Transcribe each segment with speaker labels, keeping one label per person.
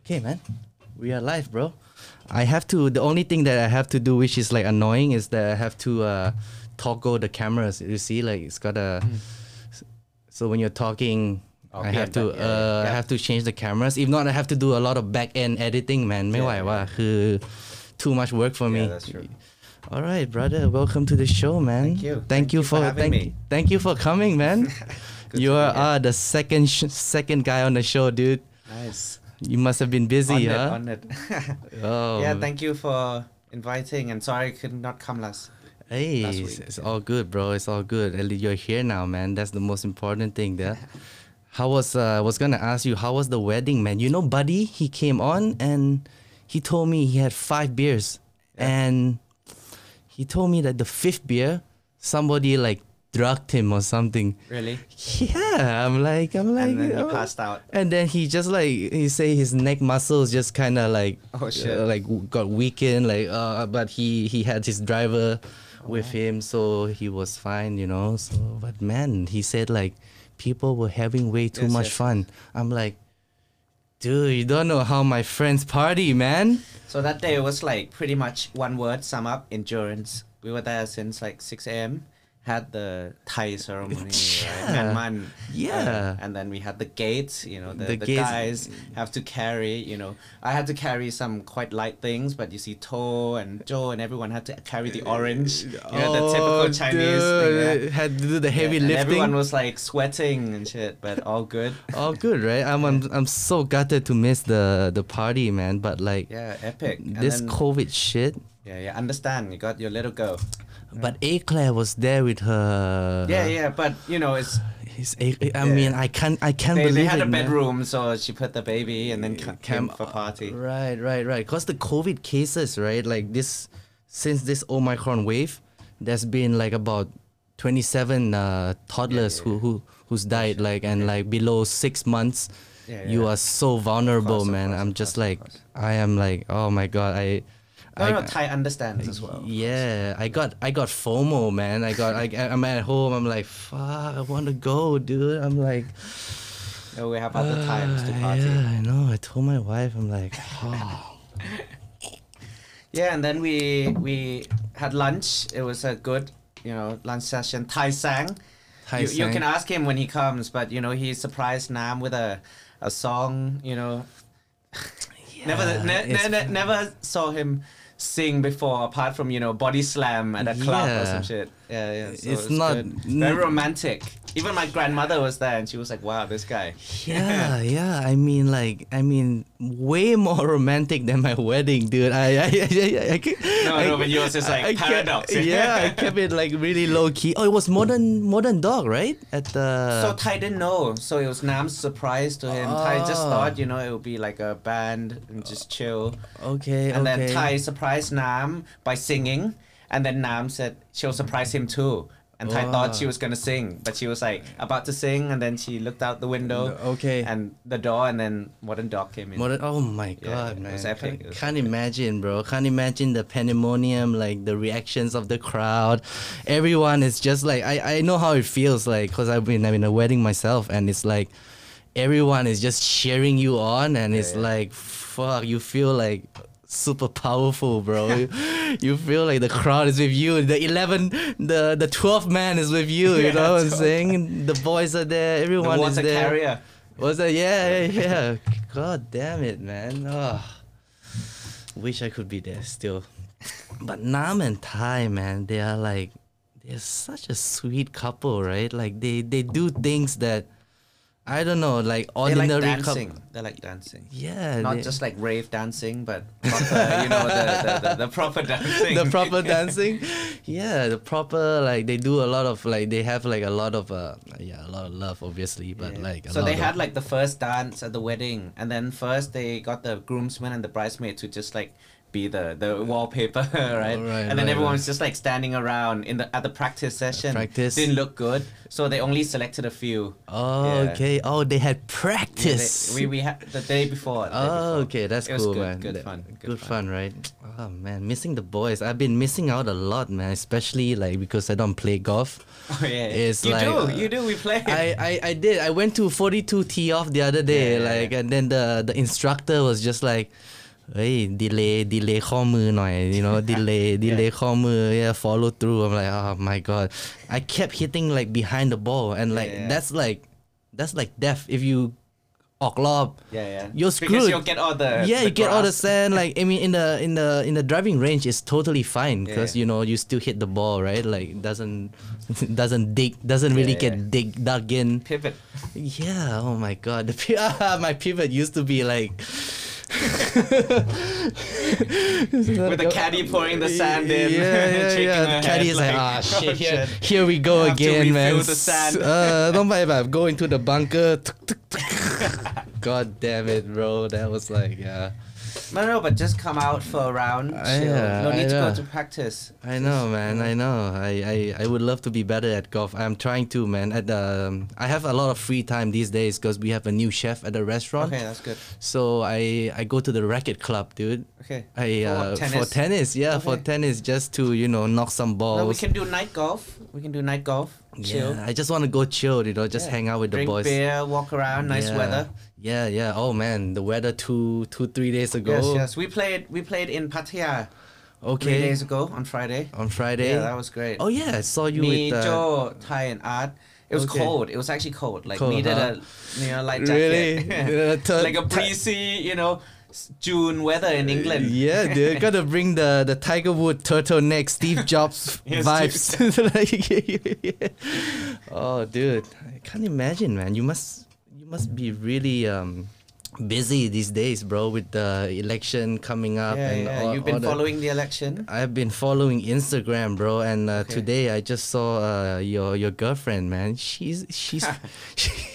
Speaker 1: okay, man, we are live, bro. I have to. The only thing that I have to do, which is like annoying, is that I have to uh, toggle the cameras. You see, like it's got a.
Speaker 2: Hmm.
Speaker 1: So when you're talking, I
Speaker 2: เปลี่ยน
Speaker 1: have to.
Speaker 2: แบบเออ
Speaker 1: Uh, I have to change the cameras. If not, I have to do a lot of back end editing, man. ไม่ไหวว่ะคือ too much work for me.
Speaker 2: Yeah, that's true.
Speaker 1: All right, brother. Welcome to the show, man.
Speaker 2: Thank you.
Speaker 1: Thank, you, for,
Speaker 2: having
Speaker 1: thank,
Speaker 2: me.
Speaker 1: Thank you for coming, man.
Speaker 2: Good
Speaker 1: you
Speaker 2: to be
Speaker 1: are
Speaker 2: here.
Speaker 1: uh, the second sh- second guy on the show, dude.
Speaker 2: Nice.
Speaker 1: You must have been busy, huh?
Speaker 2: On it, on it.
Speaker 1: Oh.
Speaker 2: Yeah, thank you for inviting and sorry I could not come last.
Speaker 1: Hey,
Speaker 2: last
Speaker 1: it's,
Speaker 2: week,
Speaker 1: it's all good, bro. It's all good. At least you're here now, man. That's the most important thing. There. How was uh, I was gonna ask you? How was the wedding, man? You know, buddy, he came on and he told me he had five beers, and he told me that the fifth beer, somebody like drugged him or something.
Speaker 2: Really?
Speaker 1: Yeah, I'm like, I'm like,
Speaker 2: And then he
Speaker 1: oh.
Speaker 2: passed out.
Speaker 1: And then he just like he say his neck muscles just kind of like
Speaker 2: Oh, shit.
Speaker 1: uh, like w- got weakened like uh but he he had his driver with
Speaker 2: Oh.
Speaker 1: him so he was fine you know so but man he said like people were having way too
Speaker 2: Yes,
Speaker 1: much
Speaker 2: yes.
Speaker 1: fun I'm like dude you don't know how my friends party man
Speaker 2: So that day was like pretty much one word sum up endurance. We were there since like 6 a.m. Had the Thai ceremony, right?
Speaker 1: Yeah.
Speaker 2: Kanman.
Speaker 1: Yeah.
Speaker 2: Uh, and then we had the gates, you know, the,
Speaker 1: The
Speaker 2: the,
Speaker 1: gates.
Speaker 2: guys have to carry, you know, I had to carry some quite light things, but you see To and Joe and everyone had to carry the orange, you know, the
Speaker 1: Oh,
Speaker 2: typical Chinese thing. yeah.
Speaker 1: dude, had to do the heavy
Speaker 2: and
Speaker 1: lifting
Speaker 2: Everyone was like sweating and shit, but all good.
Speaker 1: all good right I'm, I'm I'm so gutted to miss the the party man but like
Speaker 2: Yeah, epic. And
Speaker 1: this
Speaker 2: then-
Speaker 1: COVID shit
Speaker 2: yeah, yeah. Understand? You got your little girl.
Speaker 1: But A Claire was there with her.
Speaker 2: Yeah, yeah. But you know, it's
Speaker 1: His A- I mean, I can't. I can't
Speaker 2: they, they
Speaker 1: believe
Speaker 2: had
Speaker 1: it.
Speaker 2: a
Speaker 1: man.
Speaker 2: bedroom, so she put the baby and then ca- came
Speaker 1: Cam-
Speaker 2: for party.
Speaker 1: Right, right, right. Cause the COVID cases, right? Like this, since this Omicron wave, there's been like about 27 uh, toddlers who
Speaker 2: yeah,
Speaker 1: who who's died. Like and like below six months,
Speaker 2: Yeah,
Speaker 1: you
Speaker 2: yeah.
Speaker 1: are so vulnerable,
Speaker 2: course, of
Speaker 1: man.
Speaker 2: course,
Speaker 1: I'm
Speaker 2: of
Speaker 1: just
Speaker 2: course, of
Speaker 1: like,
Speaker 2: course.
Speaker 1: I am like, oh my god, I.
Speaker 2: No,
Speaker 1: I,
Speaker 2: no, Thai understands as well.
Speaker 1: Yeah, I got I got FOMO, man. I got I, I'm at home. I'm like, fuck, I want to go, dude. I'm like,
Speaker 2: No, we have other times to
Speaker 1: "Ah,
Speaker 2: party.
Speaker 1: Yeah,
Speaker 2: Yeah.
Speaker 1: I know. I told my wife, I'm like, oh,
Speaker 2: and then we we had lunch. It was a good, you know, lunch session. Thai sang.
Speaker 1: Thai
Speaker 2: you, you
Speaker 1: sang.
Speaker 2: can ask him when he comes, but you know, he surprised Nam with a a song. You know, never ne-
Speaker 1: it's-
Speaker 2: ne- ne- never saw him sing before apart from you know body slam at a club or
Speaker 1: Yeah.
Speaker 2: some shit yeah yeah so
Speaker 1: It's
Speaker 2: it's
Speaker 1: not-
Speaker 2: not very romantic even my grandmother was there and she was like wow this guy
Speaker 1: yeah, yeah. I mean, like, I mean, way more romantic than my wedding, dude. I, I, I, I, I can't-
Speaker 2: No,
Speaker 1: I-
Speaker 2: no, but yours is like
Speaker 1: kept-
Speaker 2: paradox.
Speaker 1: yeah, I kept it like really low key. Oh, it was modern, modern dog, right? At the
Speaker 2: so Ty didn't know, so it was Nam's surprise to him. Ty just
Speaker 1: Oh.
Speaker 2: thought, you know, it would be like a band and just chill.
Speaker 1: okay,
Speaker 2: And
Speaker 1: okay.
Speaker 2: then Thai surprised Nam by singing, and then Nam said she'll surprise him too. And Thai
Speaker 1: Wow.
Speaker 2: thought she was gonna sing, but she was like about to sing, and then she looked out the window.
Speaker 1: No, okay.
Speaker 2: And the door, and then Modern Dog came in.
Speaker 1: Modern, oh my god,
Speaker 2: yeah,
Speaker 1: man!
Speaker 2: it was epic,
Speaker 1: Can't,
Speaker 2: it was
Speaker 1: can't imagine, bro. Can't imagine the pandemonium, like the reactions of the crowd. Everyone is just like, I, I know how it feels like, cause I've been I'm in a wedding myself, and it's like, everyone is just cheering you on, and it's
Speaker 2: yeah.
Speaker 1: like, fuck, you feel like super powerful, bro. you, you feel like the crowd is with you. The eleven, the the twelfth man is with you. You
Speaker 2: Yeah,
Speaker 1: know what I'm
Speaker 2: 12th.
Speaker 1: saying? The boys are there.
Speaker 2: the
Speaker 1: Everyone is
Speaker 2: water
Speaker 1: there.
Speaker 2: carrier.
Speaker 1: Was that yeah, yeah, yeah. God damn it, man. Oh, wish I could be there still. But Nam and Thai, man, they are like they're such a sweet couple, right? Like they they do things that I don't know, like
Speaker 2: They like
Speaker 1: ordinary
Speaker 2: dancing.
Speaker 1: couple.
Speaker 2: They like dancing.
Speaker 1: Yeah,
Speaker 2: Not
Speaker 1: they-
Speaker 2: just like rave dancing, but proper, you know, the, the, the, the proper dancing.
Speaker 1: the proper dancing. Yeah, the proper like they do a lot of like they have like a lot of uh yeah a lot of love obviously, but
Speaker 2: Yeah.
Speaker 1: like a
Speaker 2: so
Speaker 1: lot
Speaker 2: they
Speaker 1: of,
Speaker 2: had like the first dance at the wedding and then first they got the groomsmen and the bridesmaid to just like be the, the wallpaper,
Speaker 1: right,
Speaker 2: right? and then
Speaker 1: right,
Speaker 2: everyone was just like standing around in the at the practice session.
Speaker 1: Practice.
Speaker 2: didn't look good, so they only selected a few.
Speaker 1: Oh,
Speaker 2: Yeah.
Speaker 1: okay. Oh, they had
Speaker 2: Yeah,
Speaker 1: practice.
Speaker 2: they- we we had the day before. the day
Speaker 1: Oh,
Speaker 2: before.
Speaker 1: okay, that's
Speaker 2: It was
Speaker 1: cool,
Speaker 2: good,
Speaker 1: man.
Speaker 2: Good
Speaker 1: That-
Speaker 2: fun.
Speaker 1: Good, fun. right? Oh man, missing the boys. I've been missing out a lot, man. Especially like because I don't play golf.
Speaker 2: Oh yeah,
Speaker 1: It's
Speaker 2: you
Speaker 1: like, uh,
Speaker 2: do, you do. We play.
Speaker 1: I, I, I did. I went to 42 tee off the other day,
Speaker 2: Yeah, yeah,
Speaker 1: like, and then the the instructor was just like, "Hey, delay, delay, ข้อมือหน่อย you know, delay, delay, ข้อมือ yeah, follow through." I'm like, oh my god, I kept hitting like behind the ball, and like
Speaker 2: yeah.
Speaker 1: that's like, that's like death if you. Off
Speaker 2: yeah, yeah.
Speaker 1: You're
Speaker 2: Because
Speaker 1: screwed.
Speaker 2: you'll get all the
Speaker 1: yeah,
Speaker 2: the
Speaker 1: you get all the
Speaker 2: grass.
Speaker 1: sand. Like I mean, in the in the in the driving range, it's totally fine because you
Speaker 2: Yeah.
Speaker 1: know you still hit the ball, right? Like doesn't doesn't dig doesn't really
Speaker 2: Yeah,
Speaker 1: get
Speaker 2: yeah.
Speaker 1: dig dug in.
Speaker 2: pivot.
Speaker 1: Yeah. Oh my god, the pi- my pivot used to be like
Speaker 2: with the caddy pouring the sand in.
Speaker 1: Yeah, yeah,
Speaker 2: shaking
Speaker 1: yeah.
Speaker 2: her
Speaker 1: The caddy
Speaker 2: head
Speaker 1: is like, ah,
Speaker 2: like,
Speaker 1: shit,
Speaker 2: "Oh,
Speaker 1: here,
Speaker 2: shit."
Speaker 1: here we go
Speaker 2: I have to
Speaker 1: again, man.
Speaker 2: refill the sand.
Speaker 1: Uh, don't worry about it. Go into the bunker. God damn it, bro. That was like, yeah.
Speaker 2: No, no, but just come out for a round.
Speaker 1: I,
Speaker 2: chill.
Speaker 1: uh,
Speaker 2: no need
Speaker 1: I
Speaker 2: to
Speaker 1: know.
Speaker 2: go to practice.
Speaker 1: I know, man. I know. I, I, I would love to be better at golf. I'm trying to, man. At um, I have a lot of free time these days because we have a new chef at the restaurant.
Speaker 2: Okay, that's good.
Speaker 1: So I I go to the racket club, dude.
Speaker 2: Okay.
Speaker 1: I
Speaker 2: For what,
Speaker 1: uh, for
Speaker 2: tennis?
Speaker 1: tennis, yeah, for
Speaker 2: Okay.
Speaker 1: tennis, just to you know knock some
Speaker 2: No, we
Speaker 1: balls.
Speaker 2: can do night golf. We can do night golf. Chill.
Speaker 1: yeah, I just want to go chill, you know, just
Speaker 2: Yeah.
Speaker 1: hang out with
Speaker 2: Drink
Speaker 1: the boys.
Speaker 2: beer, walk around, nice
Speaker 1: yeah.
Speaker 2: weather.
Speaker 1: Yeah, yeah. Oh man, the weather two two three days ago.
Speaker 2: Yes, yes. We played. We played in Pattaya three
Speaker 1: Okay.
Speaker 2: days ago on Friday.
Speaker 1: On Friday.
Speaker 2: Yeah, that was great.
Speaker 1: oh yeah, I saw you
Speaker 2: Me,
Speaker 1: with. Uh,
Speaker 2: Joe, Thai, and Art. It was
Speaker 1: Okay.
Speaker 2: cold. It was actually cold. Like
Speaker 1: Cold,
Speaker 2: needed
Speaker 1: huh?
Speaker 2: a you know light
Speaker 1: Really?
Speaker 2: jacket.
Speaker 1: Yeah, tur-
Speaker 2: like a
Speaker 1: tur-
Speaker 2: breezy, you know, s- June weather in England.
Speaker 1: Uh, Yeah, dude, gotta bring the the Tiger Wood turtleneck, Steve Jobs
Speaker 2: Yes,
Speaker 1: vibes. Like, oh, dude, I can't imagine, man. You must you must be really um busy these days, bro, with the election coming up
Speaker 2: Yeah,
Speaker 1: and
Speaker 2: yeah.
Speaker 1: all,
Speaker 2: You've been
Speaker 1: all the-
Speaker 2: following the election.
Speaker 1: I've been following Instagram, bro, and uh,
Speaker 2: Okay.
Speaker 1: today I just saw uh, your your girlfriend, man. She's she's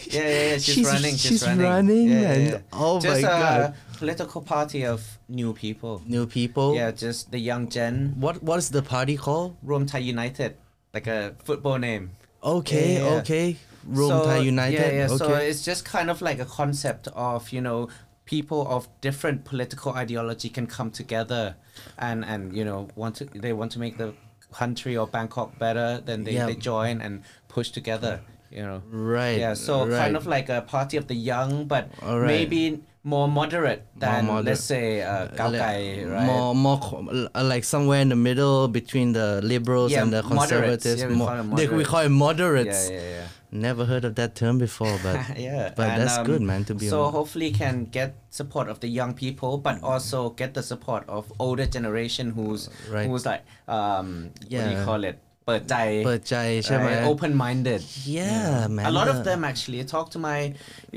Speaker 2: Yeah, yeah, yeah. She's, running.
Speaker 1: she's
Speaker 2: She's,
Speaker 1: running,
Speaker 2: Yeah,
Speaker 1: man.
Speaker 2: yeah, yeah.
Speaker 1: Oh
Speaker 2: just
Speaker 1: my
Speaker 2: uh, a
Speaker 1: god,
Speaker 2: political party of new people.
Speaker 1: new people.
Speaker 2: Yeah, just the young gen.
Speaker 1: What what is the party called?
Speaker 2: Rome Thai United, like a football name.
Speaker 1: Okay,
Speaker 2: Yeah, yeah.
Speaker 1: okay. Rome
Speaker 2: So,
Speaker 1: Thai United.
Speaker 2: Yeah, yeah.
Speaker 1: Okay.
Speaker 2: So it's just kind of like a concept of you know people of different political ideology can come together, and and you know want to they want to make the country or Bangkok better. Then they,
Speaker 1: Yeah.
Speaker 2: they join and push together. You know.
Speaker 1: right.
Speaker 2: Yeah. So
Speaker 1: right.
Speaker 2: kind of like a party of the young, but
Speaker 1: All right.
Speaker 2: maybe more moderate than
Speaker 1: moderate.
Speaker 2: let's say uh, Gao
Speaker 1: Like,
Speaker 2: Gai, right?
Speaker 1: More, more, co- uh, like somewhere in the middle between the liberals
Speaker 2: Yeah,
Speaker 1: and the
Speaker 2: moderates.
Speaker 1: conservatives.
Speaker 2: Yeah, we
Speaker 1: Mo-
Speaker 2: call them
Speaker 1: they- we
Speaker 2: moderates.
Speaker 1: call it
Speaker 2: yeah,
Speaker 1: moderates.
Speaker 2: yeah, yeah.
Speaker 1: Never heard of that term before, but
Speaker 2: yeah
Speaker 1: but
Speaker 2: and,
Speaker 1: that's
Speaker 2: um,
Speaker 1: good, man. To be
Speaker 2: so
Speaker 1: honest. Mm.
Speaker 2: hopefully can get support of the young people but also get the support of older generation who's
Speaker 1: Uh, Right.
Speaker 2: who's like um what do
Speaker 1: Yeah.
Speaker 2: you call it but I
Speaker 1: เปิดใจใช่ไหม?
Speaker 2: uh, open-minded
Speaker 1: Yeah, man, uh,
Speaker 2: a lot
Speaker 1: the-
Speaker 2: of them actually I talk to my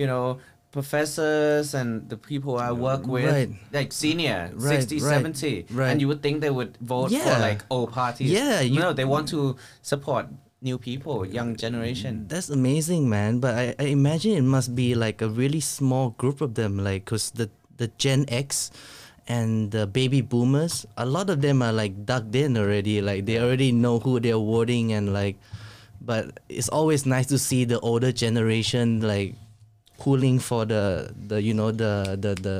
Speaker 2: you know professors and the people I work with
Speaker 1: Right.
Speaker 2: like senior
Speaker 1: Right,
Speaker 2: 60
Speaker 1: right,
Speaker 2: 70
Speaker 1: right.
Speaker 2: and you would think they would vote
Speaker 1: Yeah.
Speaker 2: for like old parties
Speaker 1: Yeah, you-
Speaker 2: no they want to support new people young generation
Speaker 1: That's amazing, man. But I, I imagine it must be like a really small group of them, like because the the Gen X and the baby boomers, a lot of them are like ducked in already. Like they already know who they're voting and like. But it's always nice to see the older generation like pulling for the the you know the the the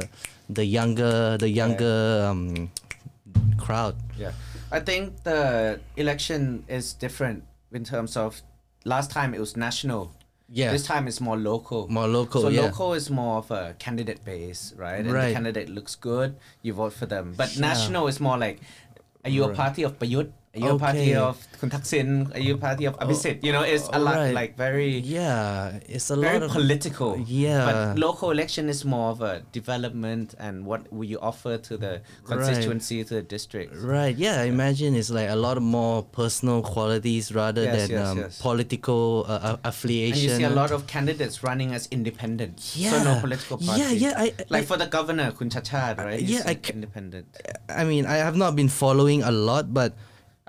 Speaker 1: the younger the younger um crowd.
Speaker 2: Yeah. I think the election is different in terms of last time it was national.
Speaker 1: Yeah.
Speaker 2: This time it's more local.
Speaker 1: More local,
Speaker 2: So
Speaker 1: yeah.
Speaker 2: local is more of a candidate base, right? And
Speaker 1: Right.
Speaker 2: the candidate looks good, you vote for them. But national is more like are you a party of Payut? Are you a
Speaker 1: Okay.
Speaker 2: party
Speaker 1: Oh,
Speaker 2: of Kun Thaksin? Are you a party of Abhisit? You know, it's a lot
Speaker 1: alright.
Speaker 2: like very
Speaker 1: Yeah, it's a
Speaker 2: very
Speaker 1: lot of
Speaker 2: political.
Speaker 1: Yeah.
Speaker 2: But local election is more of a development and what will you offer to the constituency, to the district.
Speaker 1: Right. Yeah, I imagine it's like a lot more personal qualities rather
Speaker 2: Yes,
Speaker 1: than
Speaker 2: yes,
Speaker 1: um,
Speaker 2: yes.
Speaker 1: political uh, a-
Speaker 2: And
Speaker 1: affiliation.
Speaker 2: you see a lot of candidates running as independent. So
Speaker 1: Yeah.
Speaker 2: no political
Speaker 1: Yeah,
Speaker 2: party.
Speaker 1: yeah, I-
Speaker 2: like
Speaker 1: I-
Speaker 2: for the governor, Kun Chachad, right? He's
Speaker 1: yeah, I
Speaker 2: an
Speaker 1: ca-
Speaker 2: independent.
Speaker 1: I mean, I have not been following a lot, but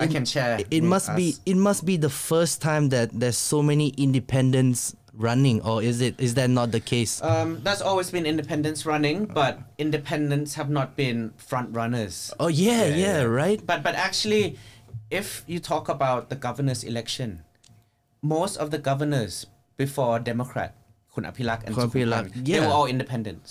Speaker 2: I can share
Speaker 1: It
Speaker 2: with
Speaker 1: must be
Speaker 2: us.
Speaker 1: it must be the first time that there's so many independents running, or is it is that not the case?
Speaker 2: Um, that's always been independents running, but independents have not been front runners.
Speaker 1: oh yeah, yeah,
Speaker 2: yeah, yeah.
Speaker 1: right.
Speaker 2: But but actually, if you talk about the governor's election, most of the governors before Democrat, Kun Apilak and
Speaker 1: คุณ
Speaker 2: Sukhum
Speaker 1: อภิรักษ์
Speaker 2: Pan, they were
Speaker 1: yeah.
Speaker 2: all independents.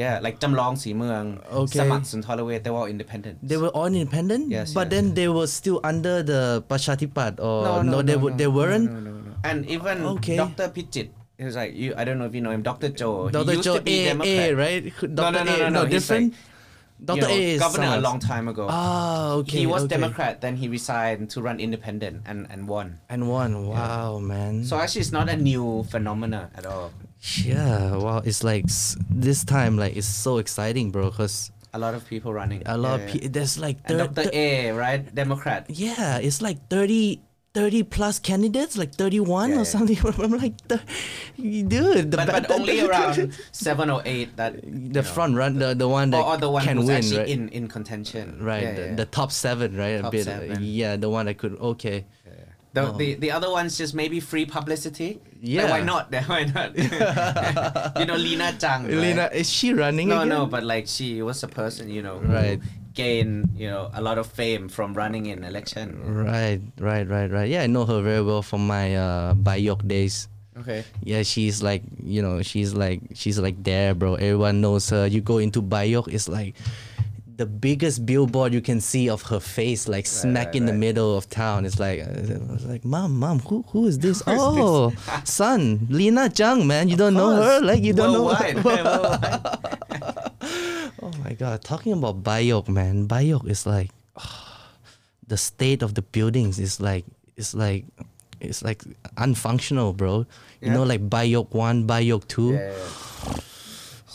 Speaker 2: Yeah, like Jamlong Simeung,
Speaker 1: Okay.
Speaker 2: Samak Suntholloway, they were all independents.
Speaker 1: They were all independent,
Speaker 2: Yes,
Speaker 1: but
Speaker 2: yeah,
Speaker 1: then they were still under the Pachatipat, or Oh, no, they were they
Speaker 2: no,
Speaker 1: weren't. Oh,
Speaker 2: No, no, no. And even
Speaker 1: Okay.
Speaker 2: Dr. Pichit, he was like, you, I don't know if you know him, Dr. Joe.
Speaker 1: Doctor
Speaker 2: he used
Speaker 1: Joe
Speaker 2: to be
Speaker 1: A
Speaker 2: Democrat.
Speaker 1: A right? Dr.
Speaker 2: no, no,
Speaker 1: A,
Speaker 2: no, no, he's
Speaker 1: different.
Speaker 2: You
Speaker 1: Doctor
Speaker 2: know,
Speaker 1: A is
Speaker 2: governor a
Speaker 1: someone
Speaker 2: long
Speaker 1: else.
Speaker 2: time ago.
Speaker 1: Ah, okay.
Speaker 2: he was
Speaker 1: okay.
Speaker 2: Democrat, then he resigned to run independent and, and won.
Speaker 1: And one, wow, man.
Speaker 2: So actually, it's not a new phenomena at all.
Speaker 1: yeah, wow. It's like s- this time, like it's so exciting, bro. Cause
Speaker 2: A lot of people running.
Speaker 1: a lot
Speaker 2: Yeah,
Speaker 1: of
Speaker 2: yeah.
Speaker 1: people, there's like
Speaker 2: And
Speaker 1: thir-
Speaker 2: Dr.
Speaker 1: thir-
Speaker 2: A, right? Democrat.
Speaker 1: yeah, it's like 30, 30 plus candidates, like 31
Speaker 2: Yeah,
Speaker 1: or
Speaker 2: yeah.
Speaker 1: something. I'm like, the, dude, the
Speaker 2: But,
Speaker 1: ba-
Speaker 2: but only around seven or eight that
Speaker 1: the front run, the, the one that
Speaker 2: or, or the one
Speaker 1: can
Speaker 2: who's
Speaker 1: win,
Speaker 2: actually
Speaker 1: right?
Speaker 2: in, in contention.
Speaker 1: right,
Speaker 2: Yeah,
Speaker 1: the,
Speaker 2: yeah.
Speaker 1: the top seven, right? a
Speaker 2: Top
Speaker 1: bit,
Speaker 2: seven.
Speaker 1: yeah, the one that could. Okay,
Speaker 2: The, the the other one's just maybe free publicity.
Speaker 1: Um, Yeah.
Speaker 2: Like, why not? why not? you know, Lina Chang. right?
Speaker 1: Elena, is she running?
Speaker 2: No,
Speaker 1: again?
Speaker 2: no, but like she was a person, you know,
Speaker 1: Right.
Speaker 2: who gained, you know, a lot of fame from running in election.
Speaker 1: Right, right, right, right. Yeah, I know her very well from my uh, Bayok days.
Speaker 2: Okay.
Speaker 1: Yeah, she's like you know, she's like she's like there, bro. Everyone knows her. You go into Bayok, it's like the biggest billboard you can see of her face, like smack
Speaker 2: right,
Speaker 1: in the
Speaker 2: right.
Speaker 1: middle of town. It's like I was like, mom, mom, who who is this? oh, son, Lina Chang, man. You don't know her, like you don't know.
Speaker 2: Worldwide.
Speaker 1: Her.
Speaker 2: Worldwide.
Speaker 1: oh my god, talking about Bayok, man. Bayok is like the state of the buildings is like it's like it's like unfunctional, bro. You
Speaker 2: Yeah.
Speaker 1: know, like Bayok one, Bayok two.
Speaker 2: Yeah, yeah.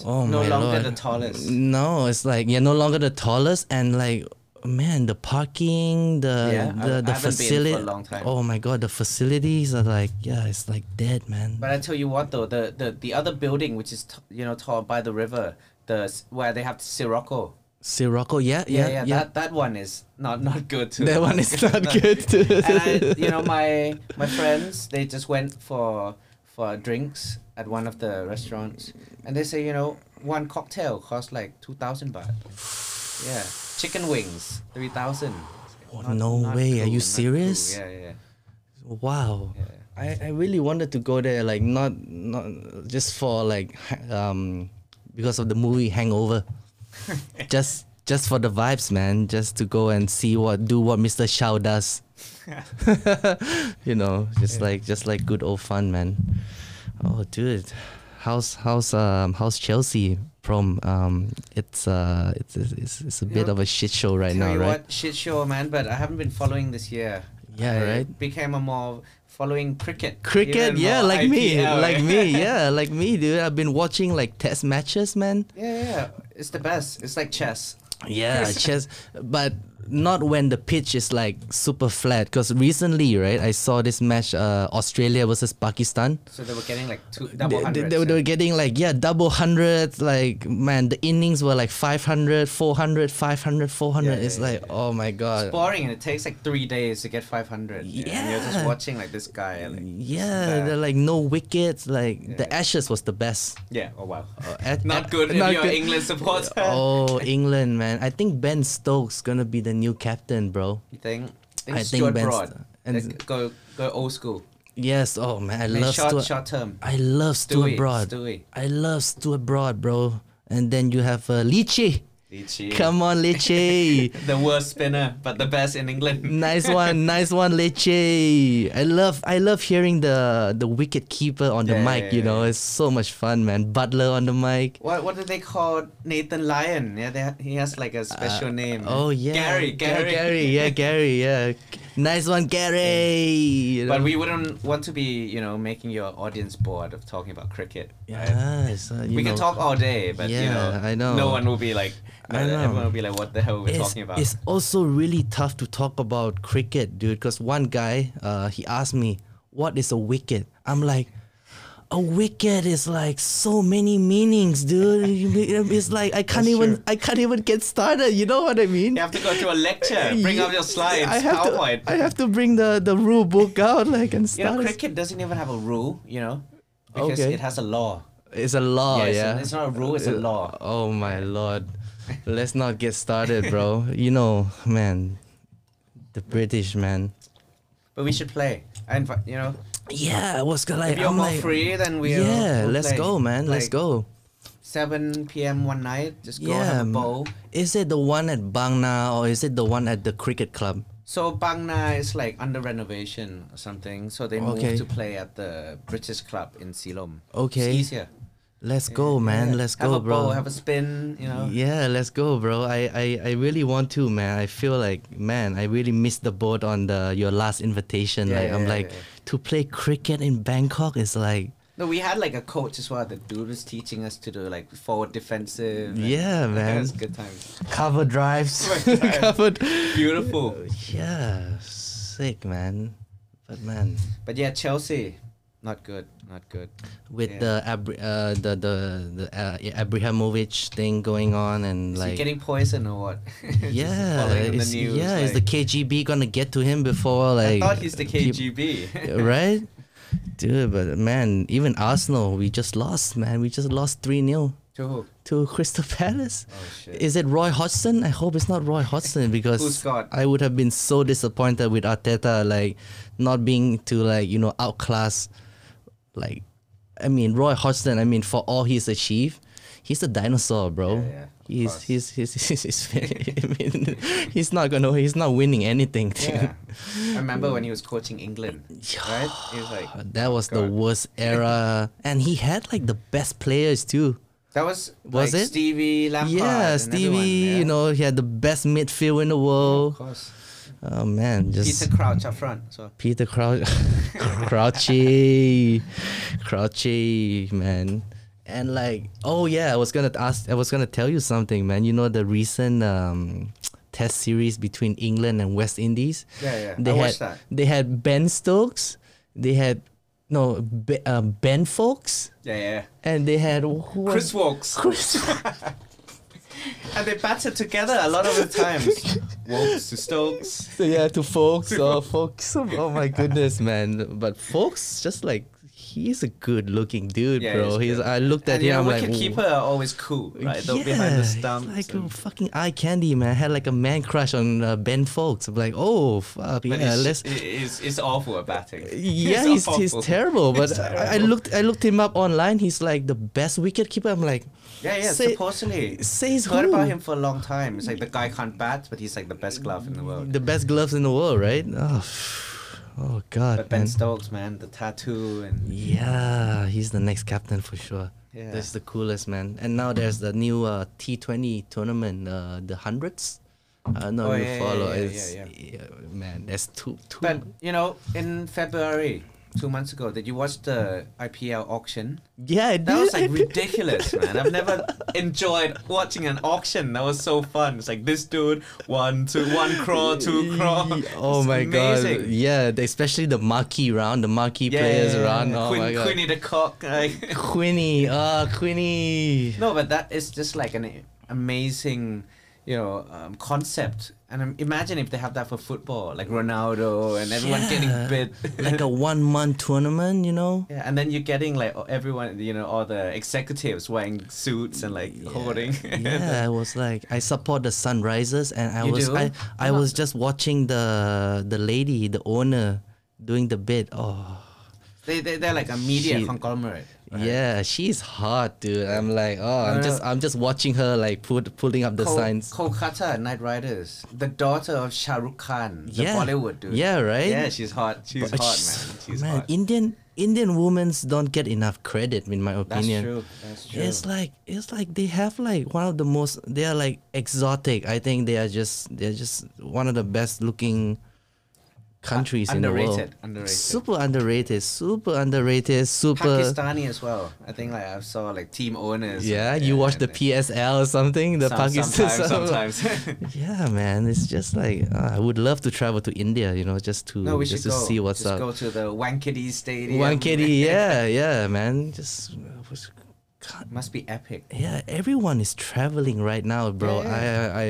Speaker 1: Oh
Speaker 2: No
Speaker 1: my
Speaker 2: longer
Speaker 1: lord.
Speaker 2: the tallest.
Speaker 1: No, it's like you're no longer the tallest, and like man, the parking, the
Speaker 2: Yeah, I-
Speaker 1: the, the
Speaker 2: I haven't been
Speaker 1: facility.
Speaker 2: for a long time.
Speaker 1: Oh my god, the facilities are like yeah, it's like dead, man.
Speaker 2: But I tell you what, though, the the, the other building, which is t- you know tall by the river, the s- where they have Sirocco.
Speaker 1: Sirocco, yeah,
Speaker 2: Yeah,
Speaker 1: yeah,
Speaker 2: yeah, That that one is not not good too.
Speaker 1: That one is not good too.
Speaker 2: and I, you know my my friends they just went for for drinks at one of the restaurants and they say you know one cocktail costs like 2000 baht yeah chicken wings 3000
Speaker 1: Oh, no way. Are you serious?
Speaker 2: yeah yeah
Speaker 1: Wow.
Speaker 2: Yeah.
Speaker 1: I, I really wanted to go there, like not not just for like ha- um because of the movie Hangover. just just for the vibes, man. Just to go and see what do what Mr. Shao does. you know, just like just like good old fun, man. Oh dude. How's how's um how's Chelsea prom? Um it's uh it's it's, it's a bit of
Speaker 2: know,
Speaker 1: a shit show right
Speaker 2: Tell
Speaker 1: now,
Speaker 2: you
Speaker 1: right?
Speaker 2: what, shit show, man. But I haven't been following this year.
Speaker 1: Yeah,
Speaker 2: I
Speaker 1: right?
Speaker 2: Became a more following cricket.
Speaker 1: Cricket,
Speaker 2: even
Speaker 1: yeah,
Speaker 2: more
Speaker 1: like me,
Speaker 2: IPL,
Speaker 1: like
Speaker 2: yeah.
Speaker 1: me, yeah, like me, dude. I've been watching like test matches, man.
Speaker 2: Yeah, yeah, it's the best. It's like chess.
Speaker 1: Yeah, chess, but not when the pitch is like super flat. Because recently, right, I saw this match, uh, Australia versus Pakistan.
Speaker 2: So they were getting like two
Speaker 1: They,
Speaker 2: double
Speaker 1: they-
Speaker 2: hundreds.
Speaker 1: they were- they
Speaker 2: yeah.
Speaker 1: were getting like yeah double hundreds like man the innings were like 500 400 500 400
Speaker 2: Yeah,
Speaker 1: it's
Speaker 2: yeah,
Speaker 1: like oh my god
Speaker 2: boring and it takes like three days to get 500 and you're
Speaker 1: Yeah.
Speaker 2: just watching like this guy like,
Speaker 1: yeah
Speaker 2: bad.
Speaker 1: they're like no wickets like the
Speaker 2: Yeah.
Speaker 1: ashes was the best
Speaker 2: yeah oh wow
Speaker 1: A- a-
Speaker 2: not good if
Speaker 1: Uh, not
Speaker 2: you're
Speaker 1: good.
Speaker 2: england supporter
Speaker 1: Oh, England, man. I think Ben Stokes gonna be the new captain, bro.
Speaker 2: you think
Speaker 1: I think
Speaker 2: Stuart
Speaker 1: Ben's-
Speaker 2: Broad
Speaker 1: and-
Speaker 2: Let's go go old school
Speaker 1: Yes. Oh man, I
Speaker 2: I
Speaker 1: love
Speaker 2: short
Speaker 1: Stuart.
Speaker 2: short term
Speaker 1: I love Stuart
Speaker 2: Stewie,
Speaker 1: Broad.
Speaker 2: Stewie.
Speaker 1: I love Stuart Broad, bro. And then you have uh, Lichy.
Speaker 2: Lychee.
Speaker 1: Come on, Lichy.
Speaker 2: the worst spinner but the best in england
Speaker 1: nice one, nice one, Lichy. I love, I love hearing the the wicket keeper on the
Speaker 2: Yeah,
Speaker 1: mic.
Speaker 2: yeah,
Speaker 1: you
Speaker 2: yeah,
Speaker 1: know, it's so much fun, man. Butler on the mic.
Speaker 2: what what do they call nathan lyon yeah they, he has like a special name eh?
Speaker 1: Oh yeah,
Speaker 2: gary
Speaker 1: Ga-
Speaker 2: gary
Speaker 1: Gary, yeah, Gary, yeah. Nice one, Gary. You know?
Speaker 2: but we wouldn't want to be you know making your audience bored of talking about cricket
Speaker 1: Yeah, it's, uh, you
Speaker 2: we
Speaker 1: know,
Speaker 2: can talk all day, but you
Speaker 1: Yeah,
Speaker 2: know,
Speaker 1: I know.
Speaker 2: no one will be like, no,
Speaker 1: I know.
Speaker 2: everyone will be like, what the hell are we
Speaker 1: It's,
Speaker 2: talking about?
Speaker 1: it's also really tough to talk about cricket, dude. Because one guy, uh, he asked me, "What is a wicket?" I'm like, "A wicket is like so many meanings, dude. um, It's like I can't
Speaker 2: That's
Speaker 1: even,
Speaker 2: true.
Speaker 1: I can't even get started. You know what I mean?"
Speaker 2: you have to go to a lecture, bring up your slides,
Speaker 1: I have
Speaker 2: PowerPoint.
Speaker 1: to, I have to bring the the rule book out, like and
Speaker 2: you know,
Speaker 1: start.
Speaker 2: cricket doesn't even have a rule, you know. because
Speaker 1: Okay.
Speaker 2: it has a law.
Speaker 1: It's a law,
Speaker 2: Yeah, it's-
Speaker 1: yeah.
Speaker 2: it's not a rule, it's a
Speaker 1: Uh,
Speaker 2: law.
Speaker 1: Oh my lord. Let's not get started, bro. You know, man, the British man.
Speaker 2: But we should play. And you know,
Speaker 1: Yeah, what's gonna like?
Speaker 2: if you're
Speaker 1: I'm
Speaker 2: more
Speaker 1: like,
Speaker 2: free, then we
Speaker 1: yeah, let's go, man. let's go.
Speaker 2: 7 p.m. one night, just go
Speaker 1: yeah,
Speaker 2: have
Speaker 1: m-
Speaker 2: a bowl.
Speaker 1: is it the one at Bangna or is it the one at the cricket club?
Speaker 2: So Bang Na is like under renovation or something, so they moved
Speaker 1: Okay.
Speaker 2: to play at the British club in Silom.
Speaker 1: Okay.
Speaker 2: it's easier.
Speaker 1: Let's go,
Speaker 2: Yeah,
Speaker 1: man.
Speaker 2: yeah.
Speaker 1: Let's
Speaker 2: have
Speaker 1: go,
Speaker 2: a
Speaker 1: bro.
Speaker 2: Bowl, have a spin, you know.
Speaker 1: Yeah, let's go, bro. I, I, I really want to, man. I feel like, man, I really missed the boat on the your last invitation.
Speaker 2: Yeah,
Speaker 1: like,
Speaker 2: yeah,
Speaker 1: I'm
Speaker 2: yeah,
Speaker 1: like,
Speaker 2: yeah.
Speaker 1: to play cricket in Bangkok is like,
Speaker 2: No, we had like a coach as well. The dude was teaching us to do like forward defensive. and-
Speaker 1: Yeah, man.
Speaker 2: It was good times.
Speaker 1: cover drives.
Speaker 2: Cover drives.
Speaker 1: Covered.
Speaker 2: Beautiful.
Speaker 1: Yeah, sick, man. But man,
Speaker 2: But yeah, Chelsea, not good, not good.
Speaker 1: with
Speaker 2: Yeah.
Speaker 1: the Abri- uh, the the the uh, Abrahamovich thing going on and
Speaker 2: Is
Speaker 1: like.
Speaker 2: he getting poisoned or what? Just
Speaker 1: yeah,
Speaker 2: following the
Speaker 1: is,
Speaker 2: news,
Speaker 1: yeah. is the
Speaker 2: like-
Speaker 1: KGB gonna get to him before
Speaker 2: I
Speaker 1: like?
Speaker 2: thought he's the
Speaker 1: peop-
Speaker 2: KGB.
Speaker 1: right? Dude, but man, even Arsenal, we just lost, man. We just lost 3 0
Speaker 2: to who?
Speaker 1: to Crystal Palace.
Speaker 2: Oh shit.
Speaker 1: Is it Roy Hodgson? I hope it's not Roy Hodgson
Speaker 2: Who's
Speaker 1: because
Speaker 2: got?
Speaker 1: I would have been so disappointed with Arteta, like not being to like you know outclass. Like, I mean Roy Hodgson. I mean for all he's achieved, he's a dinosaur, bro.
Speaker 2: Yeah, yeah, of
Speaker 1: he's,
Speaker 2: course.
Speaker 1: he's he's he's he's I mean, he's not gonna he's not winning anything. dude.
Speaker 2: yeah. I remember when he was coaching England, right? He was like,
Speaker 1: Uh, That was the
Speaker 2: God.
Speaker 1: worst era, and he had like the best players too.
Speaker 2: that was
Speaker 1: Was
Speaker 2: like
Speaker 1: it?
Speaker 2: Stevie Lampard.
Speaker 1: yeah,
Speaker 2: and
Speaker 1: Stevie.
Speaker 2: everyone, yeah?
Speaker 1: You know, he had the best midfield in the
Speaker 2: Of
Speaker 1: world.
Speaker 2: course.
Speaker 1: Oh man, just
Speaker 2: Peter Crouch up front. So
Speaker 1: Peter Crouch, Crouchy, Crouchy, man. And like, oh yeah, I was gonna ask, I was gonna tell you something, man. You know the recent um, test series between England and West Indies.
Speaker 2: Yeah, yeah, I
Speaker 1: They had
Speaker 2: watched that.
Speaker 1: they had Ben Stokes, they had no Be, uh, Ben Folks,
Speaker 2: yeah, yeah.
Speaker 1: and they had who was-
Speaker 2: Chris Walks.
Speaker 1: Chris.
Speaker 2: And they battered together a lot of the times. Walks to Stokes.
Speaker 1: So yeah, to folks, oh folks, oh my goodness, man! But folks, just like he's a good-looking dude,
Speaker 2: Yeah,
Speaker 1: bro. He's,
Speaker 2: he's good.
Speaker 1: I looked at
Speaker 2: and you
Speaker 1: him,
Speaker 2: know,
Speaker 1: I'm like,
Speaker 2: wicketkeeper
Speaker 1: "Whoa."
Speaker 2: are always cool, right? They're behind the
Speaker 1: he's
Speaker 2: stumps.
Speaker 1: like oh,
Speaker 2: and-
Speaker 1: a fucking eye candy, man. I had like a man crush on uh, Ben Folks. I'm like, oh fuck,
Speaker 2: but
Speaker 1: yeah,
Speaker 2: it's,
Speaker 1: let's.
Speaker 2: it- it's, it's awful at batting.
Speaker 1: Yeah, he's, he's
Speaker 2: awful.
Speaker 1: terrible. But
Speaker 2: He's
Speaker 1: I, I
Speaker 2: terrible.
Speaker 1: looked I looked him up online. He's like the best wicket keeper. I'm like,
Speaker 2: Yeah, yeah,
Speaker 1: say-
Speaker 2: supposedly.
Speaker 1: says
Speaker 2: Heard about
Speaker 1: who?
Speaker 2: him for a long time. It's like the guy can't bat, but he's like the best glove in the world.
Speaker 1: the best gloves in the world, right? Oh, oh god,
Speaker 2: But Ben
Speaker 1: man.
Speaker 2: Stokes, man, the tattoo and
Speaker 1: Yeah, he's the next captain for sure.
Speaker 2: Yeah.
Speaker 1: That's the coolest man. And now there's the new uh, T20 tournament, uh, the hundreds. I don't know
Speaker 2: Oh,
Speaker 1: if
Speaker 2: yeah,
Speaker 1: you
Speaker 2: yeah,
Speaker 1: follow.
Speaker 2: yeah, yeah,
Speaker 1: it's,
Speaker 2: yeah.
Speaker 1: man, that's too too.
Speaker 2: But you know, in February, two months ago, did you watch the IPL auction?
Speaker 1: yeah, it
Speaker 2: That was
Speaker 1: did.
Speaker 2: like ridiculous, man. I've never enjoyed watching an auction. That was so fun. It's like this dude, one, two, one crore, two crore.
Speaker 1: Ye- Oh
Speaker 2: It's
Speaker 1: my god!
Speaker 2: amazing.
Speaker 1: Yeah, they- especially the marquee round, the marquee players round. Oh
Speaker 2: Queen,
Speaker 1: my god,
Speaker 2: Queenie the cock. Like.
Speaker 1: Quinny, ah, Quinny.
Speaker 2: No, but that is just like an amazing, you know, um, concept. And um, imagine if they have that for football, like Ronaldo and everyone
Speaker 1: Yeah.
Speaker 2: getting bid.
Speaker 1: like a one-month tournament, you know.
Speaker 2: yeah, and then you're getting like everyone, you know, all the executives wearing suits and like holding.
Speaker 1: yeah, I was like, I support the sunrises, and I
Speaker 2: You
Speaker 1: was,
Speaker 2: do?
Speaker 1: I, I
Speaker 2: Wow.
Speaker 1: was just watching the the lady, the owner, doing the bid. Oh,
Speaker 2: they, they they're like a media
Speaker 1: Shit.
Speaker 2: conglomerate. right?
Speaker 1: yeah, she's hot, dude. I'm like, oh, I'm
Speaker 2: No,
Speaker 1: just,
Speaker 2: no.
Speaker 1: I'm just watching her like put, pulling up the
Speaker 2: Kol-
Speaker 1: signs.
Speaker 2: Kolkata Night Riders, the daughter of Shah Rukh Khan, the
Speaker 1: Yeah.
Speaker 2: Bollywood dude.
Speaker 1: Yeah, right?
Speaker 2: Yeah, she's hot. She's
Speaker 1: But
Speaker 2: hot,
Speaker 1: she's-
Speaker 2: man. She's
Speaker 1: man,
Speaker 2: hot.
Speaker 1: Indian Indian women don't get enough credit, in my
Speaker 2: That's
Speaker 1: opinion.
Speaker 2: true. That's true.
Speaker 1: It's like it's like they have like one of the most they are like exotic. I think they are just they're just one of the best looking countries in the world.
Speaker 2: underrated, underrated.
Speaker 1: Super underrated, super underrated, super
Speaker 2: Pakistani as well. I think like I saw like team owners.
Speaker 1: Yeah, you watch
Speaker 2: and-
Speaker 1: the PSL or something, the
Speaker 2: some-
Speaker 1: Pakistan
Speaker 2: Sometimes, sometimes.
Speaker 1: Yeah, man, it's just like uh, I would love to travel to India, you know, just to
Speaker 2: no, we
Speaker 1: just to
Speaker 2: should go.
Speaker 1: see what's
Speaker 2: just
Speaker 1: up.
Speaker 2: go to the Wankhede Stadium.
Speaker 1: One kitty, yeah, yeah, man. Just uh, was- God,
Speaker 2: Must be epic.
Speaker 1: yeah, everyone is traveling right now, bro.
Speaker 2: Yeah,
Speaker 1: I, I,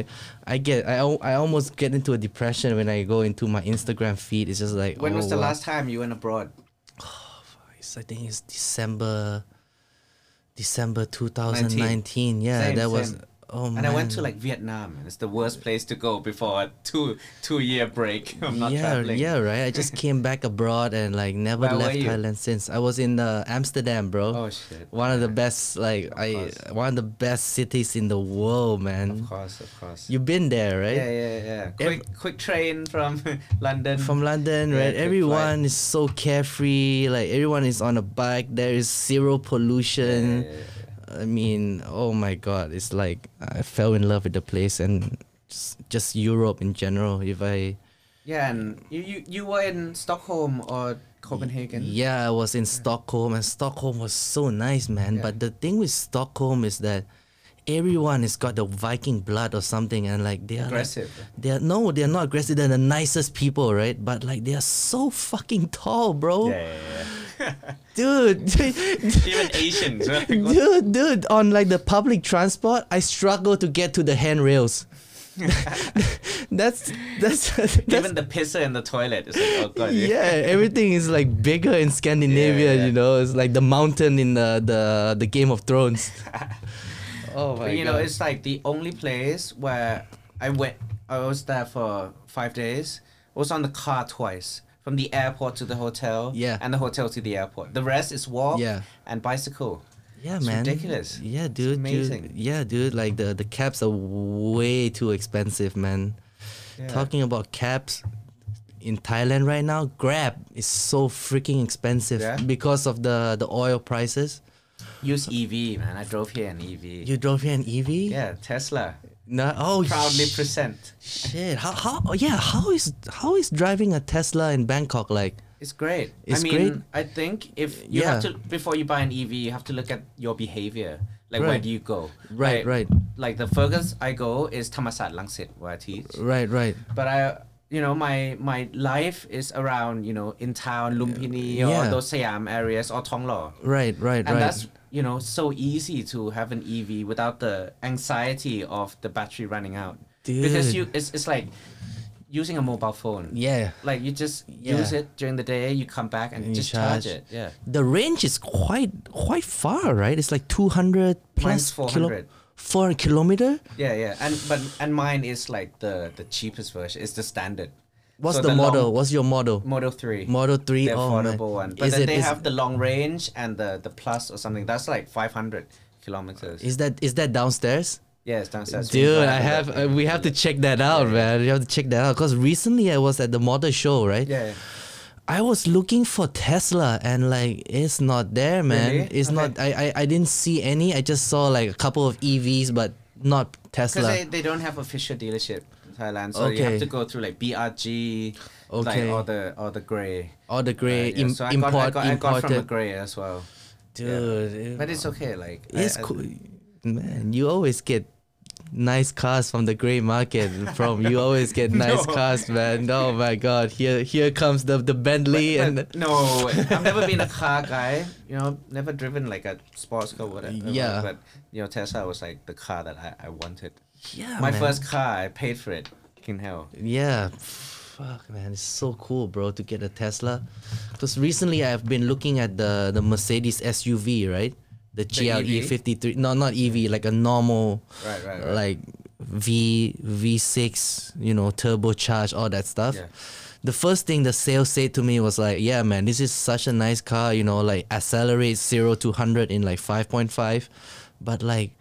Speaker 1: I get, I, al- I almost get into a depression when I go into my Instagram feed. It's just like,
Speaker 2: When
Speaker 1: oh,
Speaker 2: was the
Speaker 1: wow.
Speaker 2: last time you went abroad?
Speaker 1: Christ, I think it's December, December 2019. Yeah,
Speaker 2: Same,
Speaker 1: that was.
Speaker 2: same.
Speaker 1: Oh
Speaker 2: and
Speaker 1: man.
Speaker 2: I went to like Vietnam, and it's the worst place to go before a two two year break. I'm not
Speaker 1: yeah,
Speaker 2: traveling.
Speaker 1: yeah, right. I just came back abroad and like never
Speaker 2: Where were
Speaker 1: left
Speaker 2: you?
Speaker 1: Thailand since. I was in uh, Amsterdam, bro.
Speaker 2: Oh, shit.
Speaker 1: One of the best, like I,
Speaker 2: course.
Speaker 1: one of the best cities in the world,
Speaker 2: Of
Speaker 1: man.
Speaker 2: course, of course.
Speaker 1: You've been there, right?
Speaker 2: yeah, yeah, yeah. Quick, quick train from London.
Speaker 1: From London,
Speaker 2: Mm. Yeah,
Speaker 1: right?
Speaker 2: quick flight.
Speaker 1: Everyone is so carefree. Like everyone is on a bike. There is zero pollution.
Speaker 2: Yeah, yeah,
Speaker 1: I mean, oh my god, it's like I fell in love with the place and just, just Europe in general. If I
Speaker 2: yeah, and you, you, you were in Stockholm or Copenhagen.
Speaker 1: Yeah, I was in Stockholm, and Stockholm was so nice, man.
Speaker 2: Yeah.
Speaker 1: But the thing with Stockholm is that everyone has got the Viking blood or something, and like they are like-
Speaker 2: Aggressive.
Speaker 1: they are no, they are not aggressive. They're the nicest people, right? But like they are so fucking tall, bro,
Speaker 2: Yeah, yeah,
Speaker 1: dude.
Speaker 2: yeah. Even Asians. right? What-
Speaker 1: Dude, dude, on like the public transport, I struggle to get to the handrails. that's that's that's
Speaker 2: Even the pisser in the toilet. It's like, oh god.
Speaker 1: yeah, everything is like bigger in Scandinavia,
Speaker 2: yeah.
Speaker 1: you know. It's like the mountain in the the, the Game of Thrones. oh my
Speaker 2: But you know, it's like the only place where I went. I was there for five days. I was on the car twice, from the airport to the hotel.
Speaker 1: Yeah.
Speaker 2: And the hotel to the airport. The rest is walk.
Speaker 1: Yeah.
Speaker 2: And bicycle.
Speaker 1: yeah,
Speaker 2: it's
Speaker 1: man.
Speaker 2: ridiculous.
Speaker 1: Yeah, dude. dude.
Speaker 2: amazing.
Speaker 1: yeah, dude. Like the the caps are way too expensive, man.
Speaker 2: Yeah.
Speaker 1: Talking about caps in Thailand right now, Grab is so freaking expensive
Speaker 2: Yeah?
Speaker 1: because of the the oil prices.
Speaker 2: Use EV, man. I drove here in EV.
Speaker 1: You drove here an EV?
Speaker 2: yeah, Tesla.
Speaker 1: No. Oh,
Speaker 2: Proudly
Speaker 1: sh-
Speaker 2: present.
Speaker 1: shit. How how yeah, how is how is driving a Tesla in Bangkok like?
Speaker 2: It's great.
Speaker 1: It's
Speaker 2: I mean,
Speaker 1: great.
Speaker 2: I think if you have
Speaker 1: Yeah.
Speaker 2: to before you buy an EV, you have to look at your behavior. Like where
Speaker 1: Right.
Speaker 2: do you go?
Speaker 1: Right,
Speaker 2: Like-
Speaker 1: right.
Speaker 2: Like the furthest I go is Tamasat Langsit where I teach.
Speaker 1: Right, right.
Speaker 2: But I you know, my my life is around, you know, in town, Lumpini or
Speaker 1: Yeah.
Speaker 2: those Siam areas or Tong Lo.
Speaker 1: Right, right,
Speaker 2: And
Speaker 1: right.
Speaker 2: that's you know, so easy to have an EV without the anxiety of the battery running out. Because
Speaker 1: Dude.
Speaker 2: you it's it's like using a mobile phone.
Speaker 1: yeah.
Speaker 2: Like you just
Speaker 1: Yeah.
Speaker 2: use it during the day, you come back and,
Speaker 1: And you
Speaker 2: just
Speaker 1: charge.
Speaker 2: charge. it. Yeah.
Speaker 1: The range is quite quite far, right? It's like 200
Speaker 2: Mine's
Speaker 1: plus kilo,
Speaker 2: 400.
Speaker 1: 4 kilometer.
Speaker 2: Yeah, yeah. And but and mine is like the the cheapest version. It's the standard.
Speaker 1: What's
Speaker 2: So
Speaker 1: the, model?
Speaker 2: long-
Speaker 1: What's your model?
Speaker 2: Model 3.
Speaker 1: Model 3
Speaker 2: the
Speaker 1: oh, man.
Speaker 2: affordable one. But
Speaker 1: is
Speaker 2: then
Speaker 1: it
Speaker 2: they
Speaker 1: is,
Speaker 2: have the long range and the the plus or something. That's like 500 kilometers.
Speaker 1: is that is that downstairs?
Speaker 2: yeah, it's downstairs. We
Speaker 1: Dude, I
Speaker 2: drive it.
Speaker 1: have uh, we have to check that out, man. We have to check that out cuz recently I was at the model show, right?
Speaker 2: Yeah. yeah.
Speaker 1: I was looking for Tesla and like it's not there, man.
Speaker 2: Really?
Speaker 1: It's
Speaker 2: Okay.
Speaker 1: not I, I I didn't see any. I just saw like a couple of EVs but not
Speaker 2: Because
Speaker 1: Tesla.
Speaker 2: they, they don't have official dealership in Thailand, so you
Speaker 1: Okay.
Speaker 2: have to go through like BRG, like
Speaker 1: Okay.
Speaker 2: or the or the grey.
Speaker 1: All the gray
Speaker 2: Right, yeah.
Speaker 1: im-
Speaker 2: so I
Speaker 1: import
Speaker 2: got, I got, I got from a
Speaker 1: imported.
Speaker 2: grey as well.
Speaker 1: Dude, it-
Speaker 2: But it's okay, like
Speaker 1: it's
Speaker 2: I, I-
Speaker 1: cool, man. You always get nice cars from the gray market. From you always get nice
Speaker 2: No.
Speaker 1: cars, man. Oh my god, here here comes the the Bentley
Speaker 2: But
Speaker 1: and
Speaker 2: no, I've never been a car guy. You know, never driven like a sports car, whatever.
Speaker 1: Yeah.
Speaker 2: But you know, Tesla was like the car that I, I wanted.
Speaker 1: yeah,
Speaker 2: My
Speaker 1: Oh, man.
Speaker 2: first car, I paid for it. Fucking hell.
Speaker 1: yeah. Fuck, man, it's so cool, bro, to get a Tesla. Because recently I've been looking at the the Mercedes SUV, right? The GLE
Speaker 2: EV?
Speaker 1: 53, no, not EV, like a normal,
Speaker 2: E Right, right, right.
Speaker 1: like V V6, you know, turbocharged, all that stuff.
Speaker 2: Yeah.
Speaker 1: The first thing the sales said to me was like, "Yeah, man, this is such a nice car. You know, like accelerates zero to hundred in like five point five, but like."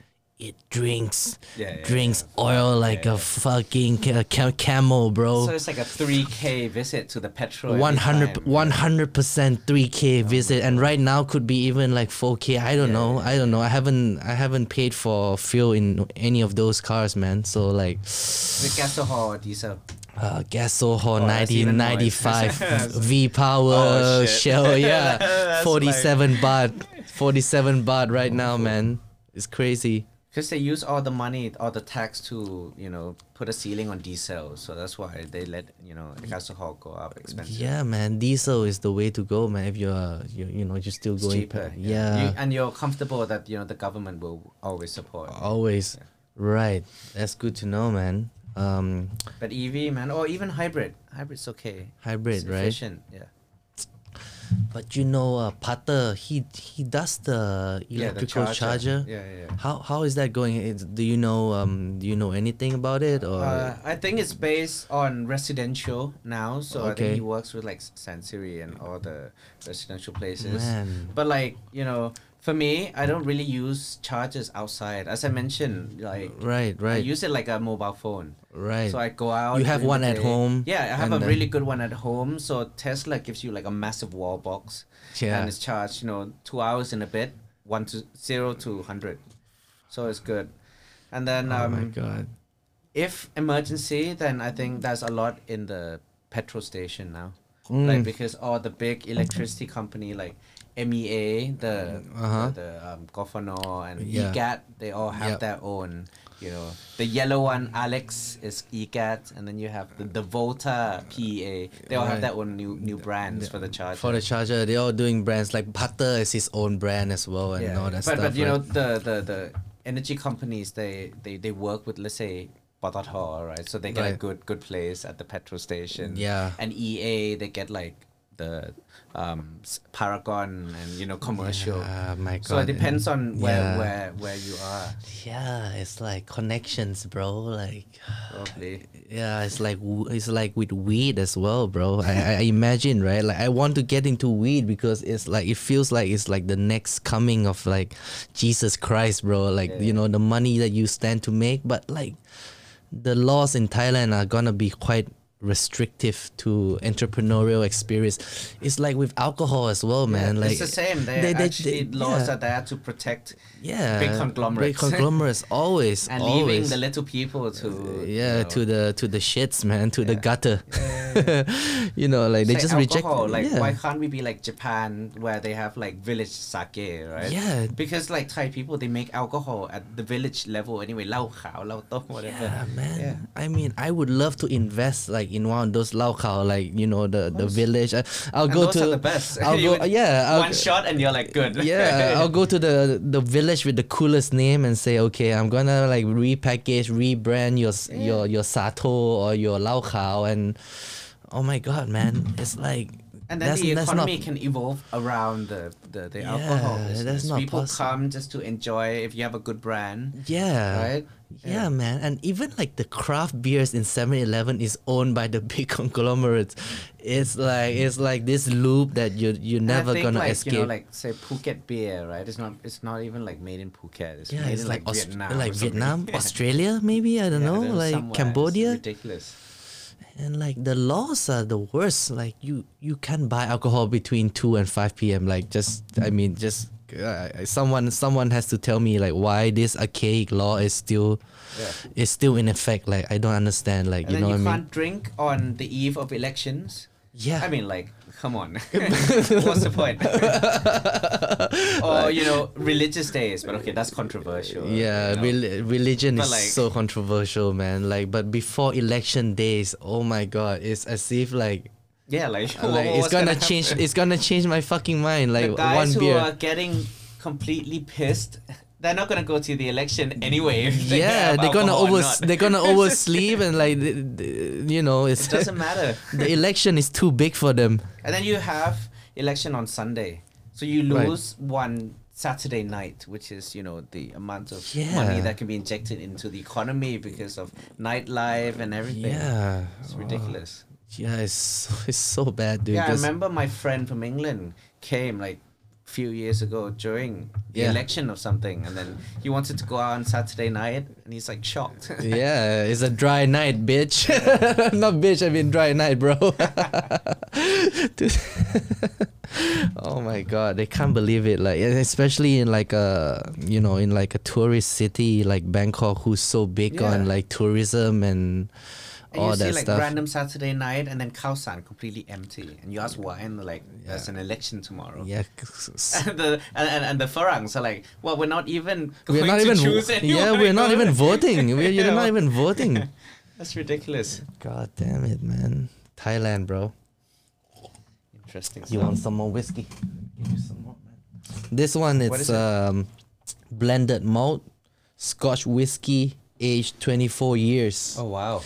Speaker 1: It drinks,
Speaker 2: Yeah, yeah,
Speaker 1: drinks oil like a fucking ca- ca- camel, bro.
Speaker 2: So it's like a 3K visit to the petrol. every
Speaker 1: 100
Speaker 2: time.
Speaker 1: 100 percent 3k visit and right now could be even like 4k i don't know i don't know i haven't i haven't paid for fuel in any of those cars man so like
Speaker 2: Is it gasohol or diesel?
Speaker 1: uh gasohol
Speaker 2: Oh, that's
Speaker 1: 90
Speaker 2: even more
Speaker 1: 95 v power
Speaker 2: Oh, shit.
Speaker 1: shell yeah
Speaker 2: That's
Speaker 1: 47 baht 47 baht right now man it's crazy
Speaker 2: Because they use all the money, all the tax to, you know, put a ceiling on diesel. So that's why they let, you know, gasohol go up expensive.
Speaker 1: yeah man diesel is the way to go man if you're you, you know you're still
Speaker 2: It's
Speaker 1: going
Speaker 2: cheaper.
Speaker 1: pa-
Speaker 2: You, and you're comfortable that, you know, the government will always support.
Speaker 1: Always. Right. That's good to know, man. Um,
Speaker 2: E But EV, man, or even hybrid. Hybrid's okay.
Speaker 1: Hybrid,
Speaker 2: It's
Speaker 1: right?
Speaker 2: efficient. Yeah.
Speaker 1: But you know, uh, Pata, he he does the
Speaker 2: Yeah, the
Speaker 1: electrical charger.
Speaker 2: charger. Yeah, yeah, yeah.
Speaker 1: How how is that going? It's- Do you know um do you know anything about it or
Speaker 2: Uh, I think it's based on residential now, so I think
Speaker 1: Okay.
Speaker 2: he works with like Sansiri and all the residential places.
Speaker 1: Man.
Speaker 2: But like you know, for me, I don't really use chargers outside. As I mentioned, like
Speaker 1: right
Speaker 2: I
Speaker 1: right
Speaker 2: use it like a mobile phone.
Speaker 1: right?
Speaker 2: So I go out.
Speaker 1: You have
Speaker 2: during
Speaker 1: one
Speaker 2: the
Speaker 1: at
Speaker 2: day.
Speaker 1: home,
Speaker 2: Yeah, I have
Speaker 1: and then-
Speaker 2: a really good one at home. So Tesla gives you like a massive wall box.
Speaker 1: Yeah.
Speaker 2: And it's charged, you know, two hours in a bit, one to zero to hundred. So it's good. And then
Speaker 1: oh
Speaker 2: um,
Speaker 1: my god.
Speaker 2: if emergency, then I think there's a lot in the petrol station now.
Speaker 1: Mm.
Speaker 2: Like because all the big electricity company like MEA, the
Speaker 1: Uh-huh.
Speaker 2: the, the um, Governor and E
Speaker 1: Yeah.
Speaker 2: EGAT, they all have
Speaker 1: Yep.
Speaker 2: their own. You know, the yellow one, Alex, is E EGAT, and then you have the, the Volta PEA. They all have
Speaker 1: Right.
Speaker 2: their own new new brands for the charger.
Speaker 1: For the charger, they're all doing brands like Pata is his own brand as well and
Speaker 2: yeah,
Speaker 1: all
Speaker 2: yeah.
Speaker 1: that
Speaker 2: but,
Speaker 1: stuff.
Speaker 2: But you
Speaker 1: right?
Speaker 2: know the, the the energy companies they they they work with let's say Hall, right? So they get a
Speaker 1: Right.
Speaker 2: good good place at the petrol station.
Speaker 1: Yeah.
Speaker 2: And EA they get like the um s- Paragon and you know commercial.
Speaker 1: Ah, my god.
Speaker 2: So it depends on where
Speaker 1: Yeah.
Speaker 2: where where you are
Speaker 1: Yeah, it's like connections, bro. Like,
Speaker 2: probably.
Speaker 1: yeah, it's like w- it's like with weed as well, bro. I, I imagine, right? Like, I want to get into weed because it's like it feels like it's like the next coming of like Jesus Christ, bro. Like,
Speaker 2: Yeah,
Speaker 1: you know, the money that you stand to make, but like the laws in Thailand are gonna be quite restrictive to entrepreneurial experience. It's like with alcohol as well, man. like
Speaker 2: it's the same. They, actually laws
Speaker 1: yeah.
Speaker 2: are there to protect
Speaker 1: Yeah,
Speaker 2: big
Speaker 1: Big
Speaker 2: conglomerates.
Speaker 1: conglomerates always
Speaker 2: and
Speaker 1: always.
Speaker 2: leaving the little people to
Speaker 1: yeah,
Speaker 2: you know,
Speaker 1: to the to the shits, man, to the
Speaker 2: Yeah.
Speaker 1: gutter. you know, like they
Speaker 2: Say
Speaker 1: just
Speaker 2: alcohol,
Speaker 1: reject.
Speaker 2: Like,
Speaker 1: yeah.
Speaker 2: why can't we be like Japan, where they have like village sake, right?
Speaker 1: Yeah.
Speaker 2: Because like Thai people, they make alcohol at the village level anyway. Lao khao, lao tong, whatever.
Speaker 1: Yeah, man.
Speaker 2: Yeah.
Speaker 1: I mean, I would love to invest like in one of those lao khao, like you know the the village. I, I'll
Speaker 2: And
Speaker 1: go
Speaker 2: those
Speaker 1: to
Speaker 2: are the best.
Speaker 1: I'll
Speaker 2: You
Speaker 1: go.
Speaker 2: would-
Speaker 1: Yeah, I'll,
Speaker 2: One shot and you're like good.
Speaker 1: yeah, I'll go to the the village with the coolest name and say, okay, I'm gonna like repackage, rebrand your s your your sato or your lao khao, and oh my god, man, it's like
Speaker 2: and then
Speaker 1: that's,
Speaker 2: the
Speaker 1: that's not
Speaker 2: economy can evolve around the the, the alcohol
Speaker 1: Yeah,
Speaker 2: business.
Speaker 1: that's not
Speaker 2: people
Speaker 1: possible.
Speaker 2: come just to enjoy. If you have a good brand,
Speaker 1: Yeah.
Speaker 2: Right?
Speaker 1: Yeah, man. And even like the craft beers in 7-Eleven is owned by the big conglomerates. It's like it's like this loop that you you're
Speaker 2: And I
Speaker 1: never
Speaker 2: think,
Speaker 1: gonna
Speaker 2: like,
Speaker 1: escape.
Speaker 2: You know, like say Phuket beer, right? It's not. It's not even like made in Phuket. It's
Speaker 1: yeah,
Speaker 2: made
Speaker 1: it's
Speaker 2: in
Speaker 1: like
Speaker 2: like,
Speaker 1: Aus- like
Speaker 2: Vietnam. or something.
Speaker 1: Vietnam, Australia, maybe I don't
Speaker 2: Yeah,
Speaker 1: know,
Speaker 2: there's
Speaker 1: like
Speaker 2: somewhere. It's
Speaker 1: Cambodia,
Speaker 2: Ridiculous.
Speaker 1: and like the laws are the worst. Like you you can't buy alcohol between two and five p.m. Like just I mean just uh, someone someone has to tell me like why this archaic law is still
Speaker 2: Yeah.
Speaker 1: is still in effect. Like I don't understand. Like
Speaker 2: And
Speaker 1: you
Speaker 2: then
Speaker 1: know
Speaker 2: you
Speaker 1: what I mean.
Speaker 2: can't drink on the eve of elections.
Speaker 1: Yeah.
Speaker 2: I mean, like, come on. What's the point? or, you know, religious days, but okay, that's controversial.
Speaker 1: Yeah,
Speaker 2: you know.
Speaker 1: rel- religion
Speaker 2: But
Speaker 1: is
Speaker 2: like-
Speaker 1: so controversial, man. Like, but before election days, oh my god, it's as if like,
Speaker 2: Yeah, like,
Speaker 1: like
Speaker 2: what-
Speaker 1: it's
Speaker 2: what's gonna
Speaker 1: gonna change.
Speaker 2: happen?
Speaker 1: It's gonna change my fucking mind. Like
Speaker 2: the guys
Speaker 1: one
Speaker 2: who
Speaker 1: beer.
Speaker 2: are getting completely pissed, they're not gonna go to the election anyway. if they
Speaker 1: yeah,
Speaker 2: have
Speaker 1: they're gonna
Speaker 2: alcohol
Speaker 1: over.
Speaker 2: or not.
Speaker 1: They're gonna oversleep and like, th- th- you know, it's
Speaker 2: It doesn't matter.
Speaker 1: the election is too big for them.
Speaker 2: And then you have election on Sunday. So you
Speaker 1: Right.
Speaker 2: lose one Saturday night, which is, you know, the amount of money
Speaker 1: Yeah.
Speaker 2: that can be injected into the economy because of nightlife and everything.
Speaker 1: Yeah, Oh.
Speaker 2: It's ridiculous.
Speaker 1: yeah, it's so, it's so bad, dude.
Speaker 2: yeah, I
Speaker 1: There's-
Speaker 2: remember my friend from England came like few years ago during the
Speaker 1: Yeah.
Speaker 2: election or something and then he wanted to go out on Saturday night and he's like shocked.
Speaker 1: yeah, it's a dry night, bitch. Not bitch, I mean dry night, bro. Dude. oh my god, they can't believe it. Like and especially in like a you know in like a tourist city like Bangkok, who's so big on
Speaker 2: Yeah.
Speaker 1: like tourism and
Speaker 2: And
Speaker 1: all
Speaker 2: you
Speaker 1: that
Speaker 2: see like
Speaker 1: stuff.
Speaker 2: random Saturday night and then Kaosan completely empty and you ask why and they're like there's an election tomorrow.
Speaker 1: yeah, s- s-
Speaker 2: and the and, and, and the Farangs are like, well, we're not even going
Speaker 1: we're not
Speaker 2: to
Speaker 1: even
Speaker 2: choose
Speaker 1: vo-
Speaker 2: anyone.
Speaker 1: yeah, we're not even voting. We're you're
Speaker 2: Yeah.
Speaker 1: not even voting.
Speaker 2: That's ridiculous.
Speaker 1: God damn it, man. Thailand, bro.
Speaker 2: Interesting.
Speaker 1: You want
Speaker 2: stuff.
Speaker 1: some more whiskey? Give you some more, man. This one it's
Speaker 2: is it?
Speaker 1: um, blended malt, Scotch whiskey, aged 24 years.
Speaker 2: Oh wow.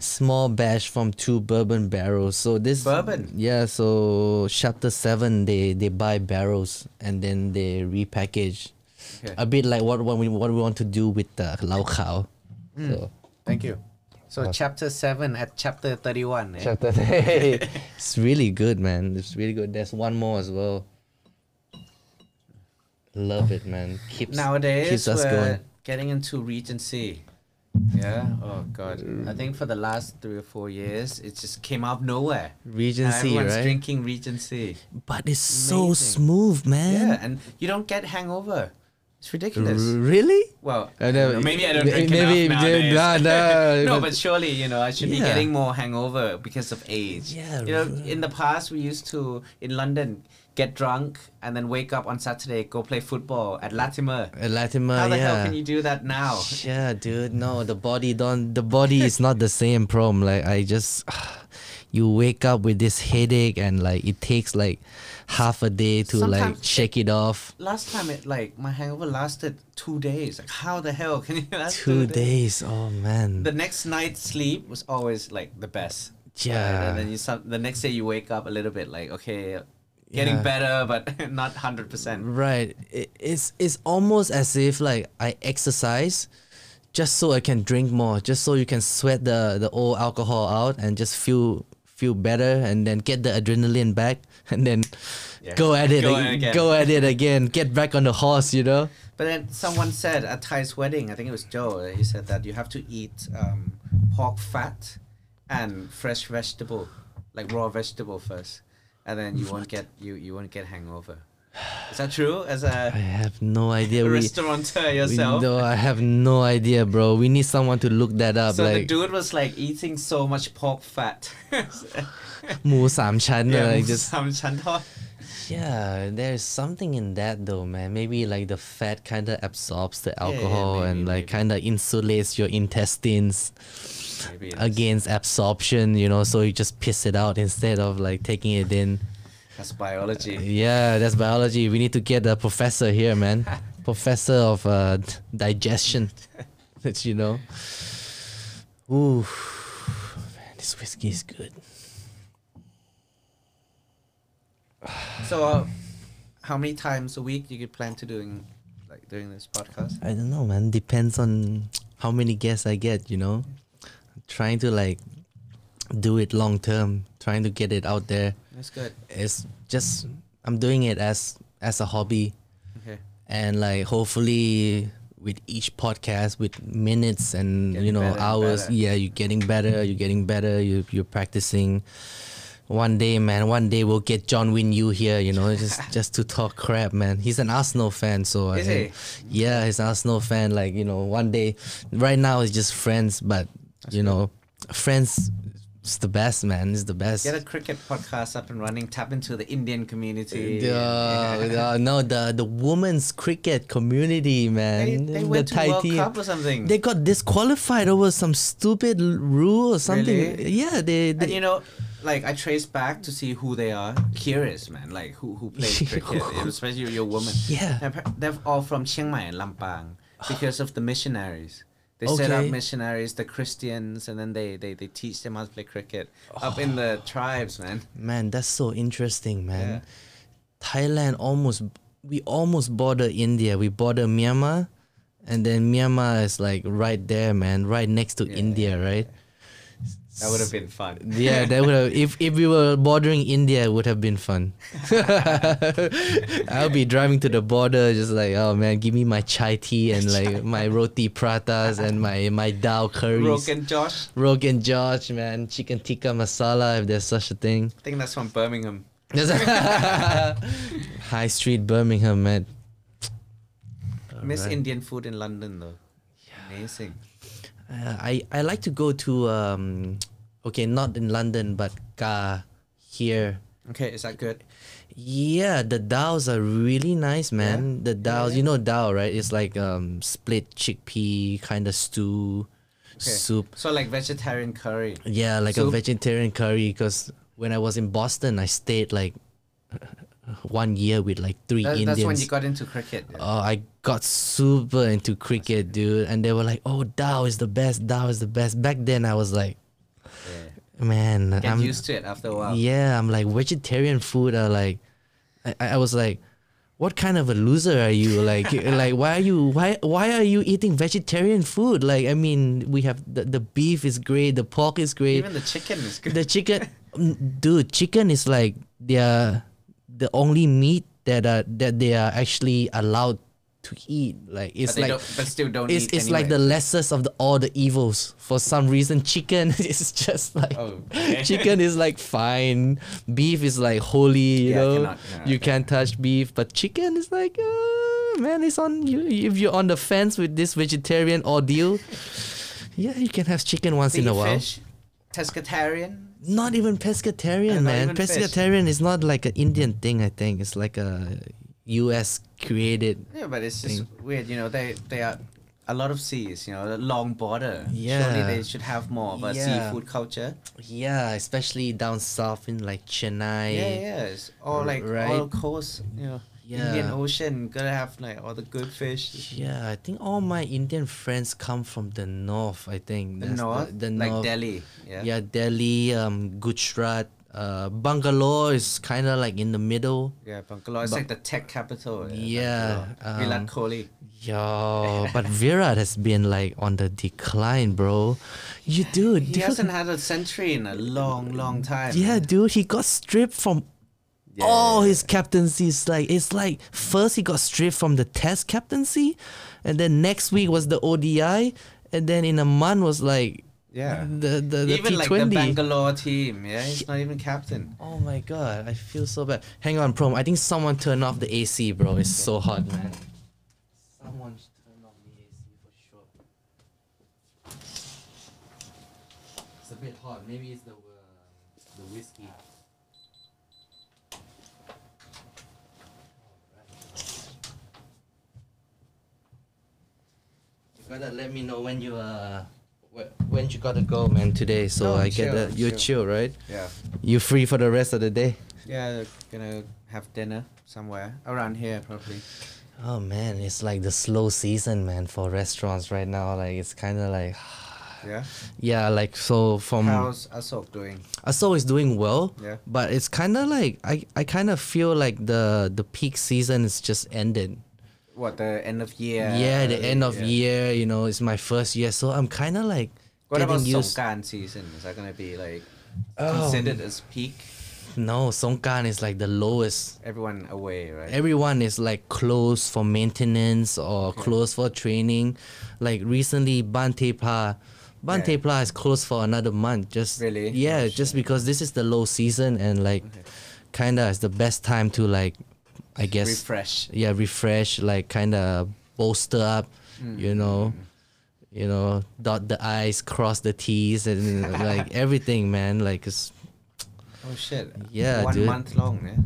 Speaker 1: small batch from two bourbon barrels. So this
Speaker 2: Bourbon?
Speaker 1: yeah. So chapter seven, they they buy barrels and then they repackage,
Speaker 2: Okay.
Speaker 1: a bit like what what we what we want to do with the lao khao. So
Speaker 2: Thank you. So
Speaker 1: uh,
Speaker 2: chapter seven at chapter thirty-one. Eh?
Speaker 1: chapter it's really good, man. It's really good. There's one more as well. Love it, man. Keeps
Speaker 2: Nowadays
Speaker 1: keeps us
Speaker 2: we're
Speaker 1: going.
Speaker 2: getting into Regency. Yeah. Oh God. I think for the last three or four years, it just came out of nowhere. And
Speaker 1: Regency,
Speaker 2: everyone's
Speaker 1: right?
Speaker 2: drinking Regency.
Speaker 1: But it's so
Speaker 2: Amazing.
Speaker 1: smooth, man.
Speaker 2: Yeah, and you don't get hangover. It's ridiculous.
Speaker 1: Really?
Speaker 2: Well,
Speaker 3: I know,
Speaker 2: dunno, maybe I don't
Speaker 3: may-
Speaker 2: drink
Speaker 3: maybe
Speaker 2: enough
Speaker 3: you did-
Speaker 2: nowadays.
Speaker 3: nah, nah,
Speaker 2: no,
Speaker 3: but-
Speaker 2: but surely you know I should be
Speaker 1: Yeah.
Speaker 2: getting more hangover because of age.
Speaker 1: Yeah,
Speaker 2: You know,
Speaker 1: right.
Speaker 2: in the past we used to in London get drunk and then wake up on Saturday go play football at Latimer.
Speaker 1: Uh, Latimer,
Speaker 2: How the
Speaker 1: yeah.
Speaker 2: hell can you do that now?
Speaker 1: Yeah, dude. No, the body don't. The body is not the same problem. Like I just, you wake up with this headache and like it takes like half a day to like
Speaker 2: Sometimes
Speaker 1: shake it off.
Speaker 2: Last time it like my hangover lasted two days. Like how the hell can you last
Speaker 1: Two days. Oh man.
Speaker 2: The next night's sleep was always like the best.
Speaker 1: Yeah.
Speaker 2: And then you some, the next day you wake up a little bit like okay, getting
Speaker 1: Yeah.
Speaker 2: better but not hundred percent.
Speaker 1: Right. It, it's it's almost as if like I exercise just so I can drink more, just so you can sweat the the old alcohol out and just feel feel better and then get the adrenaline back and then
Speaker 2: Yeah.
Speaker 1: go at it
Speaker 2: Go
Speaker 1: ag-
Speaker 2: at it again.
Speaker 1: go at it again, get back on the horse, you know?
Speaker 2: But then someone said at Ty's wedding, I think it was Joe. uh, He said that you have to eat um, pork fat and fresh vegetable, like raw vegetable first, and then you won't get you you won't get hangover. Is that true? As
Speaker 1: I
Speaker 2: a
Speaker 1: have no idea. We,
Speaker 2: restaurateur
Speaker 1: we
Speaker 2: yourself.
Speaker 1: no, I have no idea, bro. We need someone to look that up.
Speaker 2: So the
Speaker 1: like
Speaker 2: dude was like eating so much pork fat.
Speaker 1: Mu Sam Chan, like just
Speaker 2: some chandon.
Speaker 1: Yeah, there's something in that though, man. Maybe like the fat kind of absorbs the
Speaker 2: yeah,
Speaker 1: alcohol and
Speaker 2: maybe,
Speaker 1: like
Speaker 2: maybe.
Speaker 1: kind of insulates your intestines
Speaker 2: Maybe it is.
Speaker 1: against absorption, you know, so you just piss it out instead of like taking it in.
Speaker 2: that's
Speaker 1: Uh,
Speaker 2: biology.
Speaker 1: Yeah, that's biology. We need to get a professor here, man. professor of uh, d- digestion, that you know. Ooh, man, this whiskey is good.
Speaker 2: So, uh, how many times a week you could plan to doing like doing this podcast?
Speaker 1: I don't know, man. Depends on how many guests I get, you know? Trying to like do it long term, trying to get it out there.
Speaker 2: That's good.
Speaker 1: It's just I'm doing it as as a hobby
Speaker 2: Okay.
Speaker 1: and like hopefully with each podcast with minutes and
Speaker 2: Getting
Speaker 1: you know
Speaker 2: better and
Speaker 1: hours
Speaker 2: better.
Speaker 1: yeah you're getting better you're getting better you, you're practicing one day man one day we'll get john win you here you know just just to talk crap man he's an arsenal fan so
Speaker 2: Is
Speaker 1: I,
Speaker 2: he?
Speaker 1: yeah he's an arsenal fan like you know one day right now it's just friends but you know friends is the best man it's the best
Speaker 2: Get a cricket podcast up and running. Tap into the Indian community.
Speaker 1: Duh, duh, uh, no, the the women's cricket community,
Speaker 2: They,
Speaker 1: man. the
Speaker 2: they went to
Speaker 1: Thai
Speaker 2: World
Speaker 1: team.
Speaker 2: Cup or something.
Speaker 1: They got disqualified over some stupid l- rule or something.
Speaker 2: Really?
Speaker 1: Yeah, they.
Speaker 2: and
Speaker 1: they
Speaker 2: you know, like I traced back to see who they are. Curious, man. Like who who plays cricket, especially your woman.
Speaker 1: Yeah.
Speaker 2: And appa- They're all from Chiang Mai and Lampang because of the missionaries. They set
Speaker 1: Okay.
Speaker 2: up missionaries, the Christians, and then they, they, they teach them how to play cricket up in the tribes, man.
Speaker 1: man, that's so interesting, man.
Speaker 2: Yeah.
Speaker 1: Thailand almost we almost border India. We border Myanmar, and then Myanmar is like right there, man, right next to India, right?
Speaker 2: That would have been fun.
Speaker 1: Yeah, that would have if if we were bordering India, it would have been fun. I'll be driving to the border, just like oh man, give me my chai tea and like my roti pratas and my my dal
Speaker 2: Roke
Speaker 1: curries,
Speaker 2: and Josh,
Speaker 1: Rogan George, man, chicken tikka masala if there's such a thing.
Speaker 2: I think that's from Birmingham.
Speaker 1: There's a- High Street, Birmingham, man.
Speaker 2: Miss
Speaker 1: Alright.
Speaker 2: Indian food in London though. Amazing.
Speaker 1: Uh, I I like to go to um, okay, not in London, but uh, here
Speaker 2: Okay, is that good?
Speaker 1: Yeah, the dals are really nice, man. The dals, you know dal, right? It's like um split chickpea kind of stew,
Speaker 2: Okay.
Speaker 1: soup.
Speaker 2: So like vegetarian curry.
Speaker 1: Yeah, like a
Speaker 2: Soup.
Speaker 1: vegetarian curry. Because when I was in Boston, I stayed like one year with like three
Speaker 2: That,
Speaker 1: Indians.
Speaker 2: that's when you got into cricket. yeah.
Speaker 1: Oh, I got super into cricket, dude. And they were like, oh, Dao is the best. Dao is the best. Back then, I was like, man,
Speaker 2: Get
Speaker 1: I'm
Speaker 2: used to it after a while.
Speaker 1: yeah, I'm like vegetarian food are like, I, I I was like, what kind of a loser are you? Like like why are you why why are you eating vegetarian food? Like I mean, we have the, the beef is great, the pork is great,
Speaker 2: Even the chicken is good.
Speaker 1: the chicken, Mm, dude, chicken is like their the only meat that are that they are actually allowed to eat. Like it's
Speaker 2: but, they
Speaker 1: like
Speaker 2: don't, but still don't
Speaker 1: it's,
Speaker 2: eat
Speaker 1: it's
Speaker 2: anyway.
Speaker 1: like the lessest of the, all the evils for some reason chicken is just like
Speaker 2: Oh, okay.
Speaker 1: chicken is like fine beef is like holy you
Speaker 2: Yeah,
Speaker 1: know
Speaker 2: cannot- cannot,
Speaker 1: you can't touch beef but chicken is like uh, man it's on you if you're on the fence with this vegetarian ordeal yeah you can have chicken once
Speaker 2: Do
Speaker 1: in a
Speaker 2: you
Speaker 1: while
Speaker 2: fish? Pescatarian?
Speaker 1: not even pescatarian
Speaker 2: Uh, not
Speaker 1: man
Speaker 2: even fish.
Speaker 1: pescatarian is not like an indian thing i think it's like a us created
Speaker 2: Yeah, but it's just weird, you know. They they are a lot of seas, you know, the long border.
Speaker 1: Yeah.
Speaker 2: Surely they should have more of a
Speaker 1: Yeah.
Speaker 2: seafood culture.
Speaker 1: yeah especially down south in like chennai
Speaker 2: Yeah, yeah. It's all
Speaker 1: R-
Speaker 2: like
Speaker 1: right.
Speaker 2: all coast, you know, Indian
Speaker 1: Yeah.
Speaker 2: Ocean. Gotta have like all the good fish.
Speaker 1: Yeah, I think all my Indian friends come from the north. I think
Speaker 2: The
Speaker 1: That's
Speaker 2: north, like
Speaker 1: north.
Speaker 2: Delhi.
Speaker 1: Yeah.
Speaker 2: Yeah.
Speaker 1: Delhi, um, Gujarat, uh, Bangalore is kind of like in the middle.
Speaker 2: Yeah, Bangalore. It's
Speaker 1: Ba-
Speaker 2: like the tech capital.
Speaker 1: Yeah,
Speaker 2: Bangalore. Virat
Speaker 1: um,
Speaker 2: Kohli.
Speaker 1: Yo, but Virat has been like on the decline, bro. You dude,
Speaker 2: He
Speaker 1: dude-
Speaker 2: hasn't had a century in a long, long time.
Speaker 1: yeah, dude, he got stripped from
Speaker 2: Yeah,
Speaker 1: all
Speaker 2: yeah,
Speaker 1: his captaincies. Like it's like first he got stripped from the Test captaincy, and then next week was the ODI, and then in a month was like
Speaker 2: Yeah.
Speaker 1: the the, the
Speaker 2: even
Speaker 1: T20.
Speaker 2: like the Bangalore team. Yeah, he's not even captain.
Speaker 1: Oh my god, I feel so bad. Hang on, Prom. I think someone turned off the AC, bro. It's so hot, man. Someone turned off the AC for sure. It's a bit hot. Maybe it's the uh, the whiskey. You gotta let me know when you uh wh- when you gotta go, man. Today, so
Speaker 2: No, I'm
Speaker 1: I get
Speaker 2: chill,
Speaker 1: that
Speaker 2: I'm
Speaker 1: you're
Speaker 2: chill.
Speaker 1: chill, right?
Speaker 2: Yeah.
Speaker 1: You free for the rest of the day.
Speaker 2: Yeah, gonna have dinner somewhere around here probably.
Speaker 1: Oh man, it's like the slow season, man, for restaurants right now. Like it's kind of like,
Speaker 2: Yeah.
Speaker 1: yeah, like so from
Speaker 2: How's Asok doing?
Speaker 1: Aso is doing well,
Speaker 2: Yeah.
Speaker 1: but it's kind of like I I kind of feel like the the peak season is just ended.
Speaker 2: What the end of year?
Speaker 1: Yeah, the
Speaker 2: early-
Speaker 1: end of
Speaker 2: yeah.
Speaker 1: year, you know, it's my first year, so I'm kind of like
Speaker 2: What about
Speaker 1: getting used.
Speaker 2: Songkran season? Is that gonna be like
Speaker 1: Oh.
Speaker 2: considered as peak?
Speaker 1: No, Songkran is like the lowest.
Speaker 2: Everyone away, right?
Speaker 1: everyone is like closed for maintenance or closed for training. Like recently, Bantepla, Bantepla is closed for another month. Just
Speaker 2: Really? Oh,
Speaker 1: yeah, just because this is the low season and like, kinda is the best time to like, I guess
Speaker 2: Refresh.
Speaker 1: yeah refresh like kind of bolster up
Speaker 2: Mm.
Speaker 1: you know you know dot the i's cross the t's and like everything man like it's
Speaker 2: Oh shit.
Speaker 1: Yeah,
Speaker 2: One
Speaker 1: dude.
Speaker 2: month long, yeah.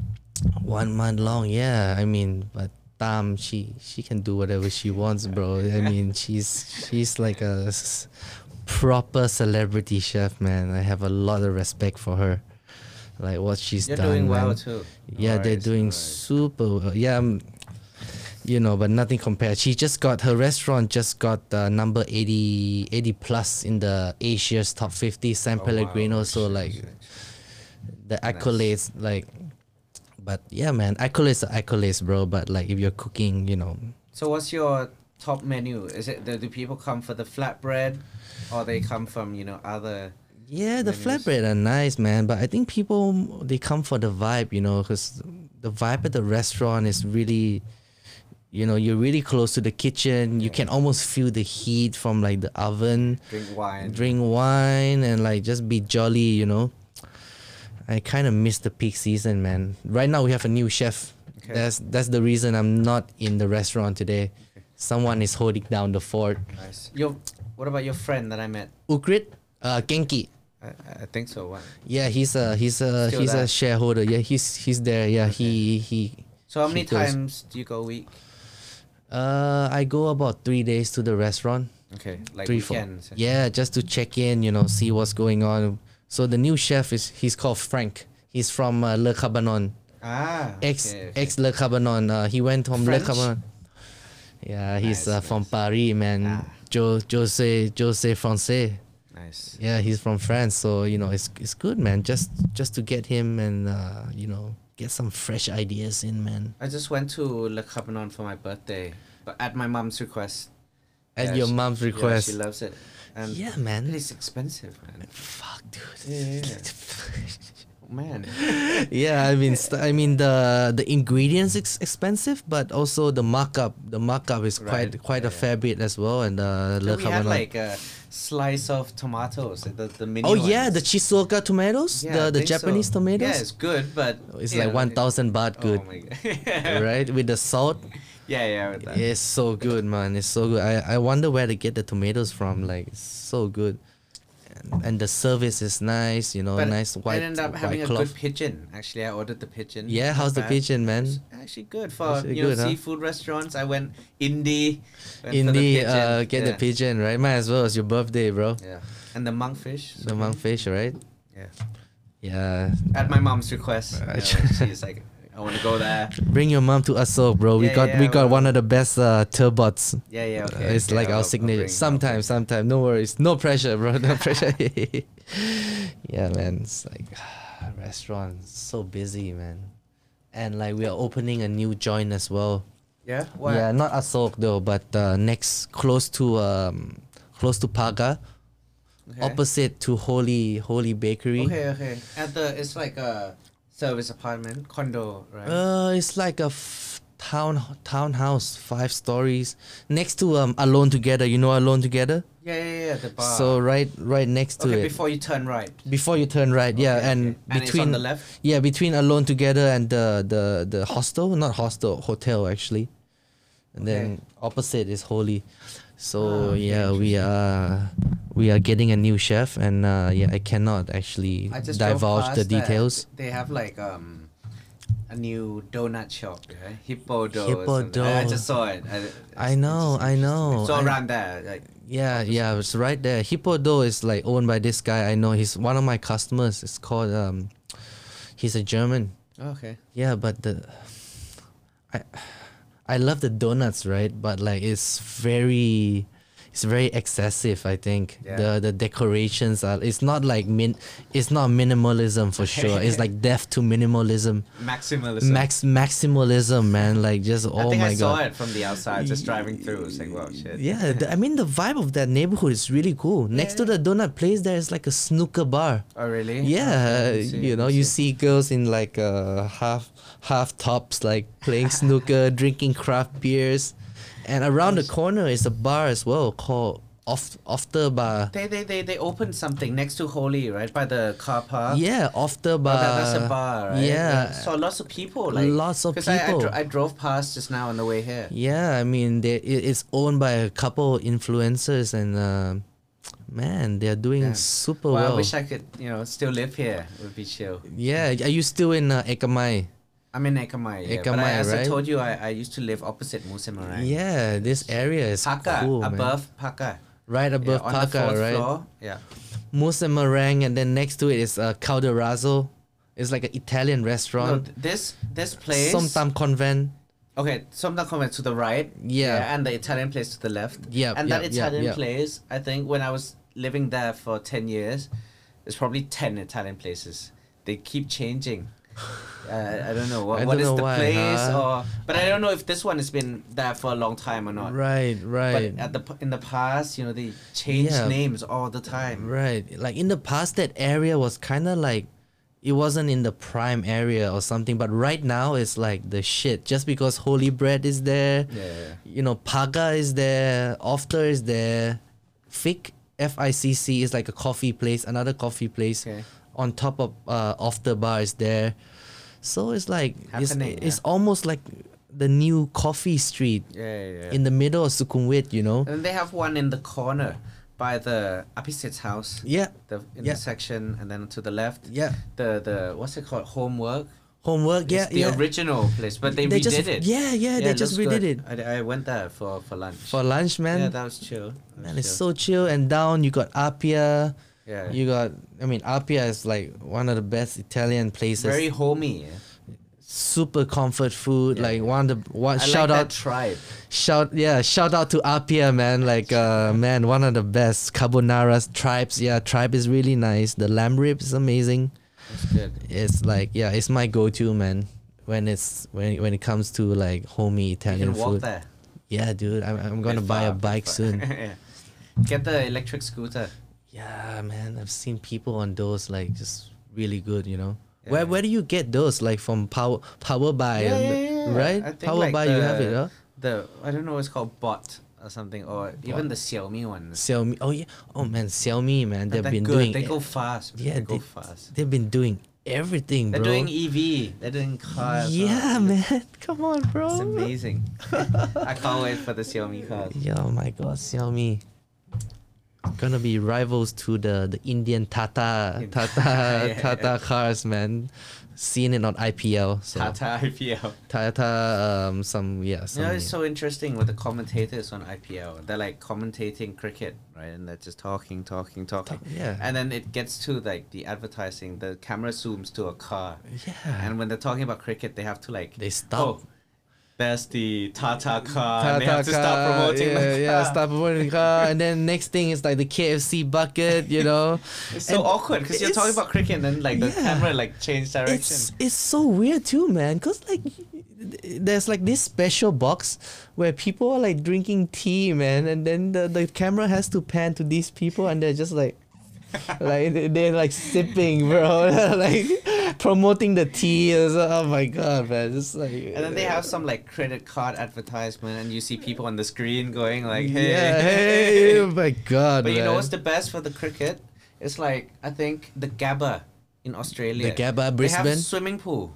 Speaker 1: one month long yeah i mean but Tam, she she can do whatever she wants bro i mean she's she's like a s- proper celebrity chef man i have a lot of respect for her like what she's
Speaker 2: You're
Speaker 1: done
Speaker 2: doing
Speaker 1: man.
Speaker 2: well too.
Speaker 1: yeah they're
Speaker 2: Alright,
Speaker 1: doing
Speaker 2: alright.
Speaker 1: super well yeah um, you know but nothing compared she just got her restaurant just got uh, number 80 80 plus in the asia's top 50 san
Speaker 2: Oh, wow.
Speaker 1: pellegrino so
Speaker 2: Shit,
Speaker 1: like
Speaker 2: shit.
Speaker 1: the accolades like but yeah man accolades are accolades bro but like if you're cooking you know
Speaker 2: So what's your top menu? Is it do, do people come for the flatbread, or they come from you know other?
Speaker 1: yeah the
Speaker 2: Menus.
Speaker 1: flatbread are nice man but i think people they come for the vibe you know because the vibe at the restaurant is really you know you're really close to the kitchen you can almost feel the heat from like the oven
Speaker 2: Drink wine.
Speaker 1: drink wine and like just be jolly you know i kind of miss the peak season man right now we have a new chef
Speaker 2: Okay.
Speaker 1: that's that's the reason i'm not in the restaurant today someone is holding down the fort
Speaker 2: Nice. Your what about your friend that I met?
Speaker 1: ukrit uh genki
Speaker 2: I, I think so. What?
Speaker 1: yeah he's a he's a
Speaker 2: Still
Speaker 1: he's a
Speaker 2: there.
Speaker 1: shareholder yeah he's he's there yeah he he
Speaker 2: So how
Speaker 1: he
Speaker 2: many
Speaker 1: goes-
Speaker 2: times do you go a week?
Speaker 1: uh i go about three days to the restaurant
Speaker 2: Okay, like
Speaker 1: three
Speaker 2: weekends.
Speaker 1: four yeah just to check in you know see what's going on so the new chef is he's called frank he's from uh, le cabanon
Speaker 2: Ah.
Speaker 1: ex
Speaker 2: okay, okay.
Speaker 1: ex Le Cabanon. Uh, he went from Le
Speaker 2: French?
Speaker 1: Cabanon. Yeah, he's
Speaker 2: Nice,
Speaker 1: uh, from Paris, man.
Speaker 2: Ah.
Speaker 1: Jo- Jose Jose Francais.
Speaker 2: Nice.
Speaker 1: Yeah, he's from France, so you know it's it's good, man. Just just to get him and uh, you know get some fresh ideas in, man.
Speaker 2: I just went to Le Cabanon for my birthday, but at my mom's request.
Speaker 1: At your
Speaker 2: Yeah, she-
Speaker 1: mom's
Speaker 2: yeah,
Speaker 1: request.
Speaker 2: she loves it. And
Speaker 1: Yeah, man.
Speaker 2: It is expensive, man.
Speaker 1: Fuck, dude.
Speaker 2: Yeah, yeah, Man.
Speaker 1: yeah, I mean, st- I mean the the ingredients is expensive, but also the markup. The markup is
Speaker 2: Right,
Speaker 1: quite quite a
Speaker 2: yeah, yeah.
Speaker 1: fair bit as well, and uh, Le
Speaker 2: we had
Speaker 1: Cabanon.
Speaker 2: like a slice of tomatoes, the, the mini
Speaker 1: oh yeah, the
Speaker 2: ones.
Speaker 1: Shizuoka tomatoes,
Speaker 2: Yeah, I
Speaker 1: the the
Speaker 2: think so.
Speaker 1: Japanese tomatoes. Oh,
Speaker 2: Yeah, it's good, but
Speaker 1: it's
Speaker 2: you
Speaker 1: like
Speaker 2: know,
Speaker 1: one thousand baht good,
Speaker 2: Oh my god. yeah,
Speaker 1: right? With the salt,
Speaker 2: yeah, with that.
Speaker 1: it's so good, man. It's so good. I, I wonder where they get the tomatoes from. Like it's so good, and, and the service is nice. You know,
Speaker 2: But
Speaker 1: nice white
Speaker 2: I ended up having
Speaker 1: white
Speaker 2: a
Speaker 1: cloth.
Speaker 2: good pigeon. Actually, I ordered the pigeon.
Speaker 1: yeah, how's the
Speaker 2: Not bad.
Speaker 1: pigeon, man?
Speaker 2: It's actually good for
Speaker 1: Actually
Speaker 2: you
Speaker 1: good,
Speaker 2: know
Speaker 1: huh?
Speaker 2: seafood restaurants. I went indie. went for
Speaker 1: Indie,
Speaker 2: pigeon.
Speaker 1: uh, get the
Speaker 2: Yeah.
Speaker 1: pigeon, right? Might as well. It's your birthday, bro.
Speaker 2: Yeah, and the monkfish.
Speaker 1: The monkfish, right?
Speaker 2: Yeah,
Speaker 1: Yeah.
Speaker 2: at my mom's request. you know, she's like, I want to go there.
Speaker 1: Bring your mom to Asok, bro. We
Speaker 2: Yeah,
Speaker 1: got
Speaker 2: yeah,
Speaker 1: we got
Speaker 2: well-
Speaker 1: one of the best uh, turbots.
Speaker 2: Yeah, yeah.
Speaker 1: Uh,
Speaker 2: Okay.
Speaker 1: it's
Speaker 2: okay,
Speaker 1: like
Speaker 2: I'll-
Speaker 1: our
Speaker 2: I'll
Speaker 1: signature.
Speaker 2: bring- I'll
Speaker 1: Sometimes, sometimes, no worries, no pressure, bro, no pressure. yeah, man, it's like restaurant so busy, man, and like we are opening a new joint as well.
Speaker 2: bring- Yeah. What?
Speaker 1: Yeah, not Asok though, but uh, next close to um close to Paga,
Speaker 2: Okay.
Speaker 1: opposite to Holy Holy Bakery.
Speaker 2: Okay, okay. At the it's like a service apartment condo, right?
Speaker 1: Uh, it's like a f- town townhouse, five stories, next to um Alone Together. You know Alone Together.
Speaker 2: yeah, yeah, yeah. The bar.
Speaker 1: So right, right next to
Speaker 2: okay,
Speaker 1: it.
Speaker 2: before you turn right.
Speaker 1: before you turn right yeah
Speaker 2: Okay,
Speaker 1: and
Speaker 2: okay. And it's
Speaker 1: between
Speaker 2: on the left?
Speaker 1: yeah between alone together and the the the hostel not hostel hotel actually and then opposite is holy so
Speaker 2: Ah, okay,
Speaker 1: yeah we are we are getting a new chef and uh, yeah i cannot actually
Speaker 2: I just drove
Speaker 1: divulge the
Speaker 2: past that.
Speaker 1: details
Speaker 2: They have like um a new donut shop, right? Hippo Do.
Speaker 1: Hippo
Speaker 2: or something. I, I
Speaker 1: Do.
Speaker 2: just saw it. I, it's-
Speaker 1: I know,
Speaker 2: it's
Speaker 1: I know.
Speaker 2: interesting. So
Speaker 1: I-
Speaker 2: around there, like
Speaker 1: yeah yeah it's right there hippo do is like owned by this guy i know he's one of my customers it's called um he's a german
Speaker 2: okay,
Speaker 1: Yeah, but the I I love the donuts, right? But like it's very it's very excessive, I think.
Speaker 2: Yeah.
Speaker 1: The the decorations are it's not like min it's not minimalism for sure. it's like death to minimalism.
Speaker 2: maximalism.
Speaker 1: Max maximalism, man. Like just
Speaker 2: I
Speaker 1: oh
Speaker 2: think
Speaker 1: my
Speaker 2: I saw
Speaker 1: god.
Speaker 2: it from the outside, just driving through. It's like, wow, shit.
Speaker 1: Yeah, the, I mean the vibe of that neighborhood is really cool. Next to the donut place, there is like a snooker bar.
Speaker 2: Oh really?
Speaker 1: Yeah,
Speaker 2: Okay, I see,
Speaker 1: you
Speaker 2: I
Speaker 1: know, you see girls in like uh, half half tops, like playing snooker, drinking craft beers, and around the corner is a bar as well called Off After Bar.
Speaker 2: They, they they they opened something next to Holy, right by the car park.
Speaker 1: Yeah, After Bar.
Speaker 2: Oh, that, that's a bar, right?
Speaker 1: Yeah.
Speaker 2: So lots of people, like
Speaker 1: Lots of
Speaker 2: 'cause I, I, dro-
Speaker 1: people.
Speaker 2: I drove past just now on the way here.
Speaker 1: Yeah, I mean, they, it, it's owned by a couple influencers, and uh, man, they're doing
Speaker 2: Yeah.
Speaker 1: super
Speaker 2: well,
Speaker 1: well.
Speaker 2: I wish I could, you know, still live here. It would be chill.
Speaker 1: yeah, are you still in uh, Ekamai?
Speaker 2: I'm in Ekamai. Yeah. but I,
Speaker 1: Ekamai,
Speaker 2: as I
Speaker 1: right?
Speaker 2: told you, I, I used to live opposite Musemarai.
Speaker 1: Yeah, this area is
Speaker 2: Paka,
Speaker 1: cool, man.
Speaker 2: above Paka.
Speaker 1: right above
Speaker 2: yeah, on the
Speaker 1: Paka,
Speaker 2: fourth
Speaker 1: right?
Speaker 2: floor. Yeah.
Speaker 1: mousse and meringue, and then next to it is uh, Calderazzo. It's like an Italian
Speaker 2: No,
Speaker 1: restaurant.
Speaker 2: th- this this place.
Speaker 1: Somtam convent.
Speaker 2: Okay, Somtam comment to the right.
Speaker 1: Yeah.
Speaker 2: And the Italian place to the left.
Speaker 1: Yep,
Speaker 2: And that
Speaker 1: yep, yep,
Speaker 2: Italian
Speaker 1: yep.
Speaker 2: place, I think when I was living there for 10 years, there's probably 10 Italian places. They keep changing. Uh, I don't know what,
Speaker 1: I
Speaker 2: what
Speaker 1: don't
Speaker 2: is
Speaker 1: know
Speaker 2: the
Speaker 1: why,
Speaker 2: place
Speaker 1: huh?
Speaker 2: or but I don't know if this one has been there for a long time or not.
Speaker 1: Right, right,
Speaker 2: But at the p- in the past, you know, they change
Speaker 1: Yeah.
Speaker 2: names all the time.
Speaker 1: right. Like in the past, that area was kind of like it wasn't in the prime area or something, but right now it's like the shit. Just because Holy Bread is there,
Speaker 2: Yeah.
Speaker 1: you know, Paga is there, Ofter is there, Fic F I C C is like a coffee place, another coffee place.
Speaker 2: Okay.
Speaker 1: On top of uh, After Bar is there, so it's like it's,
Speaker 2: Happening,
Speaker 1: it's almost like the new coffee street
Speaker 2: Yeah, yeah.
Speaker 1: in the middle of Sukhumvit, you know.
Speaker 2: and they have one in the corner by the Apisit's house.
Speaker 1: Yeah,
Speaker 2: The
Speaker 1: Yeah.
Speaker 2: intersection and then to the left.
Speaker 1: Yeah.
Speaker 2: The the what's it called? Homework.
Speaker 1: homework. Yeah,
Speaker 2: it's the
Speaker 1: yeah.
Speaker 2: original place, but they,
Speaker 1: They just-
Speaker 2: redid it.
Speaker 1: yeah, yeah, they just
Speaker 2: looks
Speaker 1: redid
Speaker 2: good.
Speaker 1: it.
Speaker 2: I, I went there for for lunch.
Speaker 1: For lunch, man.
Speaker 2: yeah, that was chill.
Speaker 1: Man,
Speaker 2: That was
Speaker 1: it's
Speaker 2: chill.
Speaker 1: so chill and down. You got Appia.
Speaker 2: Yeah.
Speaker 1: You got, I mean, Appia is like one of the best Italian places.
Speaker 2: very homey. yeah.
Speaker 1: super comfort food. like one of the one
Speaker 4: I
Speaker 1: shout
Speaker 4: like that
Speaker 1: out
Speaker 4: tribe.
Speaker 1: Shout yeah, shout out to Apia man. Like uh man, one of the best carbonara's tribes. Yeah, tribe is really nice. The lamb rib is amazing.
Speaker 2: That's good.
Speaker 1: It's like yeah, it's my go to man. When it's when when it comes to like homey
Speaker 2: You
Speaker 1: Italian
Speaker 2: can walk
Speaker 1: food.
Speaker 2: there.
Speaker 1: Yeah, dude, I'm I'm gonna
Speaker 2: Bit
Speaker 1: buy
Speaker 2: far,
Speaker 1: a
Speaker 2: bit
Speaker 1: bike
Speaker 2: far.
Speaker 1: soon.
Speaker 2: Yeah. Get the electric scooter.
Speaker 1: yeah, man, I've seen people on those like just really good, you know.
Speaker 2: Yeah.
Speaker 1: Where where do you get those? Like from power power by
Speaker 2: Yeah, yeah, yeah, yeah.
Speaker 1: right?
Speaker 2: I think
Speaker 1: power
Speaker 2: like
Speaker 1: by you have it,
Speaker 2: the-
Speaker 1: huh?
Speaker 2: The I don't know what it's called bot or something or even the Xiaomi ones.
Speaker 1: Xiaomi. Oh yeah. Oh man, Xiaomi man, they've
Speaker 2: But they're
Speaker 1: been
Speaker 2: good.
Speaker 1: doing
Speaker 2: They
Speaker 1: e-
Speaker 2: go fast. Yeah,
Speaker 1: Yeah,
Speaker 2: they go
Speaker 1: they,
Speaker 2: fast.
Speaker 1: they've been doing everything,
Speaker 2: They're
Speaker 1: bro.
Speaker 2: doing e- EV. They're doing cars. uh,
Speaker 1: yeah, man. Come on, bro.
Speaker 2: It's amazing. I can't wait for the Xiaomi cars.
Speaker 1: Yo, my God, Xiaomi. Gonna be rivals to the, the Indian Tata
Speaker 2: In-
Speaker 1: Tata
Speaker 2: Yeah.
Speaker 1: Tata cars, man. Seen it on IPL. So
Speaker 2: Tata IPL.
Speaker 1: Tata, um, some yeah, some
Speaker 2: You know, it's so interesting with the commentators on IPL. They're like commentating cricket, right? And they're just talking, talking, talking.
Speaker 1: yeah.
Speaker 2: And then it gets to like the advertising. The camera zooms to a car.
Speaker 1: Yeah.
Speaker 2: And when they're talking about cricket, they have to like
Speaker 1: They stop.
Speaker 2: Oh, there's the Tata car. and uh, they have to stop
Speaker 1: car,
Speaker 2: promoting
Speaker 1: yeah,
Speaker 2: the
Speaker 1: yeah,
Speaker 2: car.
Speaker 1: stop promoting the car, and then next thing is like the KFC bucket, you know.
Speaker 2: It's so
Speaker 1: And
Speaker 2: awkward because you're talking
Speaker 1: it's-
Speaker 2: about cricket and then like the
Speaker 1: Yeah.
Speaker 2: camera like changed direction.
Speaker 1: It's it's so weird too, man. Cause like there's like this special box where people are like drinking tea, man, and then the, the camera has to pan to these people, and they're just like. like they- they're like sipping, bro. like promoting the tea. It's, oh my god, man! It's like
Speaker 2: and then they have some like credit card advertisement, and you see people on the screen going like, "Hey,
Speaker 1: yeah, hey, oh my god,
Speaker 2: But you
Speaker 1: man.
Speaker 2: know what's the best for the cricket? It's like I think the Gabba in Australia.
Speaker 1: The Gabba,
Speaker 2: They
Speaker 1: Brisbane?
Speaker 2: have swimming pool.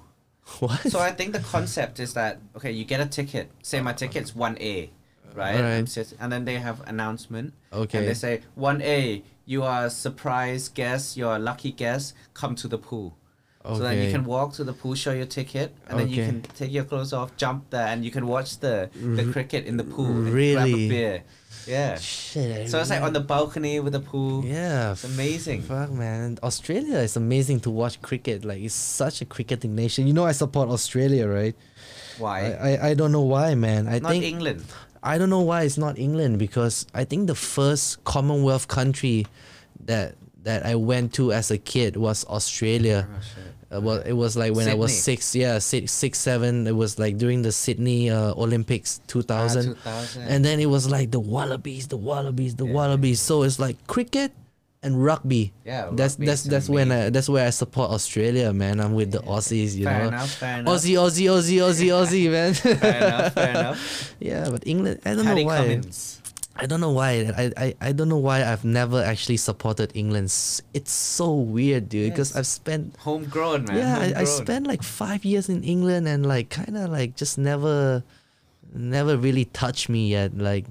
Speaker 1: what?
Speaker 2: So I think the concept is that okay, you get a ticket. Say my ticket's one A, right?
Speaker 1: Alright.
Speaker 2: I'm sit- And then they have announcement.
Speaker 1: Okay.
Speaker 2: And they say one A, you are a surprise guest. You're a lucky guest. Come to the pool. So then you
Speaker 1: Okay.
Speaker 2: can walk to the pool, show your ticket, and then you
Speaker 1: Okay.
Speaker 2: can take your clothes off, jump there, and you can watch the, the cricket in the pool. and grab a
Speaker 1: really?
Speaker 2: beer. Yeah.
Speaker 1: Shit, I
Speaker 2: So it's like on the balcony with the pool.
Speaker 1: Yeah,
Speaker 2: It's amazing.
Speaker 1: Fuck man, Australia is amazing to watch cricket. Like it's such a cricketing nation. You know I support Australia, right? I
Speaker 2: Why?
Speaker 1: I, I don't know why, man. I
Speaker 2: Not
Speaker 1: think
Speaker 2: England.
Speaker 1: I don't know why it's not England because I think the first Commonwealth country that that I went to as a kid was Australia. Uh, well, it was like when I was
Speaker 2: Oh, Sydney.
Speaker 1: six, yeah, six, six, seven. It was like during the Sydney uh, Olympics, two
Speaker 2: Ah,
Speaker 1: thousand,
Speaker 2: 2000.
Speaker 1: and then it was like the Wallabies, the Wallabies, the Wallabies. So it's like cricket and rugby.
Speaker 2: Yeah,
Speaker 1: that's
Speaker 2: rugby
Speaker 1: that's
Speaker 2: is
Speaker 1: that's when I that's where I support Australia, man. I'm with the Aussies, you
Speaker 2: Fair
Speaker 1: know.
Speaker 2: enough, fair enough.
Speaker 1: Aussie, Aussie, Aussie, Aussie, Aussie, man.
Speaker 2: Fair enough, fair enough.
Speaker 1: Yeah, but England, I don't
Speaker 2: Paddy
Speaker 1: know why.
Speaker 2: Cummins.
Speaker 1: I don't know why. I, I, I don't know why I've never actually supported England. S- It's so weird, dude, because
Speaker 2: Yes.
Speaker 1: I've spent.
Speaker 2: Homegrown, man.
Speaker 1: yeah, I, I
Speaker 2: homegrown.
Speaker 1: spent like five years in England and like kind of like just never, never really touched me yet. Like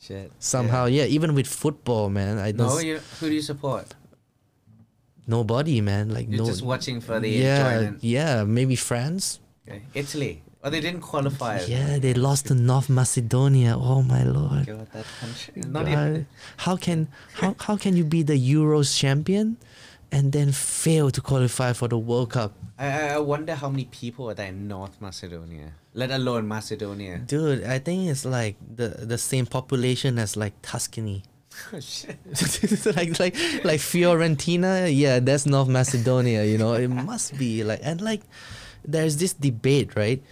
Speaker 2: Shit.
Speaker 1: somehow, yeah, even with football, man, I
Speaker 2: Yeah.
Speaker 1: don't.
Speaker 2: No,
Speaker 1: s-
Speaker 2: you, who do you support?
Speaker 1: nobody, man. Like
Speaker 2: You're
Speaker 1: no.
Speaker 2: just watching for the
Speaker 1: yeah,
Speaker 2: enjoyment.
Speaker 1: yeah, maybe France.
Speaker 2: Okay. Italy. Oh, they didn't qualify.
Speaker 1: Yeah, they lost to North Macedonia. Oh my lord.
Speaker 2: God, that country.
Speaker 1: God,
Speaker 2: Not even.
Speaker 1: how can how, how can you be the Euros champion and then fail to qualify for the World Cup?
Speaker 2: I, I- I wonder how many people are there in North Macedonia, let alone Macedonia.
Speaker 1: Dude, I think it's like the the same population as like Tuscany.
Speaker 2: Shit.
Speaker 1: like like like Fiorentina, yeah, that's North Macedonia, you know. It must be like and like there's this debate, right?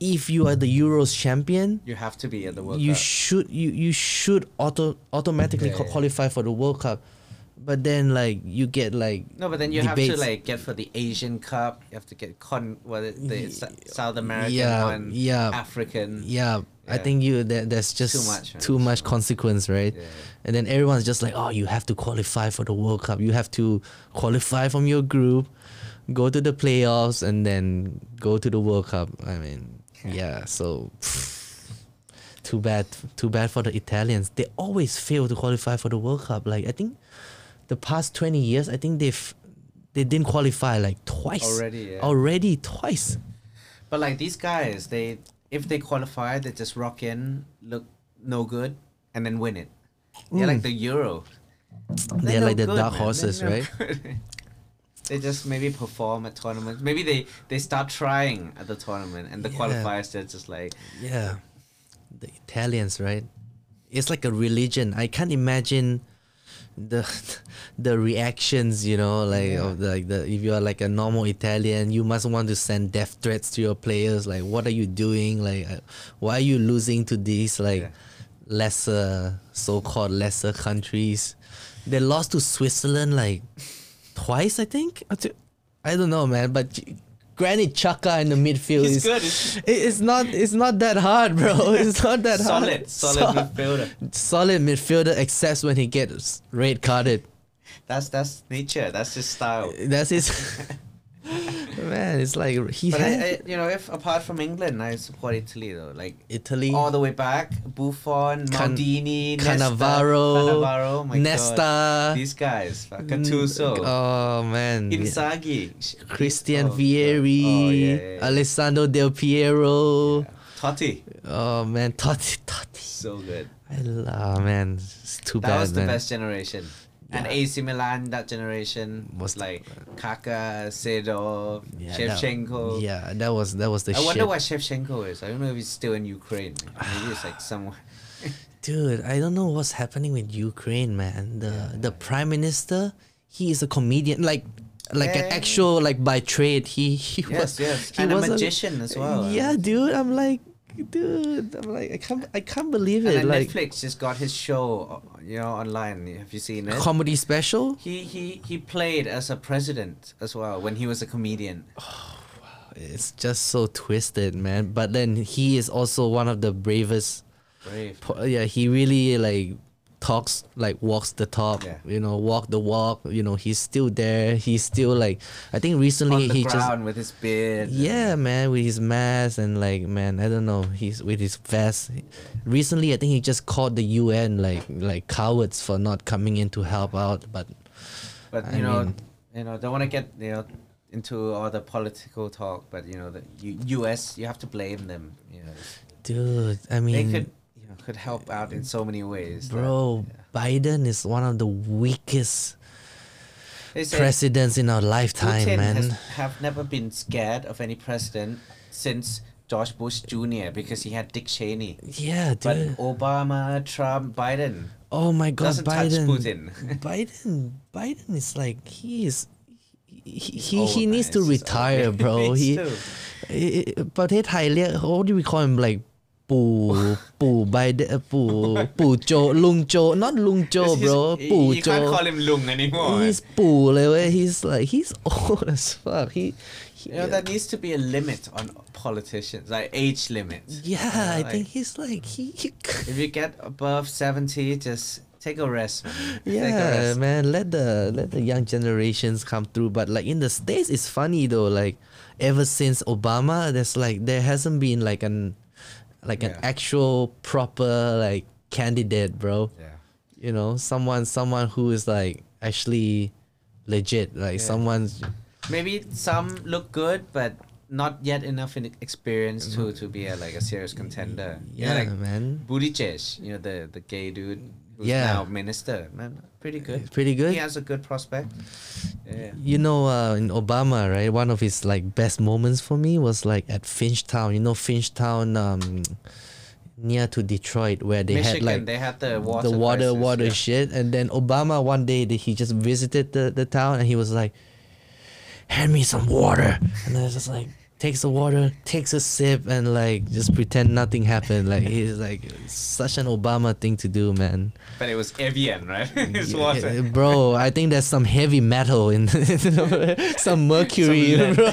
Speaker 1: If you are the Euros champion,
Speaker 2: You have to be at the World
Speaker 1: you
Speaker 2: Cup.
Speaker 1: should you you should auto automatically
Speaker 2: Yeah,
Speaker 1: qua-
Speaker 2: yeah.
Speaker 1: qualify for the World Cup, but then like you get like
Speaker 2: No, but then you have
Speaker 1: debates.
Speaker 2: to like get for the Asian Cup. You have to get con what is it, the Sou- South American
Speaker 1: yeah,
Speaker 2: one,
Speaker 1: yeah.
Speaker 2: African.
Speaker 1: yeah, I
Speaker 2: Yeah.
Speaker 1: think you there, there's just
Speaker 2: Too much, right?
Speaker 1: too much consequence right,
Speaker 2: Yeah.
Speaker 1: and then everyone's just like oh you have to qualify for the World Cup you have to qualify from your group, go to the playoffs and then go to the World Cup I mean yeah so. Too bad, too bad for the Italians. They always fail to qualify for the World Cup. Like I think, the past twenty years, I think they've they didn't qualify like twice
Speaker 2: Already, yeah.
Speaker 1: Already twice.
Speaker 2: But like these guys, they if they qualify, they just rock in, look no good, and then win it. They're like the Euro.
Speaker 1: Mm. They're
Speaker 2: no
Speaker 1: like the
Speaker 2: good,
Speaker 1: dark
Speaker 2: man.
Speaker 1: horses,
Speaker 2: They're no
Speaker 1: right?
Speaker 2: good. They just maybe perform at tournaments. Maybe they, they start trying at the tournament and the
Speaker 1: Yeah.
Speaker 2: qualifiers, they're just like,
Speaker 1: Yeah. The Italians, right? It's like a religion. I can't imagine the the reactions, you know, like of the, like the if you are like a normal Italian, you must want to send death threats to your players like what are you doing? Like uh, why are you losing to these like
Speaker 2: Yeah.
Speaker 1: lesser so-called lesser countries? They lost to Switzerland like twice, I think. Or two- I don't know, man, but Granit Chaka in the midfield
Speaker 2: He's
Speaker 1: is
Speaker 2: good, isn't
Speaker 1: it- It's not. It's not that hard, bro. It's not that
Speaker 2: solid,
Speaker 1: hard.
Speaker 2: solid midfielder.
Speaker 1: So- solid midfielder, except when he gets red carded.
Speaker 2: That's that's nature. That's his style.
Speaker 1: That's his. man, it's like he
Speaker 2: But
Speaker 1: had
Speaker 2: I, I, you know, if apart from England, I support Italy though. Like
Speaker 1: Italy,
Speaker 2: all the way back, Buffon,
Speaker 1: Can-
Speaker 2: Maldini, Nesta,
Speaker 1: Cannavaro,
Speaker 2: Cannavaro, my God.
Speaker 1: Nesta.
Speaker 2: these guys, like
Speaker 1: mm,
Speaker 2: Gattuso,
Speaker 1: Oh man, yeah.
Speaker 2: Inzaghi, Sh-
Speaker 1: Christian
Speaker 2: oh, God.
Speaker 1: Vieri,
Speaker 2: oh, yeah, yeah, yeah.
Speaker 1: Alessandro Del Piero.
Speaker 2: Totti,
Speaker 1: Oh man, Totti, Totti.
Speaker 2: so good.
Speaker 1: I love man. It's too
Speaker 2: That
Speaker 1: bad,
Speaker 2: was the
Speaker 1: man.
Speaker 2: best generation. And AC Milan, that generation was
Speaker 1: Was-
Speaker 2: like Kaka, Sedo,
Speaker 1: Yeah, that-
Speaker 2: Shevchenko.
Speaker 1: yeah, that was that was the
Speaker 2: I
Speaker 1: shit.
Speaker 2: wonder why Shevchenko is. I don't know if he's still in Ukraine. Maybe it's like somewhere.
Speaker 1: Dude, I don't know what's happening with Ukraine, man. The the prime minister, he is a comedian, like like an
Speaker 2: Yeah.
Speaker 1: actual like by trade. He he
Speaker 2: Yes,
Speaker 1: was
Speaker 2: yes.
Speaker 1: he
Speaker 2: And a
Speaker 1: was
Speaker 2: magician as well.
Speaker 1: Yeah, dude. I'm like, dude. I'm like, I can't I can't believe
Speaker 2: And
Speaker 1: it.
Speaker 2: then
Speaker 1: Like
Speaker 2: Netflix just got his show, uh, you know, online. Have you seen it?
Speaker 1: comedy special.
Speaker 2: he he he played as a president as well when he was a comedian.
Speaker 1: It's just so twisted, man. But then he is also one of the bravest.
Speaker 2: Brave.
Speaker 1: po- Yeah, he really like talks like walks the talk.
Speaker 2: Yeah.
Speaker 1: You know, walk the walk. You know, he's still there. He's still like, I think recently
Speaker 2: On the
Speaker 1: he just
Speaker 2: ground with his beard.
Speaker 1: Yeah, man, with his mask and like, man, I don't know, he's with his vest. Recently, I think he just called the UN like like cowards for not coming in to help out. But
Speaker 2: But
Speaker 1: I
Speaker 2: you know,
Speaker 1: mean-
Speaker 2: you know, don't want to get you know into all the political talk. But you know, the U- U.S. you have to blame them. You know,
Speaker 1: dude, I
Speaker 2: they
Speaker 1: mean,
Speaker 2: could you know could help out in so many ways. that-
Speaker 1: bro, Biden is one of the weakest
Speaker 2: they say
Speaker 1: presidents in our lifetime,
Speaker 2: Putin
Speaker 1: man.
Speaker 2: has have never been scared of any president since George Bush Jr. because he had Dick Cheney.
Speaker 1: yeah,
Speaker 2: But
Speaker 1: dude.
Speaker 2: Obama, Trump, Biden.
Speaker 1: oh my God,
Speaker 2: doesn't touch
Speaker 1: Biden.
Speaker 2: Putin.
Speaker 1: Biden. Biden is like he is. He, he,
Speaker 2: He's
Speaker 1: he
Speaker 2: old,
Speaker 1: needs
Speaker 2: man.
Speaker 1: to
Speaker 2: He's just old.
Speaker 1: retire, bro.
Speaker 2: Needs
Speaker 1: he,
Speaker 2: to.
Speaker 1: ประเทศไทยเรียก how do we call him like ปู่ ปู่ Biden uh, เอ่อปู่ ปู่โจ ลุงโจ not ลุงโจ
Speaker 2: Because he's-
Speaker 1: bro
Speaker 2: you- You can't
Speaker 1: ปู่โจ
Speaker 2: call him Lung anymore.
Speaker 1: he's ปู่เลยเว้ย he's like he's old as fuck he, he-
Speaker 2: you know, there needs to be a limit on politicians, like age limit.
Speaker 1: yeah
Speaker 2: You
Speaker 1: I
Speaker 2: know,
Speaker 1: think
Speaker 2: like,
Speaker 1: he's like he, he
Speaker 2: If you get above 70, just take a rest, man. Take a
Speaker 1: yeah
Speaker 2: rest.
Speaker 1: man let the let the young generations come through but like in the states it's funny though like ever since obama there's like there hasn't been like an like an
Speaker 2: Yeah.
Speaker 1: actual proper like candidate bro
Speaker 2: Yeah.
Speaker 1: you know someone someone who is like actually legit like
Speaker 2: Yeah.
Speaker 1: someone's
Speaker 2: Maybe some look good, but not yet enough in experience to, to be a, like a serious contender. You know,
Speaker 1: yeah
Speaker 2: like
Speaker 1: man
Speaker 2: Buttigieg, you know, the, the gay dude who's
Speaker 1: Yeah.
Speaker 2: now minister. Man, pretty good.
Speaker 1: pretty good
Speaker 2: He has a good prospect. Yeah.
Speaker 1: you know uh, in obama right one of his like best moments for me was like at finchtown you know finchtown um near to detroit where they
Speaker 2: Michigan,
Speaker 1: had like
Speaker 2: they had the water.
Speaker 1: the water
Speaker 2: crisis,
Speaker 1: water
Speaker 2: yeah.
Speaker 1: shit and then obama one day that he just visited the, the town and he was like hand me some water and i was just like takes the water takes a sip and like just pretend nothing happened like he's like such an obama thing to do man
Speaker 2: But it was Evian, right? it's
Speaker 1: Yeah,
Speaker 2: water.
Speaker 1: eh, bro i think there's some heavy metal in some mercury
Speaker 2: Some lead.
Speaker 1: bro.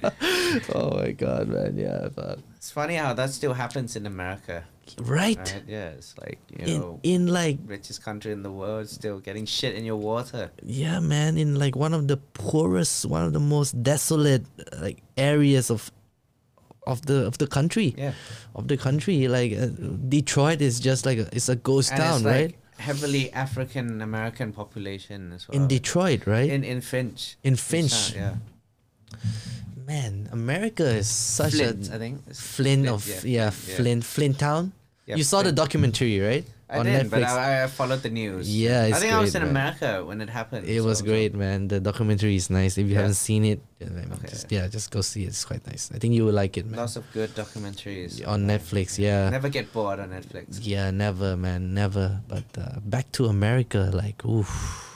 Speaker 1: oh my god man yeah but
Speaker 2: It's funny how that still happens in America,
Speaker 1: right
Speaker 2: right? Yeah, it's like you
Speaker 1: in,
Speaker 2: know,
Speaker 1: in like
Speaker 2: richest country in the world, still getting shit in your water.
Speaker 1: yeah man in like one of the poorest one of the most desolate like areas of of the of the country
Speaker 2: Yeah,
Speaker 1: of the country like uh, detroit is just like a, it's a ghost
Speaker 2: and
Speaker 1: town
Speaker 2: it's
Speaker 1: right
Speaker 2: like heavily African American population as well.
Speaker 1: in detroit right
Speaker 2: uh, in in Finch.
Speaker 1: In
Speaker 2: Finchtown,
Speaker 1: Finch.
Speaker 2: yeah.
Speaker 1: man america is such
Speaker 2: Flint, I
Speaker 1: a
Speaker 2: think. It's
Speaker 1: flint of yeah, flint flint town
Speaker 2: Yeah,
Speaker 1: you saw the
Speaker 2: Flint.
Speaker 1: documentary right
Speaker 2: I
Speaker 1: on
Speaker 2: didn't, but
Speaker 1: Netflix.
Speaker 2: I, I followed the news.
Speaker 1: Yeah,
Speaker 2: I
Speaker 1: it's
Speaker 2: think I was in
Speaker 1: great, man.
Speaker 2: America when it happened.
Speaker 1: It
Speaker 2: so-
Speaker 1: was
Speaker 2: so-
Speaker 1: great, man. The documentary is nice. If you
Speaker 2: Yeah.
Speaker 1: haven't seen it, yeah, I mean,
Speaker 2: Okay.
Speaker 1: just, yeah, just go see it. It's quite nice. I think you will like it, man.
Speaker 2: Lots of good documentaries.
Speaker 1: On Netflix, yeah.
Speaker 2: Never get bored on Netflix.
Speaker 1: Yeah, never, man, never. But uh, back to America, like, oof,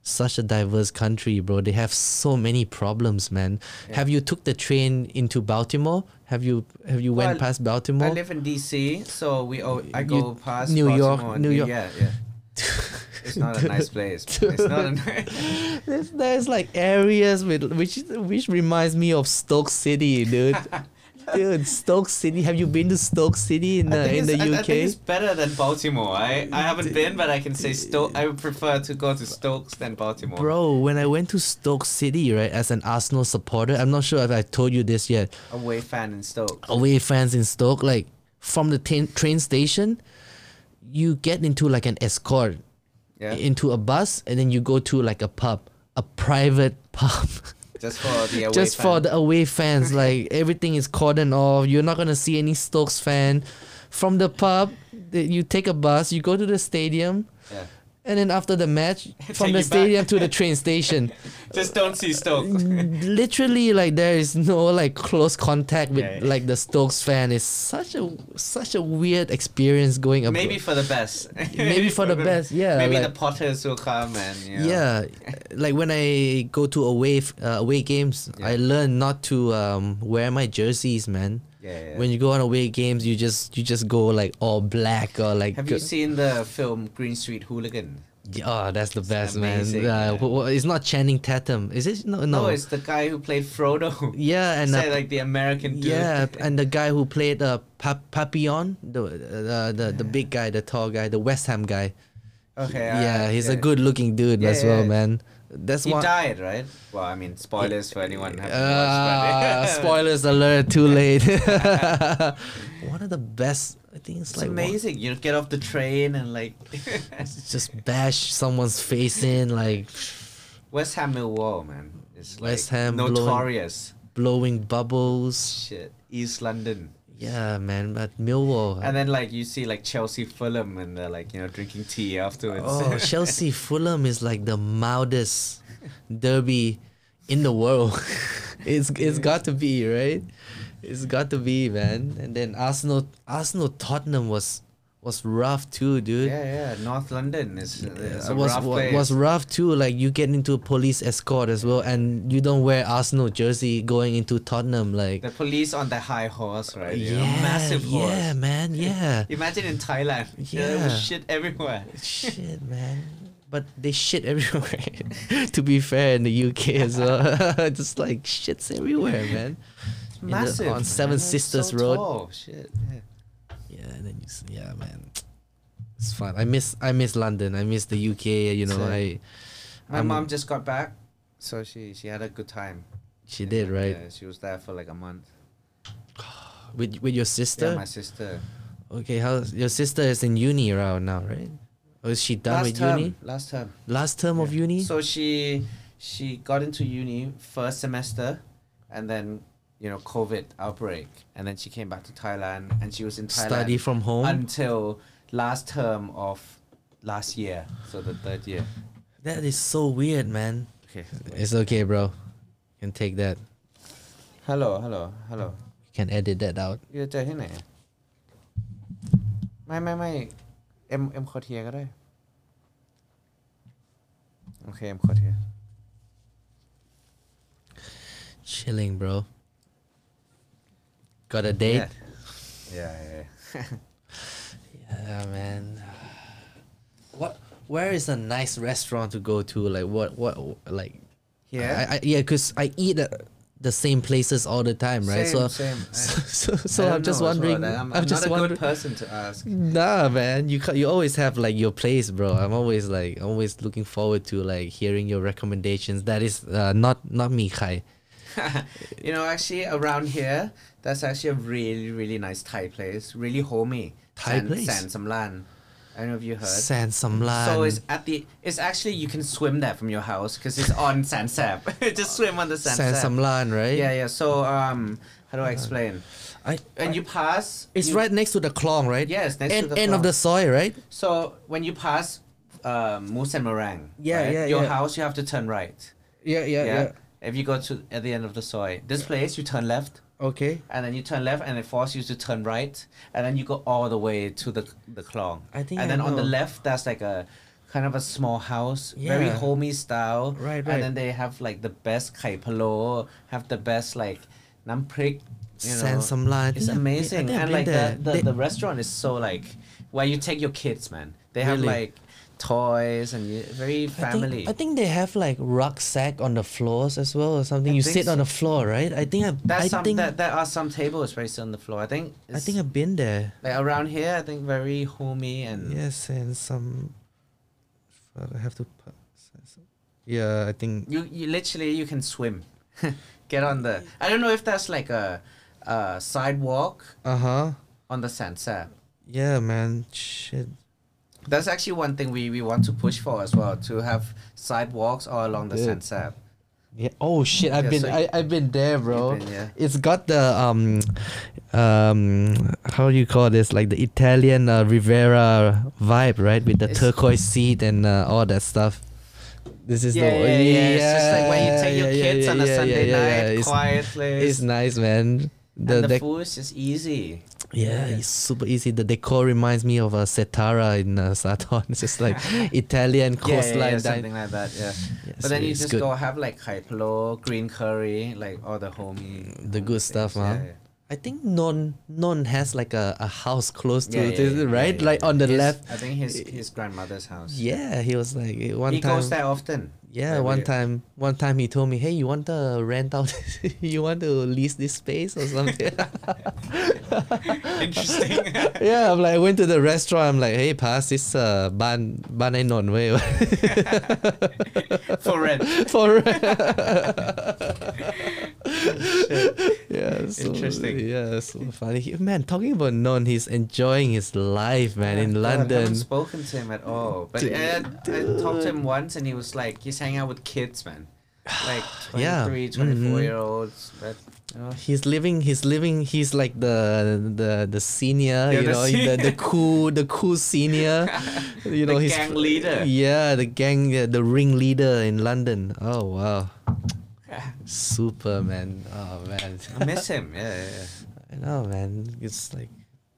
Speaker 1: such a diverse country, bro. They have so many problems, man. Have you took the train into Baltimore? Have you have you went
Speaker 2: Well,
Speaker 1: past Baltimore?
Speaker 2: I live in DC, so we o- I
Speaker 1: You-
Speaker 2: go past
Speaker 1: New York,
Speaker 2: Baltimore and
Speaker 1: New
Speaker 2: New-
Speaker 1: York.
Speaker 2: Yeah, yeah. It's not a nice place. It's not a nice.
Speaker 1: there's, there's like areas with which which reminds me of Stoke City, dude. dude, Stoke City. Have you been to Stoke City in the in the
Speaker 2: I, I
Speaker 1: UK?
Speaker 2: think it's better than Baltimore. I, I haven't been, but I can say Stoke. I would prefer to go to Stokes than Baltimore.
Speaker 1: Bro, when I went to Stoke City, right, as an Arsenal supporter, I'm not sure if I told you this yet.
Speaker 2: Away fan in Stoke.
Speaker 1: away fans in Stoke, like from the t- train station, you get into like an escort
Speaker 2: Yeah,
Speaker 1: into a bus, and then you go to like a pub, a private pub,
Speaker 2: just for the away
Speaker 1: just for
Speaker 2: fan.
Speaker 1: the away fans. like everything is cordoned off. You're not gonna see any Stokes fan. From the pub, th- you take a bus, you go to the stadium.
Speaker 2: Yeah.
Speaker 1: And then after the match, from the
Speaker 2: Take you back.
Speaker 1: stadium to the train station,
Speaker 2: Just don't see Stoke.
Speaker 1: literally like there is no like close contact with
Speaker 2: Yeah.
Speaker 1: like the Stokes fan. It's such a such a weird experience going abroad.
Speaker 2: Maybe for the best.
Speaker 1: Maybe for the best, yeah,
Speaker 2: Maybe
Speaker 1: like-
Speaker 2: the Potters will come and you know.
Speaker 1: yeah, like when I go to away f- uh, away games, I learn not to um, wear my jerseys, man.
Speaker 2: Yeah, yeah.
Speaker 1: When you go on away games, you just you just go like all black or like.
Speaker 2: Have you seen the film Green Street Hooligan?
Speaker 1: oh, that's the best,
Speaker 2: amazing,
Speaker 1: man. Uh,
Speaker 2: yeah.
Speaker 1: wh- wh- it's not Channing Tatum, is it? No,
Speaker 2: No,
Speaker 1: no.
Speaker 2: Oh, it's the guy who played Frodo.
Speaker 1: yeah, and
Speaker 2: Say
Speaker 1: uh,
Speaker 2: like the American dude.
Speaker 1: Yeah, and the guy who played uh, Pap- Papillon, the uh, the the big guy, the tall guy, the West Ham guy.
Speaker 2: Okay.
Speaker 1: yeah,
Speaker 2: uh,
Speaker 1: he's a
Speaker 2: yeah.
Speaker 1: good-looking dude
Speaker 2: Yeah,
Speaker 1: as well,
Speaker 2: yeah.
Speaker 1: man. That's
Speaker 2: He
Speaker 1: why.
Speaker 2: died, right? Well, I mean, spoilers for anyone. Haven't
Speaker 1: Uh,
Speaker 2: watched, but-
Speaker 1: spoilers alert! Too late. one of the best. I think it's,
Speaker 2: It's
Speaker 1: like one-
Speaker 2: amazing. You get off the train and like
Speaker 1: just bash someone's face in, like
Speaker 2: West Ham Millwall, man. It's like
Speaker 1: West Ham blowing-
Speaker 2: notorious.
Speaker 1: blowing bubbles.
Speaker 2: Shit, East London.
Speaker 1: Yeah, man. But Millwall.
Speaker 2: And then like you see like Chelsea Fulham and they're like you know drinking tea afterwards.
Speaker 1: Oh, Chelsea Fulham is like the mildest derby in the world. it's it's got to be right. It's got to be, man. And then Arsenal, Arsenal, Tottenham was was rough too, dude.
Speaker 2: yeah, yeah. North London is uh, it's a
Speaker 1: was
Speaker 2: rough
Speaker 1: wa-
Speaker 2: place.
Speaker 1: was rough too. Like you get into a police escort as well, and you don't wear Arsenal jersey going into Tottenham. Like
Speaker 2: the police on the high horse, right? You
Speaker 1: yeah,
Speaker 2: know, massive horse.
Speaker 1: yeah, man, yeah.
Speaker 2: Imagine in Thailand. Yeah. there was
Speaker 1: Yeah.
Speaker 2: shit everywhere.
Speaker 1: shit, man. But they shit everywhere. to be fair, in the UK as well, just like shits everywhere, man.
Speaker 2: It's
Speaker 1: In the-
Speaker 2: massive.
Speaker 1: on Seven
Speaker 2: man. It's
Speaker 1: Sisters
Speaker 2: so
Speaker 1: Road.
Speaker 2: Tall. Shit. Yeah.
Speaker 1: Yeah, and then you, s- yeah, man. It's fun. I miss I miss London. I miss the UK. You know, I
Speaker 2: Same. My
Speaker 1: I'm-
Speaker 2: mom just got back, so she she had a good time.
Speaker 1: she
Speaker 2: in
Speaker 1: did
Speaker 2: fact,
Speaker 1: right
Speaker 2: Yeah, she was there for like a month.
Speaker 1: with with your
Speaker 2: Yeah,
Speaker 1: sister.
Speaker 2: my sister.
Speaker 1: okay, how your sister is in uni around now, right? Or is she done
Speaker 2: Last
Speaker 1: with
Speaker 2: term.
Speaker 1: uni?
Speaker 2: Last term.
Speaker 1: Last term of
Speaker 2: Yeah.
Speaker 1: uni.
Speaker 2: So she she got into uni first semester, and then you know COVID outbreak, and then she came back to Thailand, and she was in Thailand
Speaker 1: Study from home.
Speaker 2: until last term of last year, so the third year.
Speaker 1: that is so weird, man.
Speaker 2: Okay.
Speaker 1: It's okay, bro. You can take that.
Speaker 2: Hello, hello, hello.
Speaker 1: You can edit that out.
Speaker 2: อยู่เจอที่ไหนอะไม่ไม่ไม่เอ็มเอ็มโคเทียก็ได้ โอเคเอ็มโคเทีย
Speaker 1: Chilling, bro. Got a date?
Speaker 2: Yeah. yeah yeah
Speaker 1: Yeah, man. What? Where is a nice restaurant to go to? Like what? What? Like
Speaker 2: yeah
Speaker 1: I, I, yeah, cause I eat at the same places all the time, right? so,
Speaker 2: Same, same. I-
Speaker 1: so so,
Speaker 2: I
Speaker 1: so
Speaker 2: don't
Speaker 1: I'm just
Speaker 2: know as well.
Speaker 1: wondering.
Speaker 2: Like,
Speaker 1: I'm,
Speaker 2: I'm, I'm
Speaker 1: just
Speaker 2: not a
Speaker 1: wondering.
Speaker 2: good person to ask
Speaker 1: Nah, man, you ca- you always have like your place, bro. I'm always like always looking forward to like hearing your recommendations. That is uh, not not me, Kai.
Speaker 2: you know actually around here that's actually a really really nice Thai place really homey
Speaker 1: Thai place?
Speaker 2: San Samlan I don't know if you heard.
Speaker 1: San Samlan.
Speaker 2: So it's at the. It's actually you can swim there from your house because it's on San Sab. Just swim on the San,
Speaker 1: San
Speaker 2: Sab.
Speaker 1: Samlan, right?
Speaker 2: Yeah, yeah. So um, how do I explain?
Speaker 1: Uh, I,
Speaker 2: When you pass,
Speaker 1: it's
Speaker 2: you-
Speaker 1: right next to the Klong, right?
Speaker 2: Yeah, it's next to
Speaker 1: end,
Speaker 2: the
Speaker 1: end of
Speaker 2: Klong.
Speaker 1: the soy, right?
Speaker 2: So when you pass, uh, Moose and Meringue.
Speaker 1: Yeah,
Speaker 2: right?
Speaker 1: yeah,
Speaker 2: Your
Speaker 1: yeah.
Speaker 2: house, you have to turn right.
Speaker 1: Yeah, yeah,
Speaker 2: yeah. If you go to at the end of the soy, this place you turn left,
Speaker 1: Okay.
Speaker 2: and then you turn left, and it forces you to turn right, and then you go all the way to the the clong.
Speaker 1: I think
Speaker 2: And
Speaker 1: I
Speaker 2: then on the
Speaker 1: know.
Speaker 2: left, that's like a kind of a small house, very
Speaker 1: Yeah.
Speaker 2: homey style.
Speaker 1: Right, right.
Speaker 2: And then they have like the best kai palo, have the best like nam prik. You know,
Speaker 1: San Samlan. I
Speaker 2: It's
Speaker 1: think I've been- I
Speaker 2: amazing,
Speaker 1: think I've
Speaker 2: and
Speaker 1: been
Speaker 2: like the
Speaker 1: there.
Speaker 2: the,
Speaker 1: They-
Speaker 2: the restaurant is so like where you take your kids, man. They have
Speaker 1: Really?
Speaker 2: like toys and you, very family.
Speaker 1: I think, I think they have like rucksack on the floors as well or something.
Speaker 2: I
Speaker 1: you
Speaker 2: think
Speaker 1: sit on
Speaker 2: so.
Speaker 1: the floor, right? I think I've
Speaker 2: That's
Speaker 1: I
Speaker 2: some
Speaker 1: think
Speaker 2: that there are some tables placed on the floor. I think
Speaker 1: I
Speaker 2: it's-
Speaker 1: think I've been there.
Speaker 2: like around here. I think very homey and
Speaker 1: Yes, and some I have to pa- Yeah, I think
Speaker 2: you, you literally you can swim. Get on the. I don't know if that's like a, a sidewalk
Speaker 1: uh-huh.
Speaker 2: on the Sansa.
Speaker 1: Yeah, man. Shit.
Speaker 2: That's actually one thing we, we want to push for as well to have sidewalks all along the
Speaker 1: Good.
Speaker 2: Sansa.
Speaker 1: Yeah. Oh shit! I've
Speaker 2: Yeah,
Speaker 1: been
Speaker 2: so
Speaker 1: I I've been there, bro.
Speaker 2: been, yeah.
Speaker 1: It's got the um, um, how do you call this? Like the Italian uh, Rivera vibe, right? With the
Speaker 2: It's-
Speaker 1: turquoise seat and uh, all that stuff. This is
Speaker 2: Yeah,
Speaker 1: the
Speaker 2: yeah, yeah, It's just like when you take your
Speaker 1: yeah, yeah,
Speaker 2: kids on a
Speaker 1: yeah, yeah,
Speaker 2: Sunday
Speaker 1: yeah, yeah.
Speaker 2: night,
Speaker 1: It's,
Speaker 2: quietly.
Speaker 1: it's nice, man. The,
Speaker 2: and the,
Speaker 1: dec-
Speaker 2: food is just easy.
Speaker 1: yeah,
Speaker 2: yeah.
Speaker 1: it's super easy. The decor reminds me of a setara in uh, Saturn. It's just like Italian
Speaker 2: Yeah, yeah,
Speaker 1: coastline.
Speaker 2: yeah,
Speaker 1: dine-
Speaker 2: something like that. Yeah.
Speaker 1: Yeah,
Speaker 2: But
Speaker 1: so
Speaker 2: then you
Speaker 1: it's
Speaker 2: just
Speaker 1: good.
Speaker 2: go have like kai palo, green curry, like all the homey.
Speaker 1: The good stuff, huh? I think Non Non has like a, a house close to
Speaker 2: Yeah, yeah,
Speaker 1: this,
Speaker 2: yeah,
Speaker 1: right?
Speaker 2: yeah, yeah,
Speaker 1: like on the
Speaker 2: His-
Speaker 1: left.
Speaker 2: I think his his grandmother's house.
Speaker 1: Yeah, he was like eh, one
Speaker 2: he
Speaker 1: time.
Speaker 2: goes there often.
Speaker 1: yeah,
Speaker 2: Every-
Speaker 1: one time. One time he told me, "Hey, you want to rent out? you want to lease this space or something?"
Speaker 2: Interesting.
Speaker 1: yeah, I'm like, I went to the restaurant. I'm like, "Hey, pass this uh ban ban I non way
Speaker 2: For rent.
Speaker 1: for rent." yeah, so,
Speaker 2: Interesting.
Speaker 1: Yeah, so funny. He- man, talking about non, he's enjoying his life, man, in
Speaker 2: God, I
Speaker 1: London.
Speaker 2: haven't spoken to him at all. But I, I talked to him once and he was like, he's hanging out with kids, man. Like 23,
Speaker 1: Yeah. mm-hmm.
Speaker 2: 24 year olds. But, you know,
Speaker 1: He's living. He's living. He's like the the the senior.
Speaker 2: Yeah,
Speaker 1: you
Speaker 2: the
Speaker 1: know,
Speaker 2: senior.
Speaker 1: the, the cool the cool senior. you know,
Speaker 2: The
Speaker 1: he's
Speaker 2: gang leader.
Speaker 1: Yeah, the gang, yeah, the ring leader in London. Oh wow, super man. Oh man,
Speaker 2: I miss him. Yeah, yeah,
Speaker 1: I
Speaker 2: yeah.
Speaker 1: know man. It's like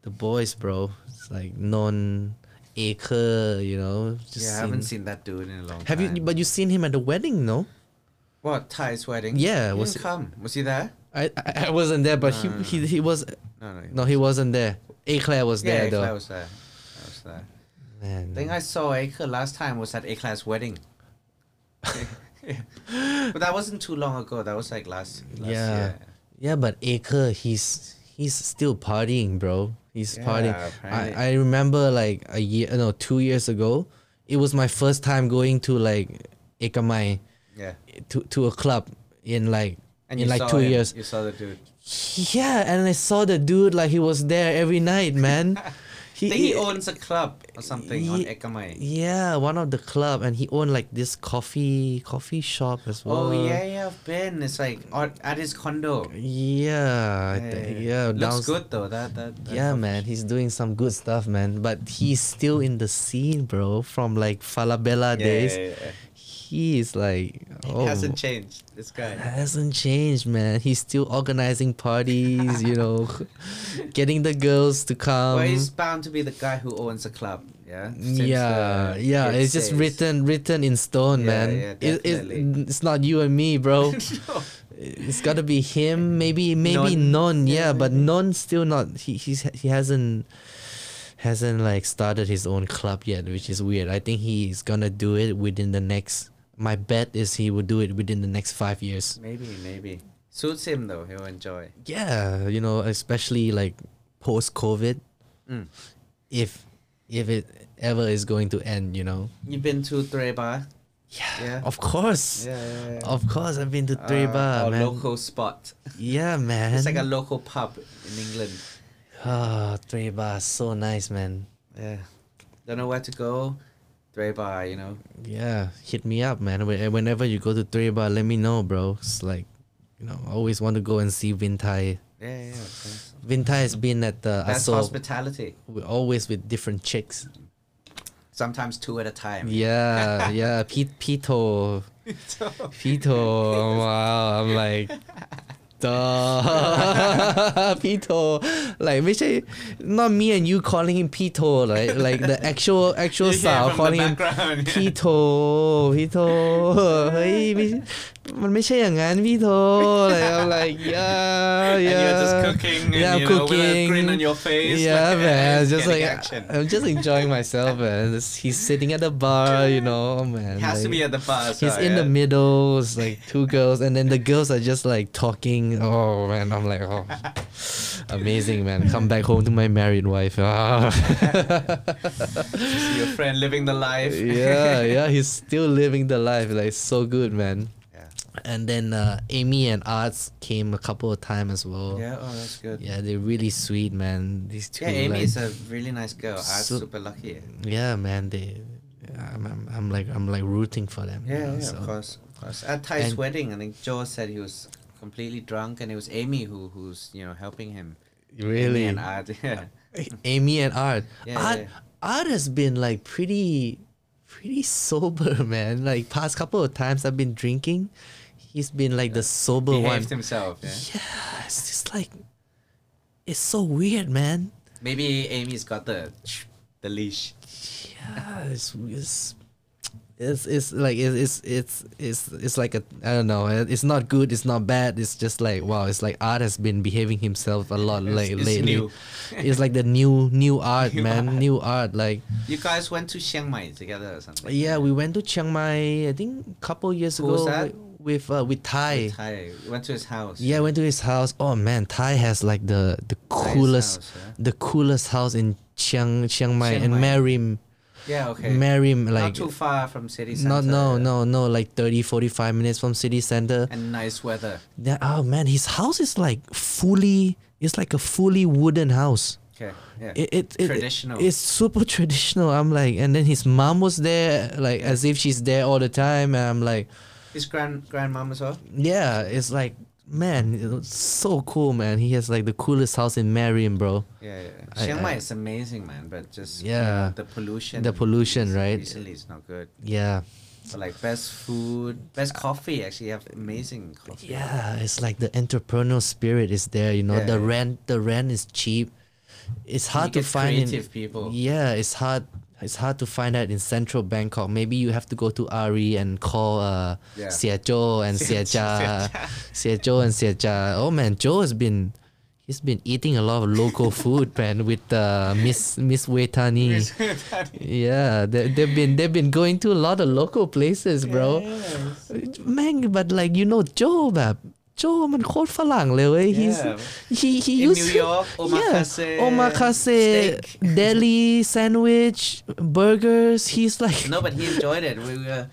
Speaker 1: the boys, bro. It's like non acre. You know, just
Speaker 2: yeah I haven't seen that dude in a long
Speaker 1: Have
Speaker 2: time.
Speaker 1: you? But you seen him at the wedding, no?
Speaker 2: What, Ty's wedding?
Speaker 1: Yeah,
Speaker 2: He
Speaker 1: was
Speaker 2: didn't come. Was he there?
Speaker 1: I I, I wasn't there, but
Speaker 2: No, no,
Speaker 1: he, he he was.
Speaker 2: No, no.
Speaker 1: No, he wasn't there. Eclair was
Speaker 2: yeah,
Speaker 1: there though.
Speaker 2: Eclair was there. I was there.
Speaker 1: Man.
Speaker 2: I think I saw Eclair last time was at Eclair's wedding. Yeah. But that wasn't too long ago. That was like last, last
Speaker 1: Yeah.
Speaker 2: year.
Speaker 1: Yeah, but Aker, he's he's still partying, bro. He's
Speaker 2: Yeah,
Speaker 1: partying.
Speaker 2: apparently.
Speaker 1: I, I remember like a year, no, two years ago, it was my first time going to like Ekamai
Speaker 2: Yeah.
Speaker 1: to to a club in like
Speaker 2: And
Speaker 1: in
Speaker 2: you
Speaker 1: like
Speaker 2: saw
Speaker 1: two
Speaker 2: him.
Speaker 1: years.
Speaker 2: You saw the dude.
Speaker 1: Yeah, and I saw the dude like he was there every night, man.
Speaker 2: I think he owns a club or something on
Speaker 1: he-
Speaker 2: Ekamai.
Speaker 1: Yeah, one of the club, and he owned like this coffee coffee shop as well.
Speaker 2: Oh yeah, yeah, I've been. It's like on- at his condo.
Speaker 1: Yeah, I thi- yeah.
Speaker 2: Looks
Speaker 1: downs-
Speaker 2: good though. That that. that
Speaker 1: Yeah,
Speaker 2: coffee
Speaker 1: man, he's doing some good stuff, man. But he's still in the scene, bro. From like Falabella
Speaker 2: shop. Yeah,
Speaker 1: days,
Speaker 2: yeah, yeah, yeah.
Speaker 1: he is like, oh,
Speaker 2: It hasn't changed. This guy.
Speaker 1: hasn't changed, man. He's still organizing parties, you know, getting the girls to come.
Speaker 2: well, he's bound to be the guy who owns a club. Yeah. Since
Speaker 1: yeah,
Speaker 2: the
Speaker 1: yeah.
Speaker 2: kid
Speaker 1: It's just
Speaker 2: days.
Speaker 1: written, written in stone,
Speaker 2: Yeah,
Speaker 1: man.
Speaker 2: yeah,
Speaker 1: It- it-
Speaker 2: definitely.
Speaker 1: it's not you and me, bro.
Speaker 2: No.
Speaker 1: it's got to be him maybe maybe
Speaker 2: None.
Speaker 1: none, yeah,
Speaker 2: Yeah,
Speaker 1: but none still not he he's, he hasn't hasn't like started his own club yet which is weird i think he's gonna do it within the next my bet is he will do it within the next five years
Speaker 2: Maybe, maybe. Suits him though. He'll enjoy.
Speaker 1: yeah you know especially like post covid
Speaker 2: Mm.
Speaker 1: if if it ever is going to end you know
Speaker 2: You've been to Treba. Yeah.
Speaker 1: of course
Speaker 2: Yeah. yeah, yeah.
Speaker 1: of course i've been to three
Speaker 2: Uh,
Speaker 1: bar
Speaker 2: our
Speaker 1: man
Speaker 2: local spot.
Speaker 1: yeah man
Speaker 2: It's like a local pub in England.
Speaker 1: Ah, three bars, so nice, man.
Speaker 2: Yeah. don't know where to go, Dre Bar, you know.
Speaker 1: Yeah, hit me up, man. When- Whenever you go to Treba, let me know, bro. It's like, you know, I always want to go and see Vintai.
Speaker 2: Yeah, yeah, of course.
Speaker 1: Vintai has been at the
Speaker 2: That's
Speaker 1: Aso,
Speaker 2: hospitality.
Speaker 1: we always with different chicks.
Speaker 2: Sometimes two at a time.
Speaker 1: Yeah, yeah. Pete, Pito, Pito. Wow, I'm like. Duh. Pito, like ไม่ใช่ not me and you calling him Pito, like like the actual actual
Speaker 2: Yeah,
Speaker 1: สาว
Speaker 2: from the
Speaker 1: calling him
Speaker 2: background, yeah.
Speaker 1: พี่โทพี่โทเฮ้ยไม่ใช่มันไม่ใช่อย่างนั้นพี่โทอะไรอะไร yeah
Speaker 2: And
Speaker 1: yeah
Speaker 2: you're just cooking and,
Speaker 1: yeah I'm
Speaker 2: you know, with a
Speaker 1: cooking
Speaker 2: grin on your face,
Speaker 1: yeah
Speaker 2: like,
Speaker 1: man
Speaker 2: and
Speaker 1: just
Speaker 2: getting
Speaker 1: like uh,
Speaker 2: action.
Speaker 1: I'm just enjoying myself man It's- he's sitting at the bar you know oh, man
Speaker 2: It has to
Speaker 1: like,
Speaker 2: be at the bar. as
Speaker 1: He's
Speaker 2: well,
Speaker 1: in the
Speaker 2: yeah.
Speaker 1: middle, it's like two girls, and then the girls are just like talking. Oh man, I'm like, oh, amazing man. Come back home to my married wife. Ah.
Speaker 2: See your friend living the life.
Speaker 1: yeah, yeah, he's still living the life. Like so good, man.
Speaker 2: Yeah.
Speaker 1: And then uh, Amy and Arts came a couple of times as well.
Speaker 2: Yeah, oh, that's good. Yeah,
Speaker 1: Yeah, they're really sweet, man. These two.
Speaker 2: Amy
Speaker 1: like-
Speaker 2: is a really nice girl. I'm
Speaker 1: so-
Speaker 2: super lucky.
Speaker 1: yeah, man. They, I'm, I'm, I'm like, I'm like rooting for them. you
Speaker 2: Yeah,
Speaker 1: know,
Speaker 2: yeah,
Speaker 1: so-
Speaker 2: of course, of course. At Ty's
Speaker 1: And-
Speaker 2: wedding, I think Joe said he was completely drunk, and it was Amy who who's you know helping him.
Speaker 1: Really.
Speaker 2: Amy and Art, yeah.
Speaker 1: Amy and Art.
Speaker 2: Yeah,
Speaker 1: Art,
Speaker 2: yeah.
Speaker 1: Art has been like pretty, pretty sober, man. Like past couple of times I've been drinking, he's been like the sober one.
Speaker 2: behaved himself. Yeah.
Speaker 1: Yeah, it's just like, it's so weird, man.
Speaker 2: Maybe Amy's got the the leash.
Speaker 1: Yeah, it's it's it's, it's like it's, it's it's it's it's like a I don't know. It's not good. It's not bad. It's just like wow. It's like art has been behaving himself a lot
Speaker 2: It's-
Speaker 1: like,
Speaker 2: it's
Speaker 1: lately.
Speaker 2: new.
Speaker 1: it's like the new new art,
Speaker 2: New
Speaker 1: man.
Speaker 2: art.
Speaker 1: New art. Like
Speaker 2: You guys went to Chiang Mai together or something.
Speaker 1: yeah, we went to Chiang Mai. I think a couple years
Speaker 2: Who
Speaker 1: ago
Speaker 2: was that?
Speaker 1: wi- with uh, with Thai.
Speaker 2: Thai we went to his house.
Speaker 1: Yeah, I went to his house. Oh man, Thai has like the the coolest
Speaker 2: house, yeah.
Speaker 1: the coolest house in Chiang Chiang Mai
Speaker 2: Chiang
Speaker 1: and
Speaker 2: Mai.
Speaker 1: Marim.
Speaker 2: Yeah. Okay.
Speaker 1: Marim like
Speaker 2: Not too far from city center.
Speaker 1: No, no, no, no, like 30, 45 minutes from city center.
Speaker 2: And nice weather.
Speaker 1: Then- oh man, his house is like fully, it's like a fully wooden house.
Speaker 2: Okay. Yeah.
Speaker 1: It, it, it
Speaker 2: Traditional.
Speaker 1: It's super traditional. I'm like, and then his mom was there, like as if she's there all the time. And I'm like,
Speaker 2: his grand grandmom as well.
Speaker 1: yeah, it's like, man, it's so cool, man. He has like the coolest house in Marion, bro.
Speaker 2: Yeah, yeah.
Speaker 1: I-
Speaker 2: Chiang Mai
Speaker 1: I-
Speaker 2: is amazing, man. But just you
Speaker 1: Yeah.
Speaker 2: know, the pollution.
Speaker 1: The pollution,
Speaker 2: is-
Speaker 1: right?
Speaker 2: Recently, it's not good.
Speaker 1: Yeah.
Speaker 2: But like best food, best coffee. Actually, you have amazing coffee.
Speaker 1: Yeah, it's like the entrepreneurial spirit is there. You know, the
Speaker 2: Yeah.
Speaker 1: rent the rent is cheap. It's
Speaker 2: You
Speaker 1: hard to
Speaker 2: get
Speaker 1: find in-
Speaker 2: creative people.
Speaker 1: Yeah, it's hard. It's hard to find that in central Bangkok. Maybe you have to go to Ari and call uh,
Speaker 2: Yeah.
Speaker 1: Sia Joe and Sia Jia, Sia Joe and Sia Jia. Oh man, Joe has been, he's been eating a lot of local food, man. With uh, Miss Miss Waitani. Yeah, they, they've been they've been going to a lot of local places, bro. Man, but like you know, Joe, แบบ Joe มันโคตรฝรั่งเลยเว้ย eh, he's
Speaker 2: Yeah.
Speaker 1: he he
Speaker 2: In
Speaker 1: used
Speaker 2: New York, omakase,
Speaker 1: yeah, omakase,
Speaker 2: steak.
Speaker 1: deli sandwich, burgers. He's like
Speaker 2: No, but he enjoyed it. We were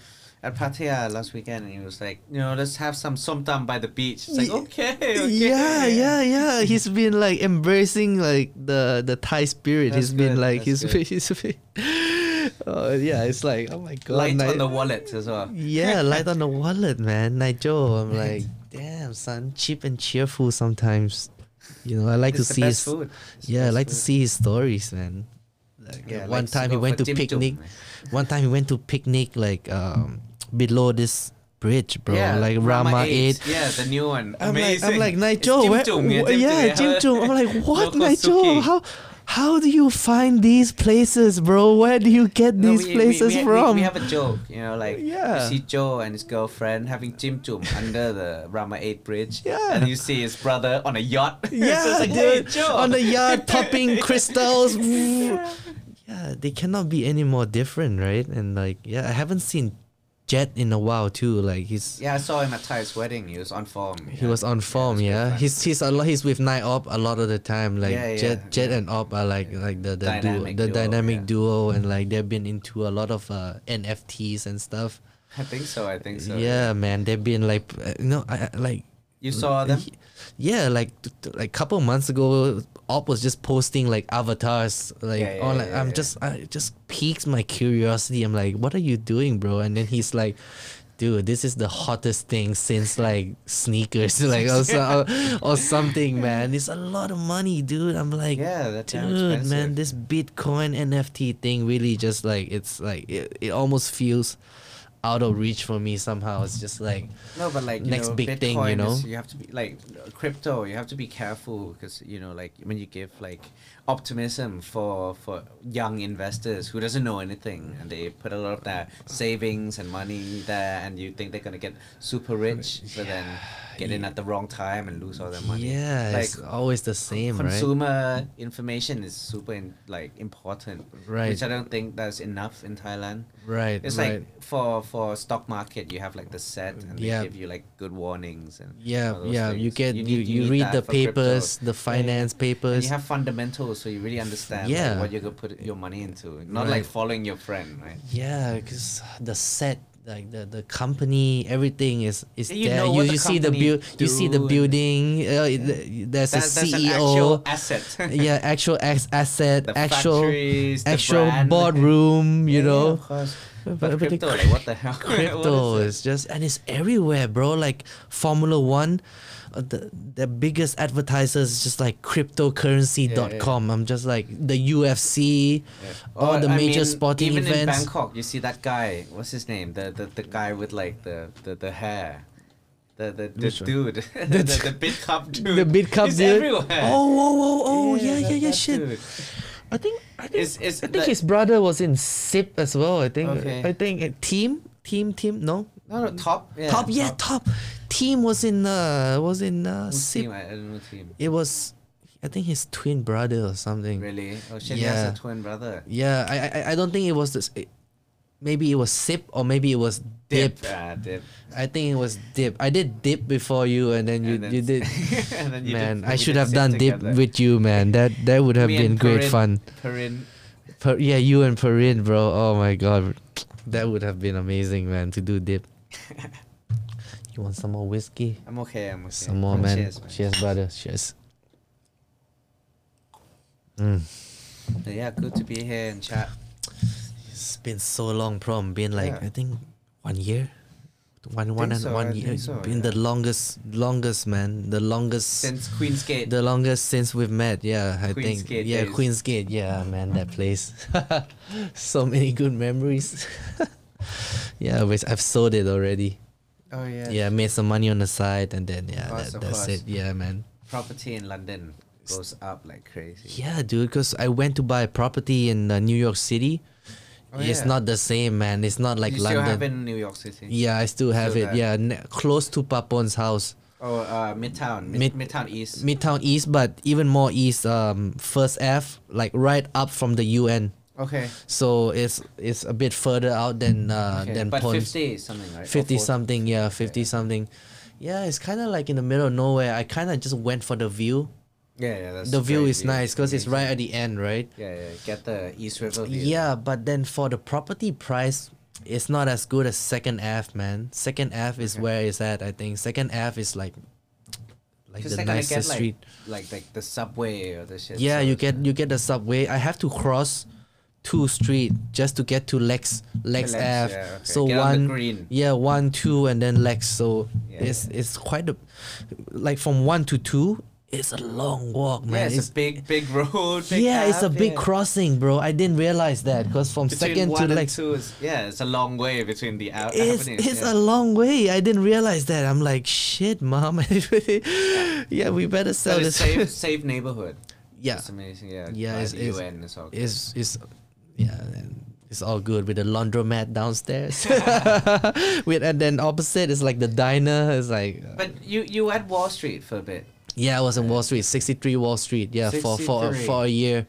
Speaker 2: at Pattaya last weekend, and he was like, you know, let's have some somtam by the beach. It's like,
Speaker 1: Ye-
Speaker 2: okay, okay.
Speaker 1: yeah, yeah, yeah. He's been like embracing like the the Thai spirit.
Speaker 2: That's
Speaker 1: he's been
Speaker 2: good,
Speaker 1: like he's
Speaker 2: that's
Speaker 1: been, he's been, oh yeah, it's like oh my god,
Speaker 2: Light on
Speaker 1: like-
Speaker 2: the wallet as well.
Speaker 1: Yeah, light on the wallet, man. Nigel, I'm like, damn, son, cheap and cheerful sometimes. You know, I like
Speaker 2: It's
Speaker 1: to
Speaker 2: the
Speaker 1: see his
Speaker 2: best food. It's the
Speaker 1: yeah, I
Speaker 2: best
Speaker 1: like to
Speaker 2: food.
Speaker 1: see his stories, man. Like, uh,
Speaker 2: Yeah, I
Speaker 1: one
Speaker 2: like to
Speaker 1: time he
Speaker 2: go
Speaker 1: went to
Speaker 2: for dim sum,
Speaker 1: picnic.
Speaker 2: man.
Speaker 1: One time he went to picnic like um below this bridge, bro. like Rama, Eight.
Speaker 2: Yeah, the new one.
Speaker 1: I'm
Speaker 2: Amazing.
Speaker 1: like, I'm like
Speaker 2: It's
Speaker 1: Nigel,
Speaker 2: Jim
Speaker 1: where,
Speaker 2: Jung,
Speaker 1: wh- yeah, Jim Jung. I'm like, what, Nigel? How, how do you find these places, bro? Where do you get
Speaker 2: No,
Speaker 1: these
Speaker 2: we- we-
Speaker 1: places
Speaker 2: we, we-
Speaker 1: from?
Speaker 2: We, have a joke, you know, like
Speaker 1: Yeah.
Speaker 2: you see Joe and his girlfriend having Jim Jum under the Rama 8 bridge.
Speaker 1: Yeah.
Speaker 2: And you see his brother on a yacht. So it's
Speaker 1: Yeah,
Speaker 2: like, hey,
Speaker 1: dude,
Speaker 2: Joe.
Speaker 1: on the yard popping crystals. yeah. they cannot be any more different, right? And like, yeah, I haven't seen Jet in a while too. Like he's
Speaker 2: Yeah, I saw him at Ty's wedding. He was on form.
Speaker 1: he was on form, yeah. He's he's a lot. He's with Night Op a lot of the time. Like
Speaker 2: Yeah,
Speaker 1: Jet,
Speaker 2: yeah,
Speaker 1: Jet and Op are like like the the duo,
Speaker 2: Dynamic
Speaker 1: the
Speaker 2: duo,
Speaker 1: dynamic
Speaker 2: yeah.
Speaker 1: duo, and like they've been into a lot of uh, NFTs and stuff.
Speaker 2: I think so. I think so.
Speaker 1: yeah, man, they've been like, uh, no, I, I- like
Speaker 2: You saw them?
Speaker 1: yeah, like t- t- like couple months ago, Op was just posting like avatars, like
Speaker 2: Yeah, yeah,
Speaker 1: on. Like,
Speaker 2: yeah,
Speaker 1: I'm
Speaker 2: yeah.
Speaker 1: just I it just piques my curiosity. I'm like, what are you doing, bro? And then he's like. Dude, this is the hottest thing since like sneakers, like or, so, or something, man. It's a lot of money, dude. I'm like,
Speaker 2: Yeah, that's damn
Speaker 1: dude, man.
Speaker 2: expensive.
Speaker 1: This Bitcoin NFT thing really just like it's like it, it almost feels out of reach for me somehow. It's just like
Speaker 2: No, but like you
Speaker 1: next
Speaker 2: know,
Speaker 1: big
Speaker 2: Bitcoin
Speaker 1: thing, you
Speaker 2: is-
Speaker 1: know?
Speaker 2: you have to be like crypto. You have to be careful because you know, like when you give like optimism for for young investors who doesn't know anything and they put a lot of their savings and money there, and you think they're gonna get super rich, but then get in at the wrong time and lose all their money.
Speaker 1: Yeah,
Speaker 2: like
Speaker 1: it's always the same, right?
Speaker 2: consumer information is super in, like important,
Speaker 1: Right.
Speaker 2: Which I don't think that's enough in Thailand.
Speaker 1: Right.
Speaker 2: It's
Speaker 1: right.
Speaker 2: like for for stock market, you have like the set, and
Speaker 1: Yeah.
Speaker 2: they give you like good warnings and
Speaker 1: yeah,
Speaker 2: all those
Speaker 1: yeah. You
Speaker 2: things.
Speaker 1: get you,
Speaker 2: need-
Speaker 1: you,
Speaker 2: need
Speaker 1: read
Speaker 2: that
Speaker 1: the
Speaker 2: for crypto.
Speaker 1: papers, the
Speaker 2: Yeah, yeah.
Speaker 1: finance
Speaker 2: And
Speaker 1: papers.
Speaker 2: you have fundamentals, so you really understand like,
Speaker 1: Yeah.
Speaker 2: what you're gonna put your money into, not like
Speaker 1: Right.
Speaker 2: following your friend, right?
Speaker 1: yeah, because the set, like the the company, everything is is
Speaker 2: You
Speaker 1: there.
Speaker 2: know
Speaker 1: You
Speaker 2: what
Speaker 1: you
Speaker 2: the
Speaker 1: see the
Speaker 2: company
Speaker 1: build, you see the
Speaker 2: do and-
Speaker 1: building. Uh, th- There's a
Speaker 2: That's, that's an
Speaker 1: CEO.
Speaker 2: actual asset.
Speaker 1: E yeah, actual ex- asset,
Speaker 2: The
Speaker 1: actual
Speaker 2: factories, the
Speaker 1: actual
Speaker 2: brand.
Speaker 1: boardroom. You
Speaker 2: Yeah, yeah,
Speaker 1: know.
Speaker 2: of course.
Speaker 1: But-
Speaker 2: But,
Speaker 1: but the
Speaker 2: crypto, like what the hell? What is
Speaker 1: crypto
Speaker 2: it?
Speaker 1: is just and it's everywhere, bro. Like Formula One, uh, the the biggest advertisers is just like cryptocurrency.com. I'm just like the UFC, all
Speaker 2: Or,
Speaker 1: the
Speaker 2: I
Speaker 1: major
Speaker 2: mean,
Speaker 1: sporting
Speaker 2: even
Speaker 1: events.
Speaker 2: in Bangkok, you see that guy. What's his name? The the, the guy with like the the, the hair. The the, the
Speaker 1: Which one?
Speaker 2: dude. the, the, big cup dude.
Speaker 1: the big cup
Speaker 2: He's
Speaker 1: dude.
Speaker 2: everywhere.
Speaker 1: Oh, whoa, whoa, oh, yeah, yeah,
Speaker 2: that-
Speaker 1: yeah,
Speaker 2: that
Speaker 1: shit.
Speaker 2: dude.
Speaker 1: I think I think
Speaker 2: It's- it's
Speaker 1: I think
Speaker 2: the-
Speaker 1: his brother was in SIP as well. I think
Speaker 2: Okay.
Speaker 1: I think uh, team team team no
Speaker 2: No, no, top. Yeah,
Speaker 1: top yeah top team was in uh was in uh
Speaker 2: Who's
Speaker 1: SIP.
Speaker 2: Team, I, I don't know team.
Speaker 1: It was I think his twin brother or something.
Speaker 2: Really? Oh shit, he has
Speaker 1: Yeah.
Speaker 2: a twin brother.
Speaker 1: Yeah, I- I I, I don't think it was this. It, maybe it was sip or maybe it was dip.
Speaker 2: Ah, dip.
Speaker 1: I think it was dip. I did dip before you, and then you
Speaker 2: And then-
Speaker 1: you did.
Speaker 2: and then you
Speaker 1: man,
Speaker 2: did,
Speaker 1: I
Speaker 2: we
Speaker 1: should
Speaker 2: did
Speaker 1: have
Speaker 2: sit
Speaker 1: done dip
Speaker 2: together.
Speaker 1: with you, man. That that would have
Speaker 2: Me
Speaker 1: been
Speaker 2: and
Speaker 1: great
Speaker 2: Perrin-
Speaker 1: fun.
Speaker 2: Perrin.
Speaker 1: Per, yeah, you and Perrin, bro. Oh my god, that would have been amazing, man, to do dip. you want some more whiskey?
Speaker 2: I'm okay. I'm okay.
Speaker 1: Some more, man.
Speaker 2: Cheers, man.
Speaker 1: Cheers, brother. Cheers.
Speaker 2: But yeah, good to be here and chat.
Speaker 1: It's been so long, prom. Been like
Speaker 2: Yeah.
Speaker 1: I think one year, one one
Speaker 2: think
Speaker 1: and
Speaker 2: so,
Speaker 1: one
Speaker 2: I
Speaker 1: year.
Speaker 2: think so,
Speaker 1: been the longest, longest man, the longest,
Speaker 2: Since Queensgate.
Speaker 1: the longest since we've met. Yeah, I think.
Speaker 2: Queensgate
Speaker 1: yeah,
Speaker 2: days.
Speaker 1: Queensgate. Yeah, man, that place. so many good memories. yeah, which I've sold it already.
Speaker 2: oh yeah.
Speaker 1: Yeah, made some money on the side, and then yeah,
Speaker 2: Of course,
Speaker 1: that,
Speaker 2: of
Speaker 1: that's it.
Speaker 2: course.
Speaker 1: Yeah, man.
Speaker 2: property in London goes up like crazy.
Speaker 1: Yeah, dude, because I went to buy a property in uh, New York City.
Speaker 2: Oh,
Speaker 1: it's
Speaker 2: yeah.
Speaker 1: not the same, man. It's not like
Speaker 2: you
Speaker 1: London.
Speaker 2: still have in New York City.
Speaker 1: Yeah, I still have
Speaker 2: Still
Speaker 1: it. Yeah,
Speaker 2: there.
Speaker 1: ne- close to Papon's house,
Speaker 2: Oh, uh, Midtown,
Speaker 1: Mid-
Speaker 2: Mid- Midtown East.
Speaker 1: Midtown East, but even more east. Um, First F, like right up from the UN.
Speaker 2: okay.
Speaker 1: So it's it's a bit further out than uh,
Speaker 2: okay.
Speaker 1: than
Speaker 2: But
Speaker 1: Ponce.
Speaker 2: 50 something, right? Or
Speaker 1: 50
Speaker 2: 40.
Speaker 1: something yeah 50 something yeah it's kind of like in the middle of nowhere i kind of just went for the view
Speaker 2: Yeah, yeah. That's
Speaker 1: the view
Speaker 2: great
Speaker 1: is nice because it's right at the end right
Speaker 2: Yeah, yeah. Get the East River view.
Speaker 1: yeah but then for the property price it's not as good as second f man second f is where it's at i think second f is like like
Speaker 2: Because
Speaker 1: the
Speaker 2: they're gonna get
Speaker 1: nicest
Speaker 2: like,
Speaker 1: street
Speaker 2: like like the subway or the shit.
Speaker 1: yeah
Speaker 2: so
Speaker 1: you
Speaker 2: it's
Speaker 1: get you get the subway i have to cross two street just to get to lex lex,
Speaker 2: Lex,
Speaker 1: f
Speaker 2: yeah, okay.
Speaker 1: so
Speaker 2: Get on the
Speaker 1: one
Speaker 2: green.
Speaker 1: yeah one two and then lex so
Speaker 2: Yeah,
Speaker 1: it's it's quite a like from one to two it's a long walk
Speaker 2: Yeah,
Speaker 1: man
Speaker 2: it's, a big, big road. Big
Speaker 1: yeah, it's a
Speaker 2: app,
Speaker 1: big
Speaker 2: yeah.
Speaker 1: crossing, bro. I didn't realize that because from second to
Speaker 2: Between one and
Speaker 1: lex,
Speaker 2: two is, yeah, it's a long way between the out.
Speaker 1: it's
Speaker 2: avenues,
Speaker 1: it's
Speaker 2: yeah.
Speaker 1: a long way. I didn't realize that. I'm like, shit, mom. yeah, we better sell
Speaker 2: But
Speaker 1: this.
Speaker 2: it's safe, safe neighborhood.
Speaker 1: yeah,
Speaker 2: It's amazing. Yeah.
Speaker 1: Yeah,
Speaker 2: by
Speaker 1: it's-
Speaker 2: the
Speaker 1: it's-
Speaker 2: UN is all.
Speaker 1: is is yeah and it's all good with the laundromat downstairs with and then opposite is like the diner is like
Speaker 2: But you you at Wall Street for a bit,
Speaker 1: yeah i was in wall street 63 wall street yeah for for
Speaker 2: 63.
Speaker 1: for a year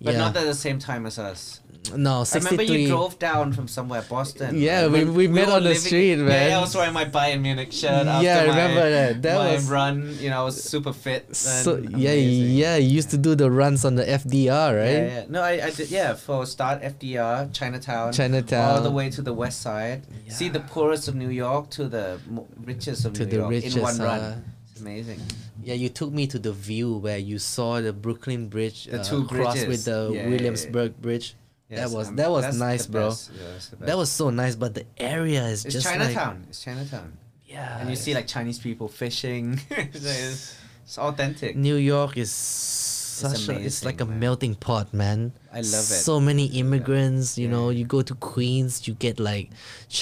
Speaker 2: but
Speaker 1: yeah
Speaker 2: not at the same time as us.
Speaker 1: no
Speaker 2: I remember
Speaker 1: 63
Speaker 2: you drove down from somewhere, Boston.
Speaker 1: Yeah, we-
Speaker 2: right? When
Speaker 1: we met
Speaker 2: were
Speaker 1: on the
Speaker 2: living-
Speaker 1: street,
Speaker 2: Yeah,
Speaker 1: man.
Speaker 2: yeah, I was wearing my Bayern Munich shirt. After
Speaker 1: Yeah, I remember
Speaker 2: my,
Speaker 1: that. That
Speaker 2: my
Speaker 1: was-
Speaker 2: run. You know, I was super fit. And
Speaker 1: so yeah
Speaker 2: amazing.
Speaker 1: yeah you used to do the runs on the fdr
Speaker 2: Yeah,
Speaker 1: right
Speaker 2: yeah. No, I, I did. Yeah, for start FDR, Chinatown, all
Speaker 1: Chinatown.
Speaker 2: the way to the West Side. See the poorest of New York to the mo- richest of
Speaker 1: to
Speaker 2: New
Speaker 1: the
Speaker 2: York
Speaker 1: richest
Speaker 2: in one run.
Speaker 1: uh,
Speaker 2: It's Amazing.
Speaker 1: Yeah, you took me to the view where you saw the Brooklyn Bridge uh,
Speaker 2: The two
Speaker 1: cross with
Speaker 2: bridges.
Speaker 1: the
Speaker 2: Yeah, yeah, yeah.
Speaker 1: Williamsburg Bridge.
Speaker 2: Yes,
Speaker 1: that was
Speaker 2: um,
Speaker 1: that was
Speaker 2: that's the
Speaker 1: nice, bro.
Speaker 2: best. Yeah, that's the
Speaker 1: that
Speaker 2: best.
Speaker 1: was so nice, but the area is
Speaker 2: It's
Speaker 1: just like
Speaker 2: Chinatown. it's Chinatown.
Speaker 1: yeah.
Speaker 2: And you see like Chinese people fishing. it's, it's authentic.
Speaker 1: New York is such a, it's
Speaker 2: amazing,
Speaker 1: like a
Speaker 2: man.
Speaker 1: melting pot, man.
Speaker 2: I love it.
Speaker 1: So many immigrants, you
Speaker 2: Yeah,
Speaker 1: know,
Speaker 2: yeah,
Speaker 1: you go to Queens, you get like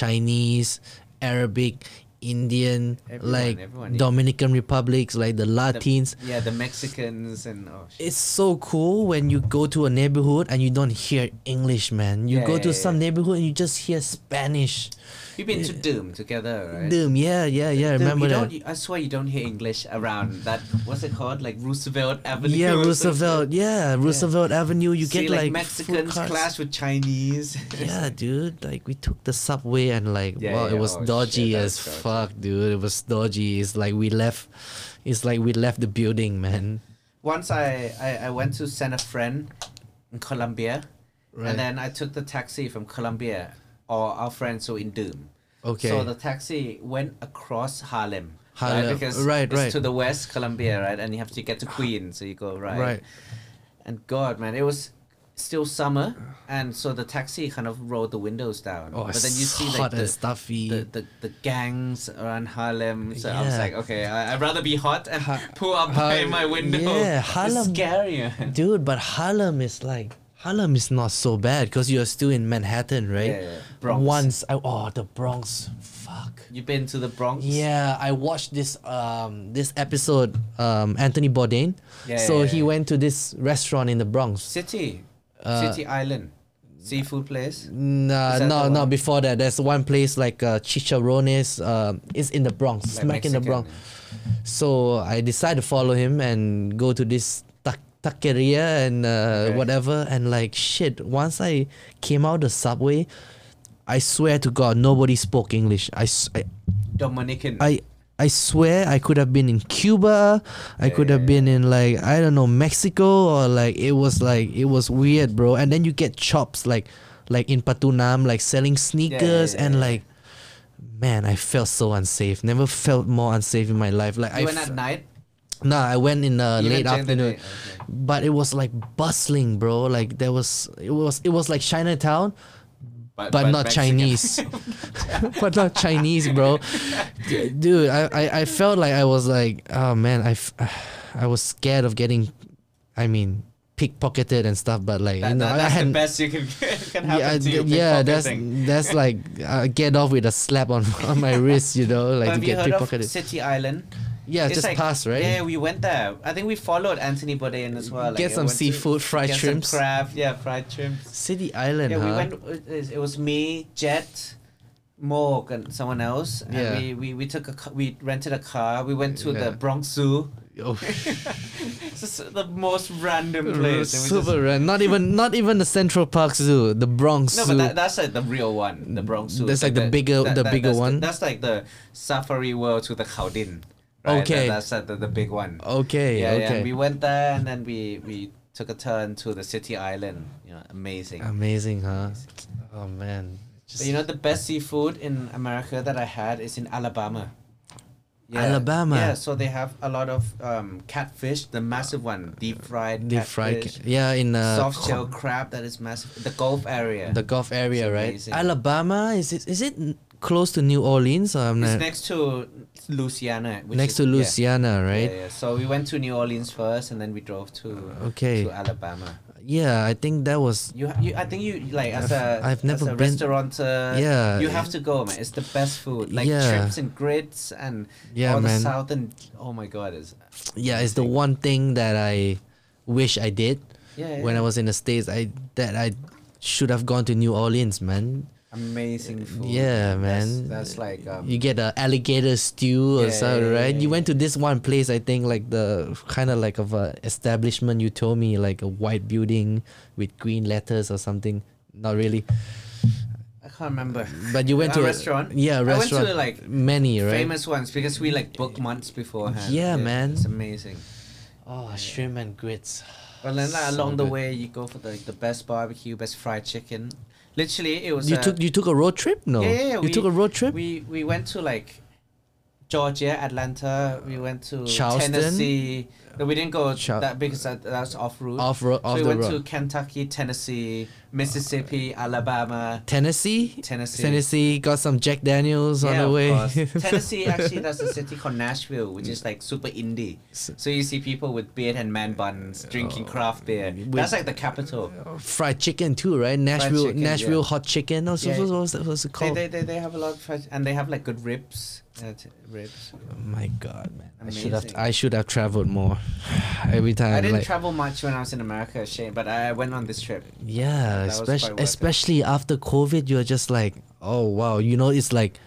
Speaker 1: Chinese, Arabic, Indian,
Speaker 2: Everyone,
Speaker 1: like
Speaker 2: everyone.
Speaker 1: Dominican Republics, like the
Speaker 2: The-
Speaker 1: Latins.
Speaker 2: Yeah, the Mexicans and oh shit.
Speaker 1: it's so cool when you go to a neighborhood and you don't hear English, man. You
Speaker 2: Yeah,
Speaker 1: go
Speaker 2: yeah,
Speaker 1: to
Speaker 2: yeah.
Speaker 1: some neighborhood and you just hear Spanish.
Speaker 2: You've been to Doom together, right?
Speaker 1: Damn, yeah, yeah, yeah.
Speaker 2: Dude,
Speaker 1: remember
Speaker 2: you
Speaker 1: that?
Speaker 2: Don't, you- I swear you don't hear English around that. What's it called? Like Roosevelt Avenue.
Speaker 1: Yeah,
Speaker 2: or
Speaker 1: Roosevelt. Yeah, Roosevelt Avenue. You
Speaker 2: something. See,
Speaker 1: get like, food
Speaker 2: Mexicans
Speaker 1: carts.
Speaker 2: clash with Chinese.
Speaker 1: Yeah, dude. Like we took the subway and like
Speaker 2: Yeah,
Speaker 1: wow,
Speaker 2: yeah,
Speaker 1: it was
Speaker 2: oh, shit,
Speaker 1: dodgy
Speaker 2: that
Speaker 1: as
Speaker 2: was dodgy.
Speaker 1: fuck, dude. It was dodgy. It's like we left. It's like we left the building, man.
Speaker 2: Once I, I I went to send a friend in Colombia,
Speaker 1: Right.
Speaker 2: and then I took the taxi from Colombia, or our friends were in Doom.
Speaker 1: Okay.
Speaker 2: So the taxi went across Harlem.
Speaker 1: Harlem,
Speaker 2: Right, because
Speaker 1: right,
Speaker 2: it's
Speaker 1: right.
Speaker 2: to the west, Colombia, right? And you have to get to Queens, so you go right.
Speaker 1: Right.
Speaker 2: And God, man, it was still summer, and so the taxi kind of rolled the windows down.
Speaker 1: Oh,
Speaker 2: but then you
Speaker 1: it's
Speaker 2: see like
Speaker 1: hot and
Speaker 2: the,
Speaker 1: stuffy.
Speaker 2: the, the, the gangs around Harlem. So I was
Speaker 1: Yeah.
Speaker 2: like, okay, I, I'd rather be hot and pull up by
Speaker 1: Har-
Speaker 2: my window.
Speaker 1: yeah, Harlem-
Speaker 2: It's scary. man.
Speaker 1: dude but harlem is like harlem is not so bad because you're still in manhattan right
Speaker 2: Yeah, yeah, Bronx.
Speaker 1: once i oh the bronx fuck
Speaker 2: You been to the Bronx?
Speaker 1: yeah i watched this um this episode um anthony bourdain
Speaker 2: Yeah,
Speaker 1: so
Speaker 2: yeah,
Speaker 1: he
Speaker 2: yeah.
Speaker 1: went to this restaurant in the bronx
Speaker 2: City.
Speaker 1: Uh,
Speaker 2: City Island. Seafood place.
Speaker 1: Nah,
Speaker 2: Is that
Speaker 1: no,
Speaker 2: the
Speaker 1: no.
Speaker 2: one?
Speaker 1: Before that, there's one place like uh, Chicharrones. Um, it's in the Bronx,
Speaker 2: Like
Speaker 1: smack in the Bronx.
Speaker 2: Mexican,
Speaker 1: So I decided to follow him and go to this tak- taqueria and uh,
Speaker 2: Okay.
Speaker 1: whatever. And like shit, once I came out the subway, I swear to God, nobody spoke English. I, s- I,
Speaker 2: Dominican.
Speaker 1: I, I swear I could have been in Cuba. I could have been in like I don't know Mexico or like it was like it was weird, bro. And then you get chops like like in Patunam, like selling sneakers
Speaker 2: yeah,
Speaker 1: and
Speaker 2: yeah.
Speaker 1: like man, I felt so unsafe. Never felt more unsafe in my life. Like
Speaker 2: you
Speaker 1: I
Speaker 2: went at night?
Speaker 1: Nah, I went in uh,
Speaker 2: You
Speaker 1: late
Speaker 2: went during the
Speaker 1: afternoon,
Speaker 2: day, okay.
Speaker 1: but it was like bustling, bro. Like there was, it was, it was like Chinatown, but, not
Speaker 2: Mexican.
Speaker 1: Chinese, but not Chinese, bro. D- Dude, I, I, I felt like I was like, oh man, I, f- I was scared of getting, I mean, pickpocketed and stuff. But like,
Speaker 2: That,
Speaker 1: you know,
Speaker 2: that-
Speaker 1: I
Speaker 2: that's
Speaker 1: had,
Speaker 2: the best you can, can happen
Speaker 1: yeah, I
Speaker 2: to
Speaker 1: d-
Speaker 2: you.
Speaker 1: yeah, that's
Speaker 2: pickpocketing.
Speaker 1: that's like uh, get off with a slap on on my wrist, you know, like
Speaker 2: Have
Speaker 1: to
Speaker 2: you
Speaker 1: get
Speaker 2: heard
Speaker 1: pickpocketed.
Speaker 2: of City Island?
Speaker 1: yeah, just pass right.
Speaker 2: Yeah, we went there. I think we followed Anthony Bourdain as well.
Speaker 1: Get
Speaker 2: I
Speaker 1: some
Speaker 2: went to-
Speaker 1: seafood, fried
Speaker 2: get
Speaker 1: shrimps.
Speaker 2: Some crab, yeah, fried shrimps.
Speaker 1: City Island,
Speaker 2: Yeah,
Speaker 1: huh?
Speaker 2: we went. It was me, Jet, Morg, and someone else. And
Speaker 1: Yeah.
Speaker 2: we, we, we took a ca- we rented a car. We went to
Speaker 1: Yeah.
Speaker 2: the Bronx Zoo.
Speaker 1: Oh,
Speaker 2: It's just the most random place. and we just-
Speaker 1: super rare. Not even not even the Central Park Zoo, the Bronx
Speaker 2: No,
Speaker 1: Zoo.
Speaker 2: but that, that's like the real one, the Bronx Zoo.
Speaker 1: That's like the bigger- the bigger
Speaker 2: that's
Speaker 1: one?
Speaker 2: that's like the Safari World to the Khaldin. Right? That-
Speaker 1: Okay.
Speaker 2: that's like the, the big one.
Speaker 1: okay,
Speaker 2: yeah, yeah.
Speaker 1: okay.
Speaker 2: And we went there, and then we we took a turn to the city island. You know, amazing.
Speaker 1: Um, Amazing, huh? Oh man.
Speaker 2: but you know, the best seafood in America that I had is in Alabama.
Speaker 1: Alabama?
Speaker 2: Yeah, so they have a lot of um, catfish, the massive one, deep fried.
Speaker 1: deep fried.
Speaker 2: catfish,
Speaker 1: ca- Yeah, in uh,
Speaker 2: soft
Speaker 1: co-
Speaker 2: shell crab that is massive. The Gulf area.
Speaker 1: the Gulf area,
Speaker 2: It's
Speaker 1: right?
Speaker 2: amazing.
Speaker 1: Alabama is it is it n- close to New Orleans? Or I'm
Speaker 2: It's
Speaker 1: not,
Speaker 2: next to Louisiana. Which
Speaker 1: next to
Speaker 2: is- yeah.
Speaker 1: Louisiana,
Speaker 2: Yeah,
Speaker 1: right? Uh,
Speaker 2: Yeah, So we went to New Orleans first, and then we drove to
Speaker 1: Okay.
Speaker 2: to Alabama.
Speaker 1: Yeah, I think that was
Speaker 2: You, you, I think you like as a
Speaker 1: I've never
Speaker 2: as a
Speaker 1: been-
Speaker 2: restaurateur.
Speaker 1: Yeah.
Speaker 2: you have to go, man. It's the best food, like
Speaker 1: Yeah.
Speaker 2: chips and grits and
Speaker 1: Yeah,
Speaker 2: all
Speaker 1: man.
Speaker 2: the southern. Oh my god, is
Speaker 1: yeah, it's the one thing that I wish I did
Speaker 2: Yeah,
Speaker 1: when I
Speaker 2: yeah.
Speaker 1: was in the states. I that I should have gone to New Orleans, man.
Speaker 2: amazing food.
Speaker 1: Yeah,
Speaker 2: That's-
Speaker 1: man.
Speaker 2: that's, like um,
Speaker 1: you get a alligator stew or
Speaker 2: Yeah,
Speaker 1: something,
Speaker 2: yeah,
Speaker 1: right? you
Speaker 2: yeah, yeah.
Speaker 1: went to this one place, I think, like the kind of like of a establishment you told me, like a white building with green letters or something. Not really,
Speaker 2: I can't remember.
Speaker 1: but you went to
Speaker 2: a restaurant.
Speaker 1: Yeah, restaurant.
Speaker 2: I went to like
Speaker 1: many, right?
Speaker 2: famous ones because we like booked months beforehand.
Speaker 1: Yeah, man.
Speaker 2: It's amazing.
Speaker 1: Oh, shrimp and grits.
Speaker 2: Well, then like,
Speaker 1: So
Speaker 2: along the
Speaker 1: good.
Speaker 2: way, you go for the, the best barbecue, best fried chicken. Literally, it was.
Speaker 1: You
Speaker 2: uh,
Speaker 1: took you took a road trip? No,
Speaker 2: Yeah, yeah, yeah,
Speaker 1: you took a
Speaker 2: we-
Speaker 1: road trip.
Speaker 2: We we went to like Georgia, Atlanta. We went to
Speaker 1: Charleston?
Speaker 2: Tennessee. No, we didn't go
Speaker 1: Char-
Speaker 2: that because that, that's off route.
Speaker 1: Off ro- off
Speaker 2: so we
Speaker 1: the
Speaker 2: went
Speaker 1: road.
Speaker 2: to Kentucky, Tennessee, Mississippi, Alabama.
Speaker 1: Tennessee.
Speaker 2: Tennessee.
Speaker 1: Tennessee got some Jack Daniels on
Speaker 2: yeah,
Speaker 1: the way.
Speaker 2: of course. Tennessee actually that's a city called Nashville, which is like super indie. So you see people with beard and man
Speaker 1: Oh,
Speaker 2: buns drinking craft beer. That's like the capital.
Speaker 1: Fried chicken too, right? Nashville,
Speaker 2: chicken,
Speaker 1: Nashville
Speaker 2: yeah.
Speaker 1: hot chicken. Or so,
Speaker 2: Yeah.
Speaker 1: so- so- what's, that- what's it
Speaker 2: They,
Speaker 1: called?
Speaker 2: they, they, they have a lot of fresh, and they have like good ribs. Uh, t- ribs.
Speaker 1: Oh my God, man! I should have
Speaker 2: Amazing.
Speaker 1: I should have traveled more. Every time,
Speaker 2: I didn't
Speaker 1: like,
Speaker 2: travel much when I was in America, shame, but I went on this trip.
Speaker 1: Yeah,
Speaker 2: That was quite
Speaker 1: especially
Speaker 2: worth it.
Speaker 1: especially after COVID, you're just like, oh wow, you know, it's like,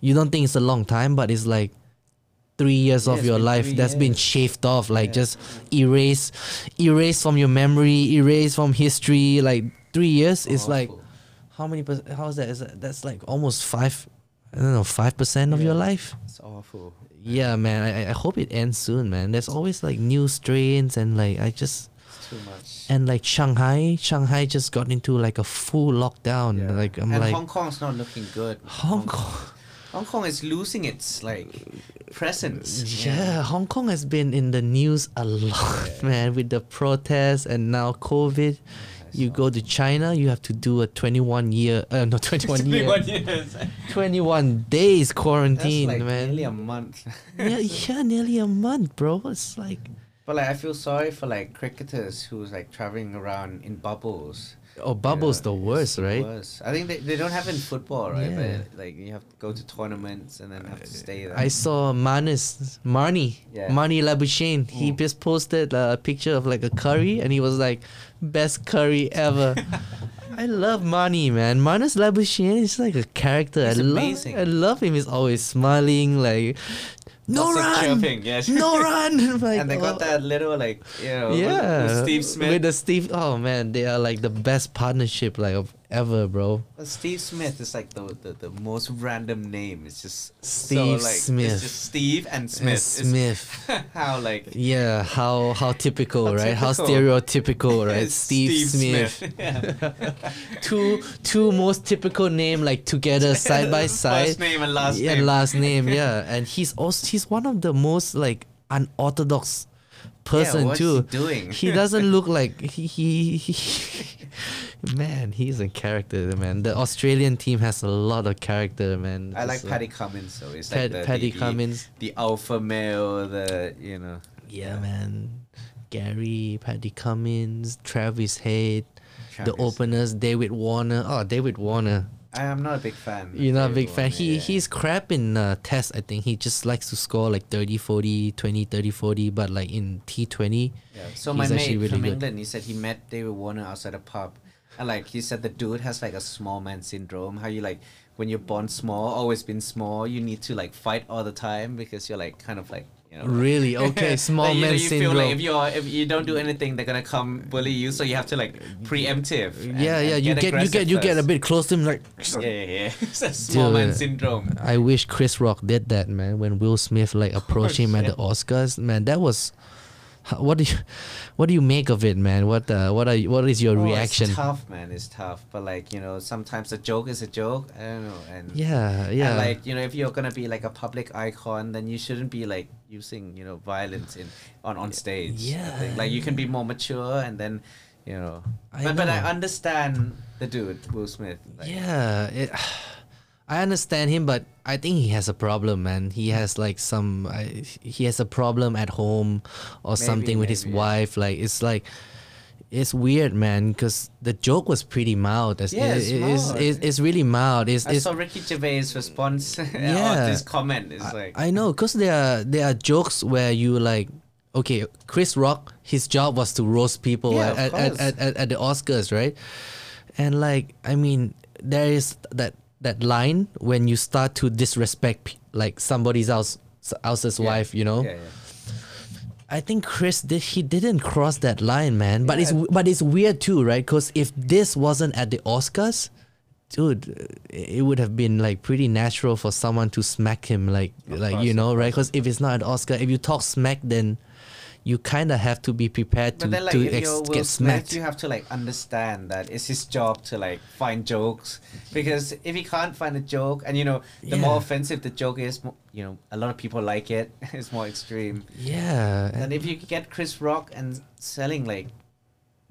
Speaker 1: you don't think it's a long time, but it's like, three years
Speaker 2: Yeah,
Speaker 1: of
Speaker 2: it's
Speaker 1: your
Speaker 2: been
Speaker 1: life
Speaker 2: three
Speaker 1: that's been
Speaker 2: years.
Speaker 1: shaved off, like
Speaker 2: Yeah.
Speaker 1: just erase, erase from your memory, erase from history. Like three years, it's like,
Speaker 2: Awful.
Speaker 1: how many? Per- how's that? Is that? That's like almost five. I don't know, five percent of your
Speaker 2: Yeah.
Speaker 1: life.
Speaker 2: It's awful.
Speaker 1: Yeah, man. I, I- I hope it ends soon, man. There's always like new strains and like I just
Speaker 2: It's too much.
Speaker 1: and like Shanghai, Shanghai just got into like a full lockdown.
Speaker 2: Yeah.
Speaker 1: Like I'm
Speaker 2: and
Speaker 1: like
Speaker 2: Hong Kong's not looking good.
Speaker 1: Hong Kong.
Speaker 2: Hong Kong is losing its like presence.
Speaker 1: Yeah, Hong Kong has been in the news a lot, man, with the protests and now COVID. You go to China, you have to do a 21 year, uh, no, 21 year,
Speaker 2: years.
Speaker 1: 21 days
Speaker 2: That's
Speaker 1: quarantine,
Speaker 2: like
Speaker 1: man.
Speaker 2: nearly a month.
Speaker 1: yeah, yeah, nearly a month, bro. It's like,
Speaker 2: But like, I feel sorry for like cricketers who's like traveling around in bubbles.
Speaker 1: oh, bubble's
Speaker 2: Yeah,
Speaker 1: the
Speaker 2: it's
Speaker 1: worst,
Speaker 2: the
Speaker 1: right?
Speaker 2: worst. I think they, they don't have it in football, right?
Speaker 1: Yeah.
Speaker 2: But like you have to go to tournaments and then have to stay there.
Speaker 1: I saw Manis, Marnie,
Speaker 2: Yeah. Mm.
Speaker 1: Marnie Labuschagne. He just posted uh, a picture of like a curry, and he was like, "Best curry ever." I love Marnie, man. Marnis Labuschagne is like a character.
Speaker 2: He's
Speaker 1: I love,
Speaker 2: amazing.
Speaker 1: I love him. He's always smiling, like, "No
Speaker 2: Lots of
Speaker 1: run,
Speaker 2: chirping, yes.
Speaker 1: no run!" Like,
Speaker 2: and they got
Speaker 1: oh,
Speaker 2: that little like you know with-
Speaker 1: Yeah,
Speaker 2: with Steve Smith.
Speaker 1: With the Steve, oh man, they are like the best partnership like of ever, bro.
Speaker 2: But Steve Smith is like the, the, the most random name. It's just so
Speaker 1: Steve
Speaker 2: like
Speaker 1: Smith.
Speaker 2: it's just Steve and
Speaker 1: And
Speaker 2: Smith. It's
Speaker 1: Smith.
Speaker 2: how like
Speaker 1: Yeah, how how typical,
Speaker 2: How
Speaker 1: right? How
Speaker 2: typical.
Speaker 1: stereotypical, right? Steve, Smith.
Speaker 2: Yeah.
Speaker 1: two two most typical name like together side by side.
Speaker 2: First name and last
Speaker 1: yeah,
Speaker 2: name.
Speaker 1: last name, yeah. And he's also he's one of the most like unorthodox person
Speaker 2: what's
Speaker 1: too.
Speaker 2: he doing?
Speaker 1: He doesn't look like he, he, he man, he's a character, man. The Australian team has a lot of character, man.
Speaker 2: I like
Speaker 1: Just, uh,
Speaker 2: Paddy Cummins, so it's
Speaker 1: Pad-
Speaker 2: like the,
Speaker 1: Paddy
Speaker 2: the, the-
Speaker 1: Cummins.
Speaker 2: the alpha male, the you know.
Speaker 1: Yeah, man. Gary, Paddy Cummins, Travis Head, the
Speaker 2: Travis.
Speaker 1: openers, David Warner. Oh, David Warner.
Speaker 2: I am not a big fan. of
Speaker 1: You're not a
Speaker 2: Mm-hmm. David
Speaker 1: big fan.
Speaker 2: Warner,
Speaker 1: He
Speaker 2: yeah.
Speaker 1: he's crap in uh, test, I think. He just likes to score like 30 40, 20 30 40, but like in T20.
Speaker 2: Yeah. So
Speaker 1: he's
Speaker 2: my mate
Speaker 1: actually really
Speaker 2: from
Speaker 1: good.
Speaker 2: England, he said he met David Warner outside a pub, and like he said, the dude has like a small man syndrome. How you like when you're born small, always been small, you need to like fight all the time because you're like kind of like you know.
Speaker 1: Really? Okay, small
Speaker 2: like, you know,
Speaker 1: man
Speaker 2: you
Speaker 1: syndrome.
Speaker 2: Feel like if you are if you don't do anything, they're gonna come bully you. So you have to like preemptive. and-
Speaker 1: yeah,
Speaker 2: and
Speaker 1: yeah, you get you
Speaker 2: aggressive
Speaker 1: get you get a
Speaker 2: first.
Speaker 1: bit close to him like
Speaker 2: Yeah, yeah, yeah. it's a small man
Speaker 1: Dude.
Speaker 2: syndrome.
Speaker 1: I wish Chris Rock did that, man. When Will Smith like approached him at the Oscars, man, that was how- what do you what do you make of it, man? What uh, what are you, what is your
Speaker 2: Oh,
Speaker 1: reaction?
Speaker 2: It's tough, man. It's tough. But like you know, sometimes a joke is a joke. I don't know. And
Speaker 1: Yeah, yeah.
Speaker 2: And like you know, if you're gonna be like a public icon, then you shouldn't be like using you know violence in on on stage. I
Speaker 1: Yeah.
Speaker 2: think. Like you can be more mature, and then you know.
Speaker 1: I
Speaker 2: but but I
Speaker 1: know.
Speaker 2: understand the dude Will Smith. Like,
Speaker 1: yeah, it, I understand him, but I think he has a problem, man. He has like some I, he has a problem at home or something with his
Speaker 2: maybe, yeah.
Speaker 1: wife. Like it's like. It's weird, man, because the joke was pretty mild. It's,
Speaker 2: Yeah, it's
Speaker 1: it- it's,
Speaker 2: mild.
Speaker 1: it's, it's really mild. It's,
Speaker 2: I
Speaker 1: it's,
Speaker 2: saw Ricky Gervais' response
Speaker 1: Yeah.
Speaker 2: or his comment. It's like
Speaker 1: I know, cause there are there are jokes where you like, okay, Chris Rock, his job was to roast people at,
Speaker 2: Yeah, of
Speaker 1: at,
Speaker 2: course.
Speaker 1: at, at, at the Oscars, right? And like, I mean, there is that that line when you start to disrespect pe- like somebody's else else's
Speaker 2: yeah.
Speaker 1: wife, you know.
Speaker 2: Yeah, yeah.
Speaker 1: I think Chris did he didn't cross that line, man. But it's
Speaker 2: Yeah.
Speaker 1: but it's weird too, right? Because if this wasn't at the Oscars, dude, it would have been like pretty natural for someone to smack him, like like you
Speaker 2: course,
Speaker 1: know, right? Because if it's not an Oscar, if you talk smack, then you kind of have to be prepared to,
Speaker 2: But then, like,
Speaker 1: to
Speaker 2: if
Speaker 1: ex-
Speaker 2: you're Will
Speaker 1: get
Speaker 2: Smith,
Speaker 1: smacked.
Speaker 2: you have to like understand that it's his job to like find jokes because if he can't find a joke, and you know, the more
Speaker 1: Yeah.
Speaker 2: offensive the joke is, mo- you know, a lot of people like it. It's more extreme.
Speaker 1: yeah, and
Speaker 2: And if you get Chris Rock and selling like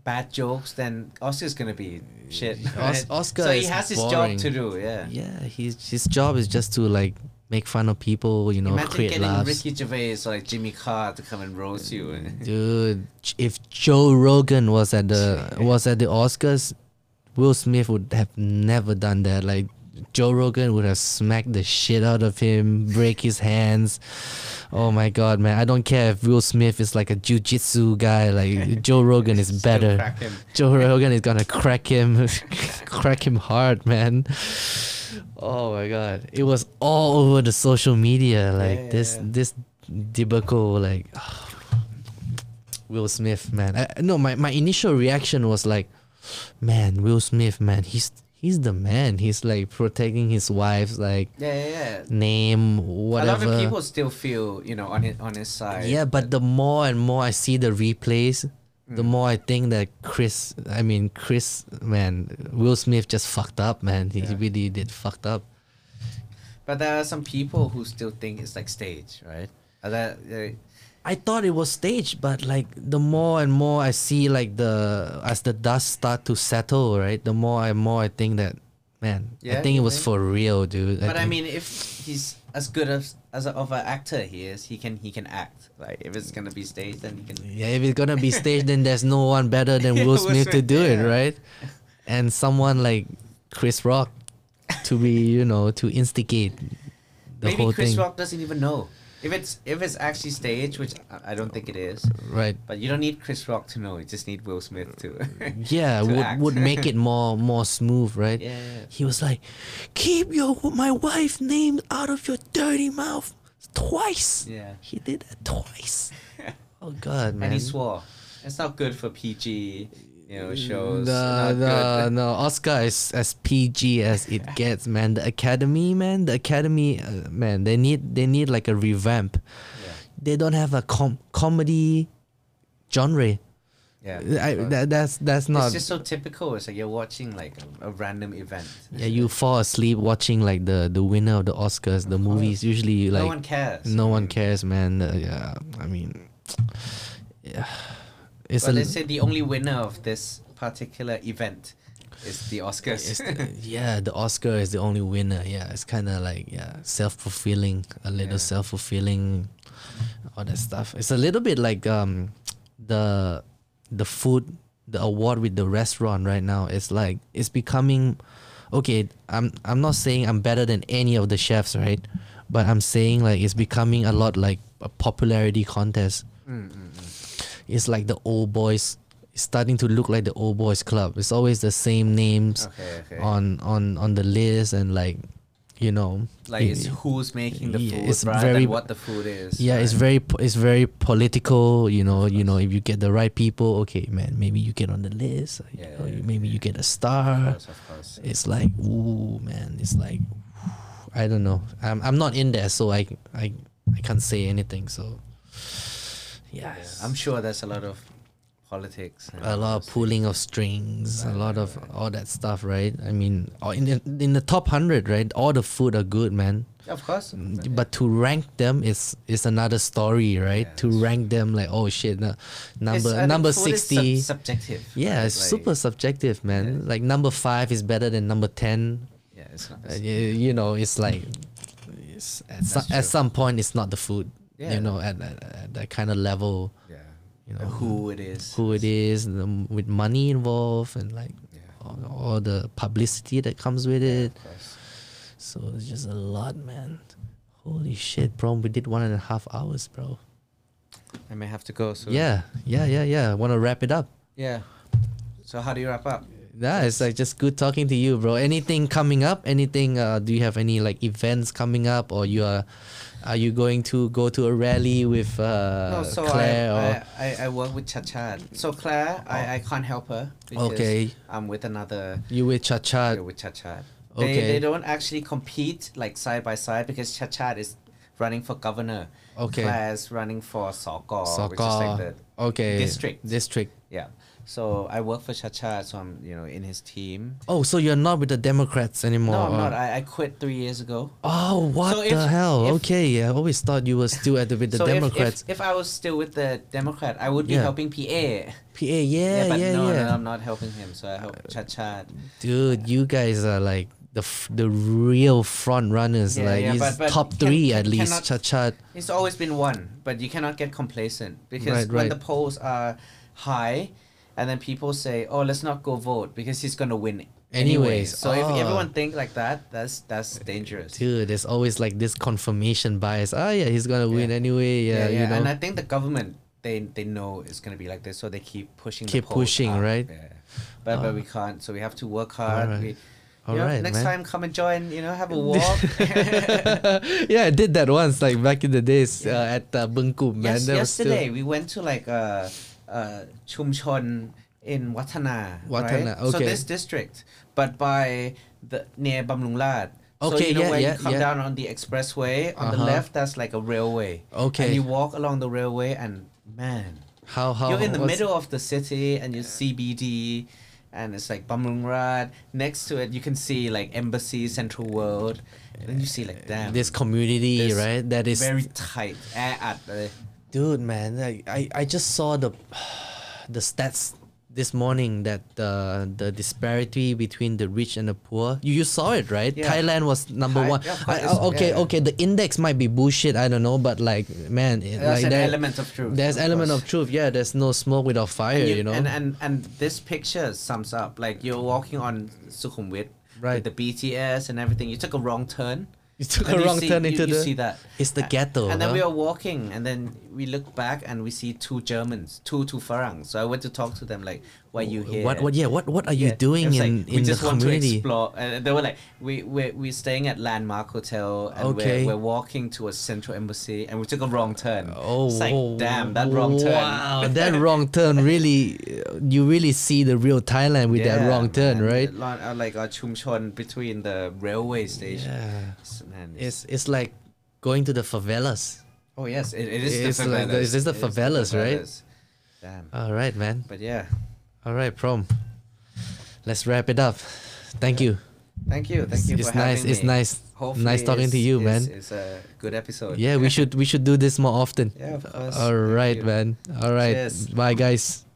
Speaker 2: bad jokes, then Oscar's gonna be shit.
Speaker 1: Os-
Speaker 2: right?
Speaker 1: Oscar
Speaker 2: so he
Speaker 1: is
Speaker 2: has his
Speaker 1: boring.
Speaker 2: job to do. Yeah.
Speaker 1: yeah, he's his job is just to like make fun of people, you know,
Speaker 2: Imagine
Speaker 1: create
Speaker 2: getting
Speaker 1: laughs.
Speaker 2: Ricky Gervais or like Jimmy Carr to come and roast you.
Speaker 1: Dude, j- if Joe Rogan was at the was at the Oscars, Will Smith would have never done that. Like Joe Rogan would have smacked the shit out of him, break his hands. Oh my god, man! I don't care if Will Smith is like a jujitsu guy. Like Joe Rogan is
Speaker 2: Still
Speaker 1: better.
Speaker 2: crack him.
Speaker 1: Joe Rogan is gonna crack him, crack him hard, man. Oh my god, it was all over the social media. Like
Speaker 2: yeah,
Speaker 1: this,
Speaker 2: yeah.
Speaker 1: this debacle. Like Will Smith, man. I, no, my, my initial reaction was like, man, Will Smith, man. He's he's the man. He's like protecting his wife's like
Speaker 2: Yeah, yeah, yeah.
Speaker 1: name,
Speaker 2: A lot
Speaker 1: whatever.
Speaker 2: of people still feel, you know, on his on his side.
Speaker 1: Yeah, but the more and more I see the replays, the more I think that Chris, I mean Chris, man, Will Smith just fucked up, man. He
Speaker 2: Yeah.
Speaker 1: really did fucked up.
Speaker 2: But there are some people who still think it's like stage, right? Are that, uh,
Speaker 1: I thought it was staged, but like the more and more I see, like the as the dust start to settle, right? The more and more I think that, man, I
Speaker 2: Yeah,
Speaker 1: think it
Speaker 2: you
Speaker 1: was
Speaker 2: think?
Speaker 1: for real, dude.
Speaker 2: but I
Speaker 1: think-
Speaker 2: mean, if he's as good as as a, of an actor he is, he can he can act. Like if it's gonna be stage, then he can.
Speaker 1: yeah, if it's gonna be staged, then there's no one better than
Speaker 2: Yeah,
Speaker 1: Will
Speaker 2: Will
Speaker 1: Smith to
Speaker 2: Smith,
Speaker 1: do it,
Speaker 2: yeah.
Speaker 1: right? And someone like Chris Rock to be, you know, to instigate the
Speaker 2: Maybe
Speaker 1: whole
Speaker 2: Chris
Speaker 1: thing,
Speaker 2: Rock doesn't even know if it's if it's actually stage, which I- I don't think it is.
Speaker 1: right?
Speaker 2: But you don't need Chris Rock to know. You just need Will Smith to.
Speaker 1: Yeah,
Speaker 2: to
Speaker 1: would
Speaker 2: act.
Speaker 1: would make it more more smooth, right?
Speaker 2: Yeah, yeah.
Speaker 1: He was like, "Keep your my wife's name out of your dirty mouth twice."
Speaker 2: Yeah.
Speaker 1: He did that twice. oh God, man.
Speaker 2: and he swore. It's not good for PG, you know,
Speaker 1: Mm,
Speaker 2: shows.
Speaker 1: No,
Speaker 2: Not
Speaker 1: no,
Speaker 2: good.
Speaker 1: no. Oscar is as PG as it gets, man. The Academy, man. The Academy, uh, man. They need they need like a revamp. They don't have a com- comedy genre.
Speaker 2: Yeah. yeah.
Speaker 1: I, that, that's that's not.
Speaker 2: It's just so typical. It's like you're watching like a, a random event.
Speaker 1: yeah, you fall asleep watching like the the winner of the Oscars, the movies. Usually, you, like
Speaker 2: Oh. no one cares. Mm.
Speaker 1: no one cares, man. Uh, yeah, I mean, yeah. It's
Speaker 2: But
Speaker 1: a,
Speaker 2: they say the only winner of this particular event is the Oscars.
Speaker 1: it's, yeah, the Oscar is the only winner. Yeah, it's kind of like yeah, self fulfilling, a little
Speaker 2: Yeah.
Speaker 1: self fulfilling, all that stuff. It's a little bit like um, the the food, the award with the restaurant right now. It's like it's becoming, okay. I'm I'm not saying I'm better than any of the chefs, right? But I'm saying like it's becoming a lot like a popularity contest.
Speaker 2: Mm,
Speaker 1: It's like the old boys. It's starting to look like the old boys club. It's always the same names
Speaker 2: Okay, okay.
Speaker 1: on on on the list and like you know
Speaker 2: like
Speaker 1: y-
Speaker 2: it's who's making the
Speaker 1: yeah,
Speaker 2: food
Speaker 1: it's
Speaker 2: rather
Speaker 1: very-
Speaker 2: than what the food is.
Speaker 1: yeah
Speaker 2: right?
Speaker 1: it's very po- it's very political you know you know if you get the right people okay man maybe you get on the list you
Speaker 2: Yeah,
Speaker 1: know,
Speaker 2: yeah,
Speaker 1: you- maybe you get a
Speaker 2: Of
Speaker 1: star
Speaker 2: course, of course.
Speaker 1: it's like ooh man it's like i don't know i'm, I'm not in there so I, I i can't say anything so yeah
Speaker 2: Yeah.
Speaker 1: it's
Speaker 2: I'm sure there's a lot of politics. and
Speaker 1: a lot of
Speaker 2: stuff.
Speaker 1: pulling of strings a lot of all that stuff right i mean or in the, in the top 100 right all the food are good man
Speaker 2: Of course.
Speaker 1: but to rank them is is another story, right?
Speaker 2: Yeah,
Speaker 1: to
Speaker 2: that's
Speaker 1: rank them like oh shit, no,
Speaker 2: It's-
Speaker 1: number
Speaker 2: I think
Speaker 1: number
Speaker 2: food is sub-
Speaker 1: sixty.
Speaker 2: subjective.
Speaker 1: yeah,
Speaker 2: right?
Speaker 1: it's
Speaker 2: Like,
Speaker 1: super subjective, man. Like number five is better than number ten.
Speaker 2: Yeah, it's not.
Speaker 1: Uh, y- you know, it's like it's at, some, at
Speaker 2: That's true.
Speaker 1: some point it's not the food.
Speaker 2: Yeah.
Speaker 1: You know, at, at, at that kind of level,
Speaker 2: yeah.
Speaker 1: you know,
Speaker 2: who it is.
Speaker 1: who it is, the, with money involved, and like
Speaker 2: Yeah.
Speaker 1: all, all the publicity that comes with it.
Speaker 2: Of course.
Speaker 1: So it's just a lot, man. Holy shit, bro. We did one and a half hours, bro.
Speaker 2: I may have to go soon.
Speaker 1: Yeah, yeah, yeah, yeah. Want to wrap it up?
Speaker 2: Yeah. So how do you wrap up?
Speaker 1: Nah, it's like just good talking to you, bro. Anything coming up? Anything? Uh, do you have any like events coming up, or you are, are you going to go to a rally with uh,
Speaker 2: no, Oh, so
Speaker 1: Claire? or Oh.
Speaker 2: I, I, I, I work with Chachad. So Claire, I, I can't help her. because
Speaker 1: Okay.
Speaker 2: I'm with another
Speaker 1: you with Chacha?
Speaker 2: with Chachad. They,
Speaker 1: Okay.
Speaker 2: they don't actually compete like side by side because Chachad is running for governor.
Speaker 1: Okay.
Speaker 2: Claire's running for Sokor, which is like
Speaker 1: Soccer.
Speaker 2: the
Speaker 1: Okay.
Speaker 2: district.
Speaker 1: District.
Speaker 2: yeah. So I work for Chacha, so I'm you know in his team.
Speaker 1: Oh, so you're not with the Democrats anymore?
Speaker 2: No, I'm
Speaker 1: or-
Speaker 2: not. I, I quit three years ago.
Speaker 1: Oh, what
Speaker 2: So
Speaker 1: the
Speaker 2: if-
Speaker 1: hell?
Speaker 2: if-
Speaker 1: okay, I always thought you were still at the, with the
Speaker 2: so if-
Speaker 1: Democrats.
Speaker 2: If, if, I was still with the Democrat, I would be
Speaker 1: Yeah.
Speaker 2: helping PA. Yeah,
Speaker 1: PA, yeah, yeah,
Speaker 2: but
Speaker 1: yeah.
Speaker 2: no, no, I'm not helping him. So I help Chacha.
Speaker 1: Dude, you guys are like the f- the real front runners.
Speaker 2: Yeah,
Speaker 1: like
Speaker 2: yeah,
Speaker 1: it's
Speaker 2: but- but
Speaker 1: top
Speaker 2: can-
Speaker 1: three at
Speaker 2: can-
Speaker 1: least.
Speaker 2: cannot-
Speaker 1: Cha cha.
Speaker 2: It's always been one, but you cannot get complacent because
Speaker 1: Right,
Speaker 2: when
Speaker 1: right.
Speaker 2: the polls are high, and then people say, "Oh, let's not go vote because he's gonna win."
Speaker 1: Anyways,
Speaker 2: so
Speaker 1: ah.
Speaker 2: if everyone think like that, that's that's dangerous.
Speaker 1: Dude, there's always like this confirmation bias. Ah, yeah, he's gonna win
Speaker 2: Yeah.
Speaker 1: anyway. Yeah, you know.
Speaker 2: and I think the government they they know it's gonna be like this, so they keep pushing. the
Speaker 1: Keep
Speaker 2: polls
Speaker 1: pushing,
Speaker 2: up.
Speaker 1: right? Oh.
Speaker 2: Yeah. But but we can't, so we have to work hard.
Speaker 1: Alright.
Speaker 2: We,
Speaker 1: All
Speaker 2: you know,
Speaker 1: right, man.
Speaker 2: next time, come and join. You know, have a walk.
Speaker 1: yeah, I did that once, like back in the days uh, at uh, Bengku, man.
Speaker 2: yes,
Speaker 1: that was still-
Speaker 2: yesterday we went to like a, uh chumchon in Watana.
Speaker 1: Watana,
Speaker 2: right?
Speaker 1: okay.
Speaker 2: So this district, but by the near Bamlunglad. so
Speaker 1: Okay,
Speaker 2: you know
Speaker 1: yeah,
Speaker 2: where
Speaker 1: yeah,
Speaker 2: you come
Speaker 1: yeah.
Speaker 2: down on the expressway on the
Speaker 1: Uh-huh.
Speaker 2: left, that's like a railway.
Speaker 1: Okay.
Speaker 2: And you walk along the railway, and man,
Speaker 1: how how
Speaker 2: You're in
Speaker 1: Oh,
Speaker 2: the
Speaker 1: what's-
Speaker 2: middle of the city and you CBD and it's like Bamrungrad. Next to it, you can see like Embassy, Central World. And then you see like damn.
Speaker 1: this community,
Speaker 2: this
Speaker 1: right? That is
Speaker 2: very tight. At the,
Speaker 1: dude man I, I, I just saw the the stats this morning that uh, the disparity between the rich and the poor you, you saw it right
Speaker 2: Yeah.
Speaker 1: thailand was number
Speaker 2: Thai-
Speaker 1: one
Speaker 2: yeah, of
Speaker 1: I-
Speaker 2: course,
Speaker 1: I- okay
Speaker 2: yeah.
Speaker 1: okay the index might be bullshit i don't know but like man it-
Speaker 2: there's
Speaker 1: like
Speaker 2: an
Speaker 1: that-
Speaker 2: element of truth.
Speaker 1: there's element
Speaker 2: course.
Speaker 1: of truth yeah there's no smoke without fire
Speaker 2: And
Speaker 1: you,
Speaker 2: you,
Speaker 1: know
Speaker 2: and, and and this picture sums up like you're walking on Sukhumvit
Speaker 1: Right.
Speaker 2: with the BTS and everything. You took a wrong turn.
Speaker 1: you took
Speaker 2: and
Speaker 1: a wrong
Speaker 2: see,
Speaker 1: turn
Speaker 2: you-
Speaker 1: into
Speaker 2: you
Speaker 1: the
Speaker 2: see that.
Speaker 1: it's the ghetto
Speaker 2: And then
Speaker 1: huh?
Speaker 2: we are walking, and then we look back and we see two Germans, two two Farang. So I went to talk to them, like, why are you here?
Speaker 1: what what yeah what what are you
Speaker 2: Yeah.
Speaker 1: doing
Speaker 2: It was
Speaker 1: in
Speaker 2: like,
Speaker 1: in
Speaker 2: we
Speaker 1: the
Speaker 2: just want to
Speaker 1: community
Speaker 2: explore. And they were like, we we we're staying at Landmark Hotel, and
Speaker 1: Okay.
Speaker 2: we're, we're walking towards Central Embassy, and we took a wrong turn.
Speaker 1: Oh,
Speaker 2: it's like,
Speaker 1: whoa,
Speaker 2: damn, that wrong turn.
Speaker 1: Wow, that wrong turn really, you really see the real Thailand with that
Speaker 2: Yeah,
Speaker 1: wrong turn,
Speaker 2: man.
Speaker 1: right?
Speaker 2: Lo- uh, Like our chumchon between the railway station.
Speaker 1: Yeah.
Speaker 2: It's- Man,
Speaker 1: It's it's like going to the favelas.
Speaker 2: oh yes, it, it is
Speaker 1: It's
Speaker 2: the
Speaker 1: like
Speaker 2: favelas.
Speaker 1: the- it's just the
Speaker 2: It is
Speaker 1: favelas, right?
Speaker 2: favelas. Damn.
Speaker 1: All right, man.
Speaker 2: But yeah,
Speaker 1: All right, prom. Let's wrap it up. Thank you.
Speaker 2: thank you, thank
Speaker 1: It's-
Speaker 2: you
Speaker 1: it's
Speaker 2: for
Speaker 1: nice-
Speaker 2: having
Speaker 1: it's
Speaker 2: me.
Speaker 1: nice- nice talking to
Speaker 2: it's-
Speaker 1: you,
Speaker 2: it's-
Speaker 1: man.
Speaker 2: It's a good episode.
Speaker 1: Yeah, we should we should do this more often.
Speaker 2: Yeah, of course.
Speaker 1: All
Speaker 2: Thank
Speaker 1: right,
Speaker 2: you.
Speaker 1: man. All right.
Speaker 2: Cheers.
Speaker 1: Bye, guys.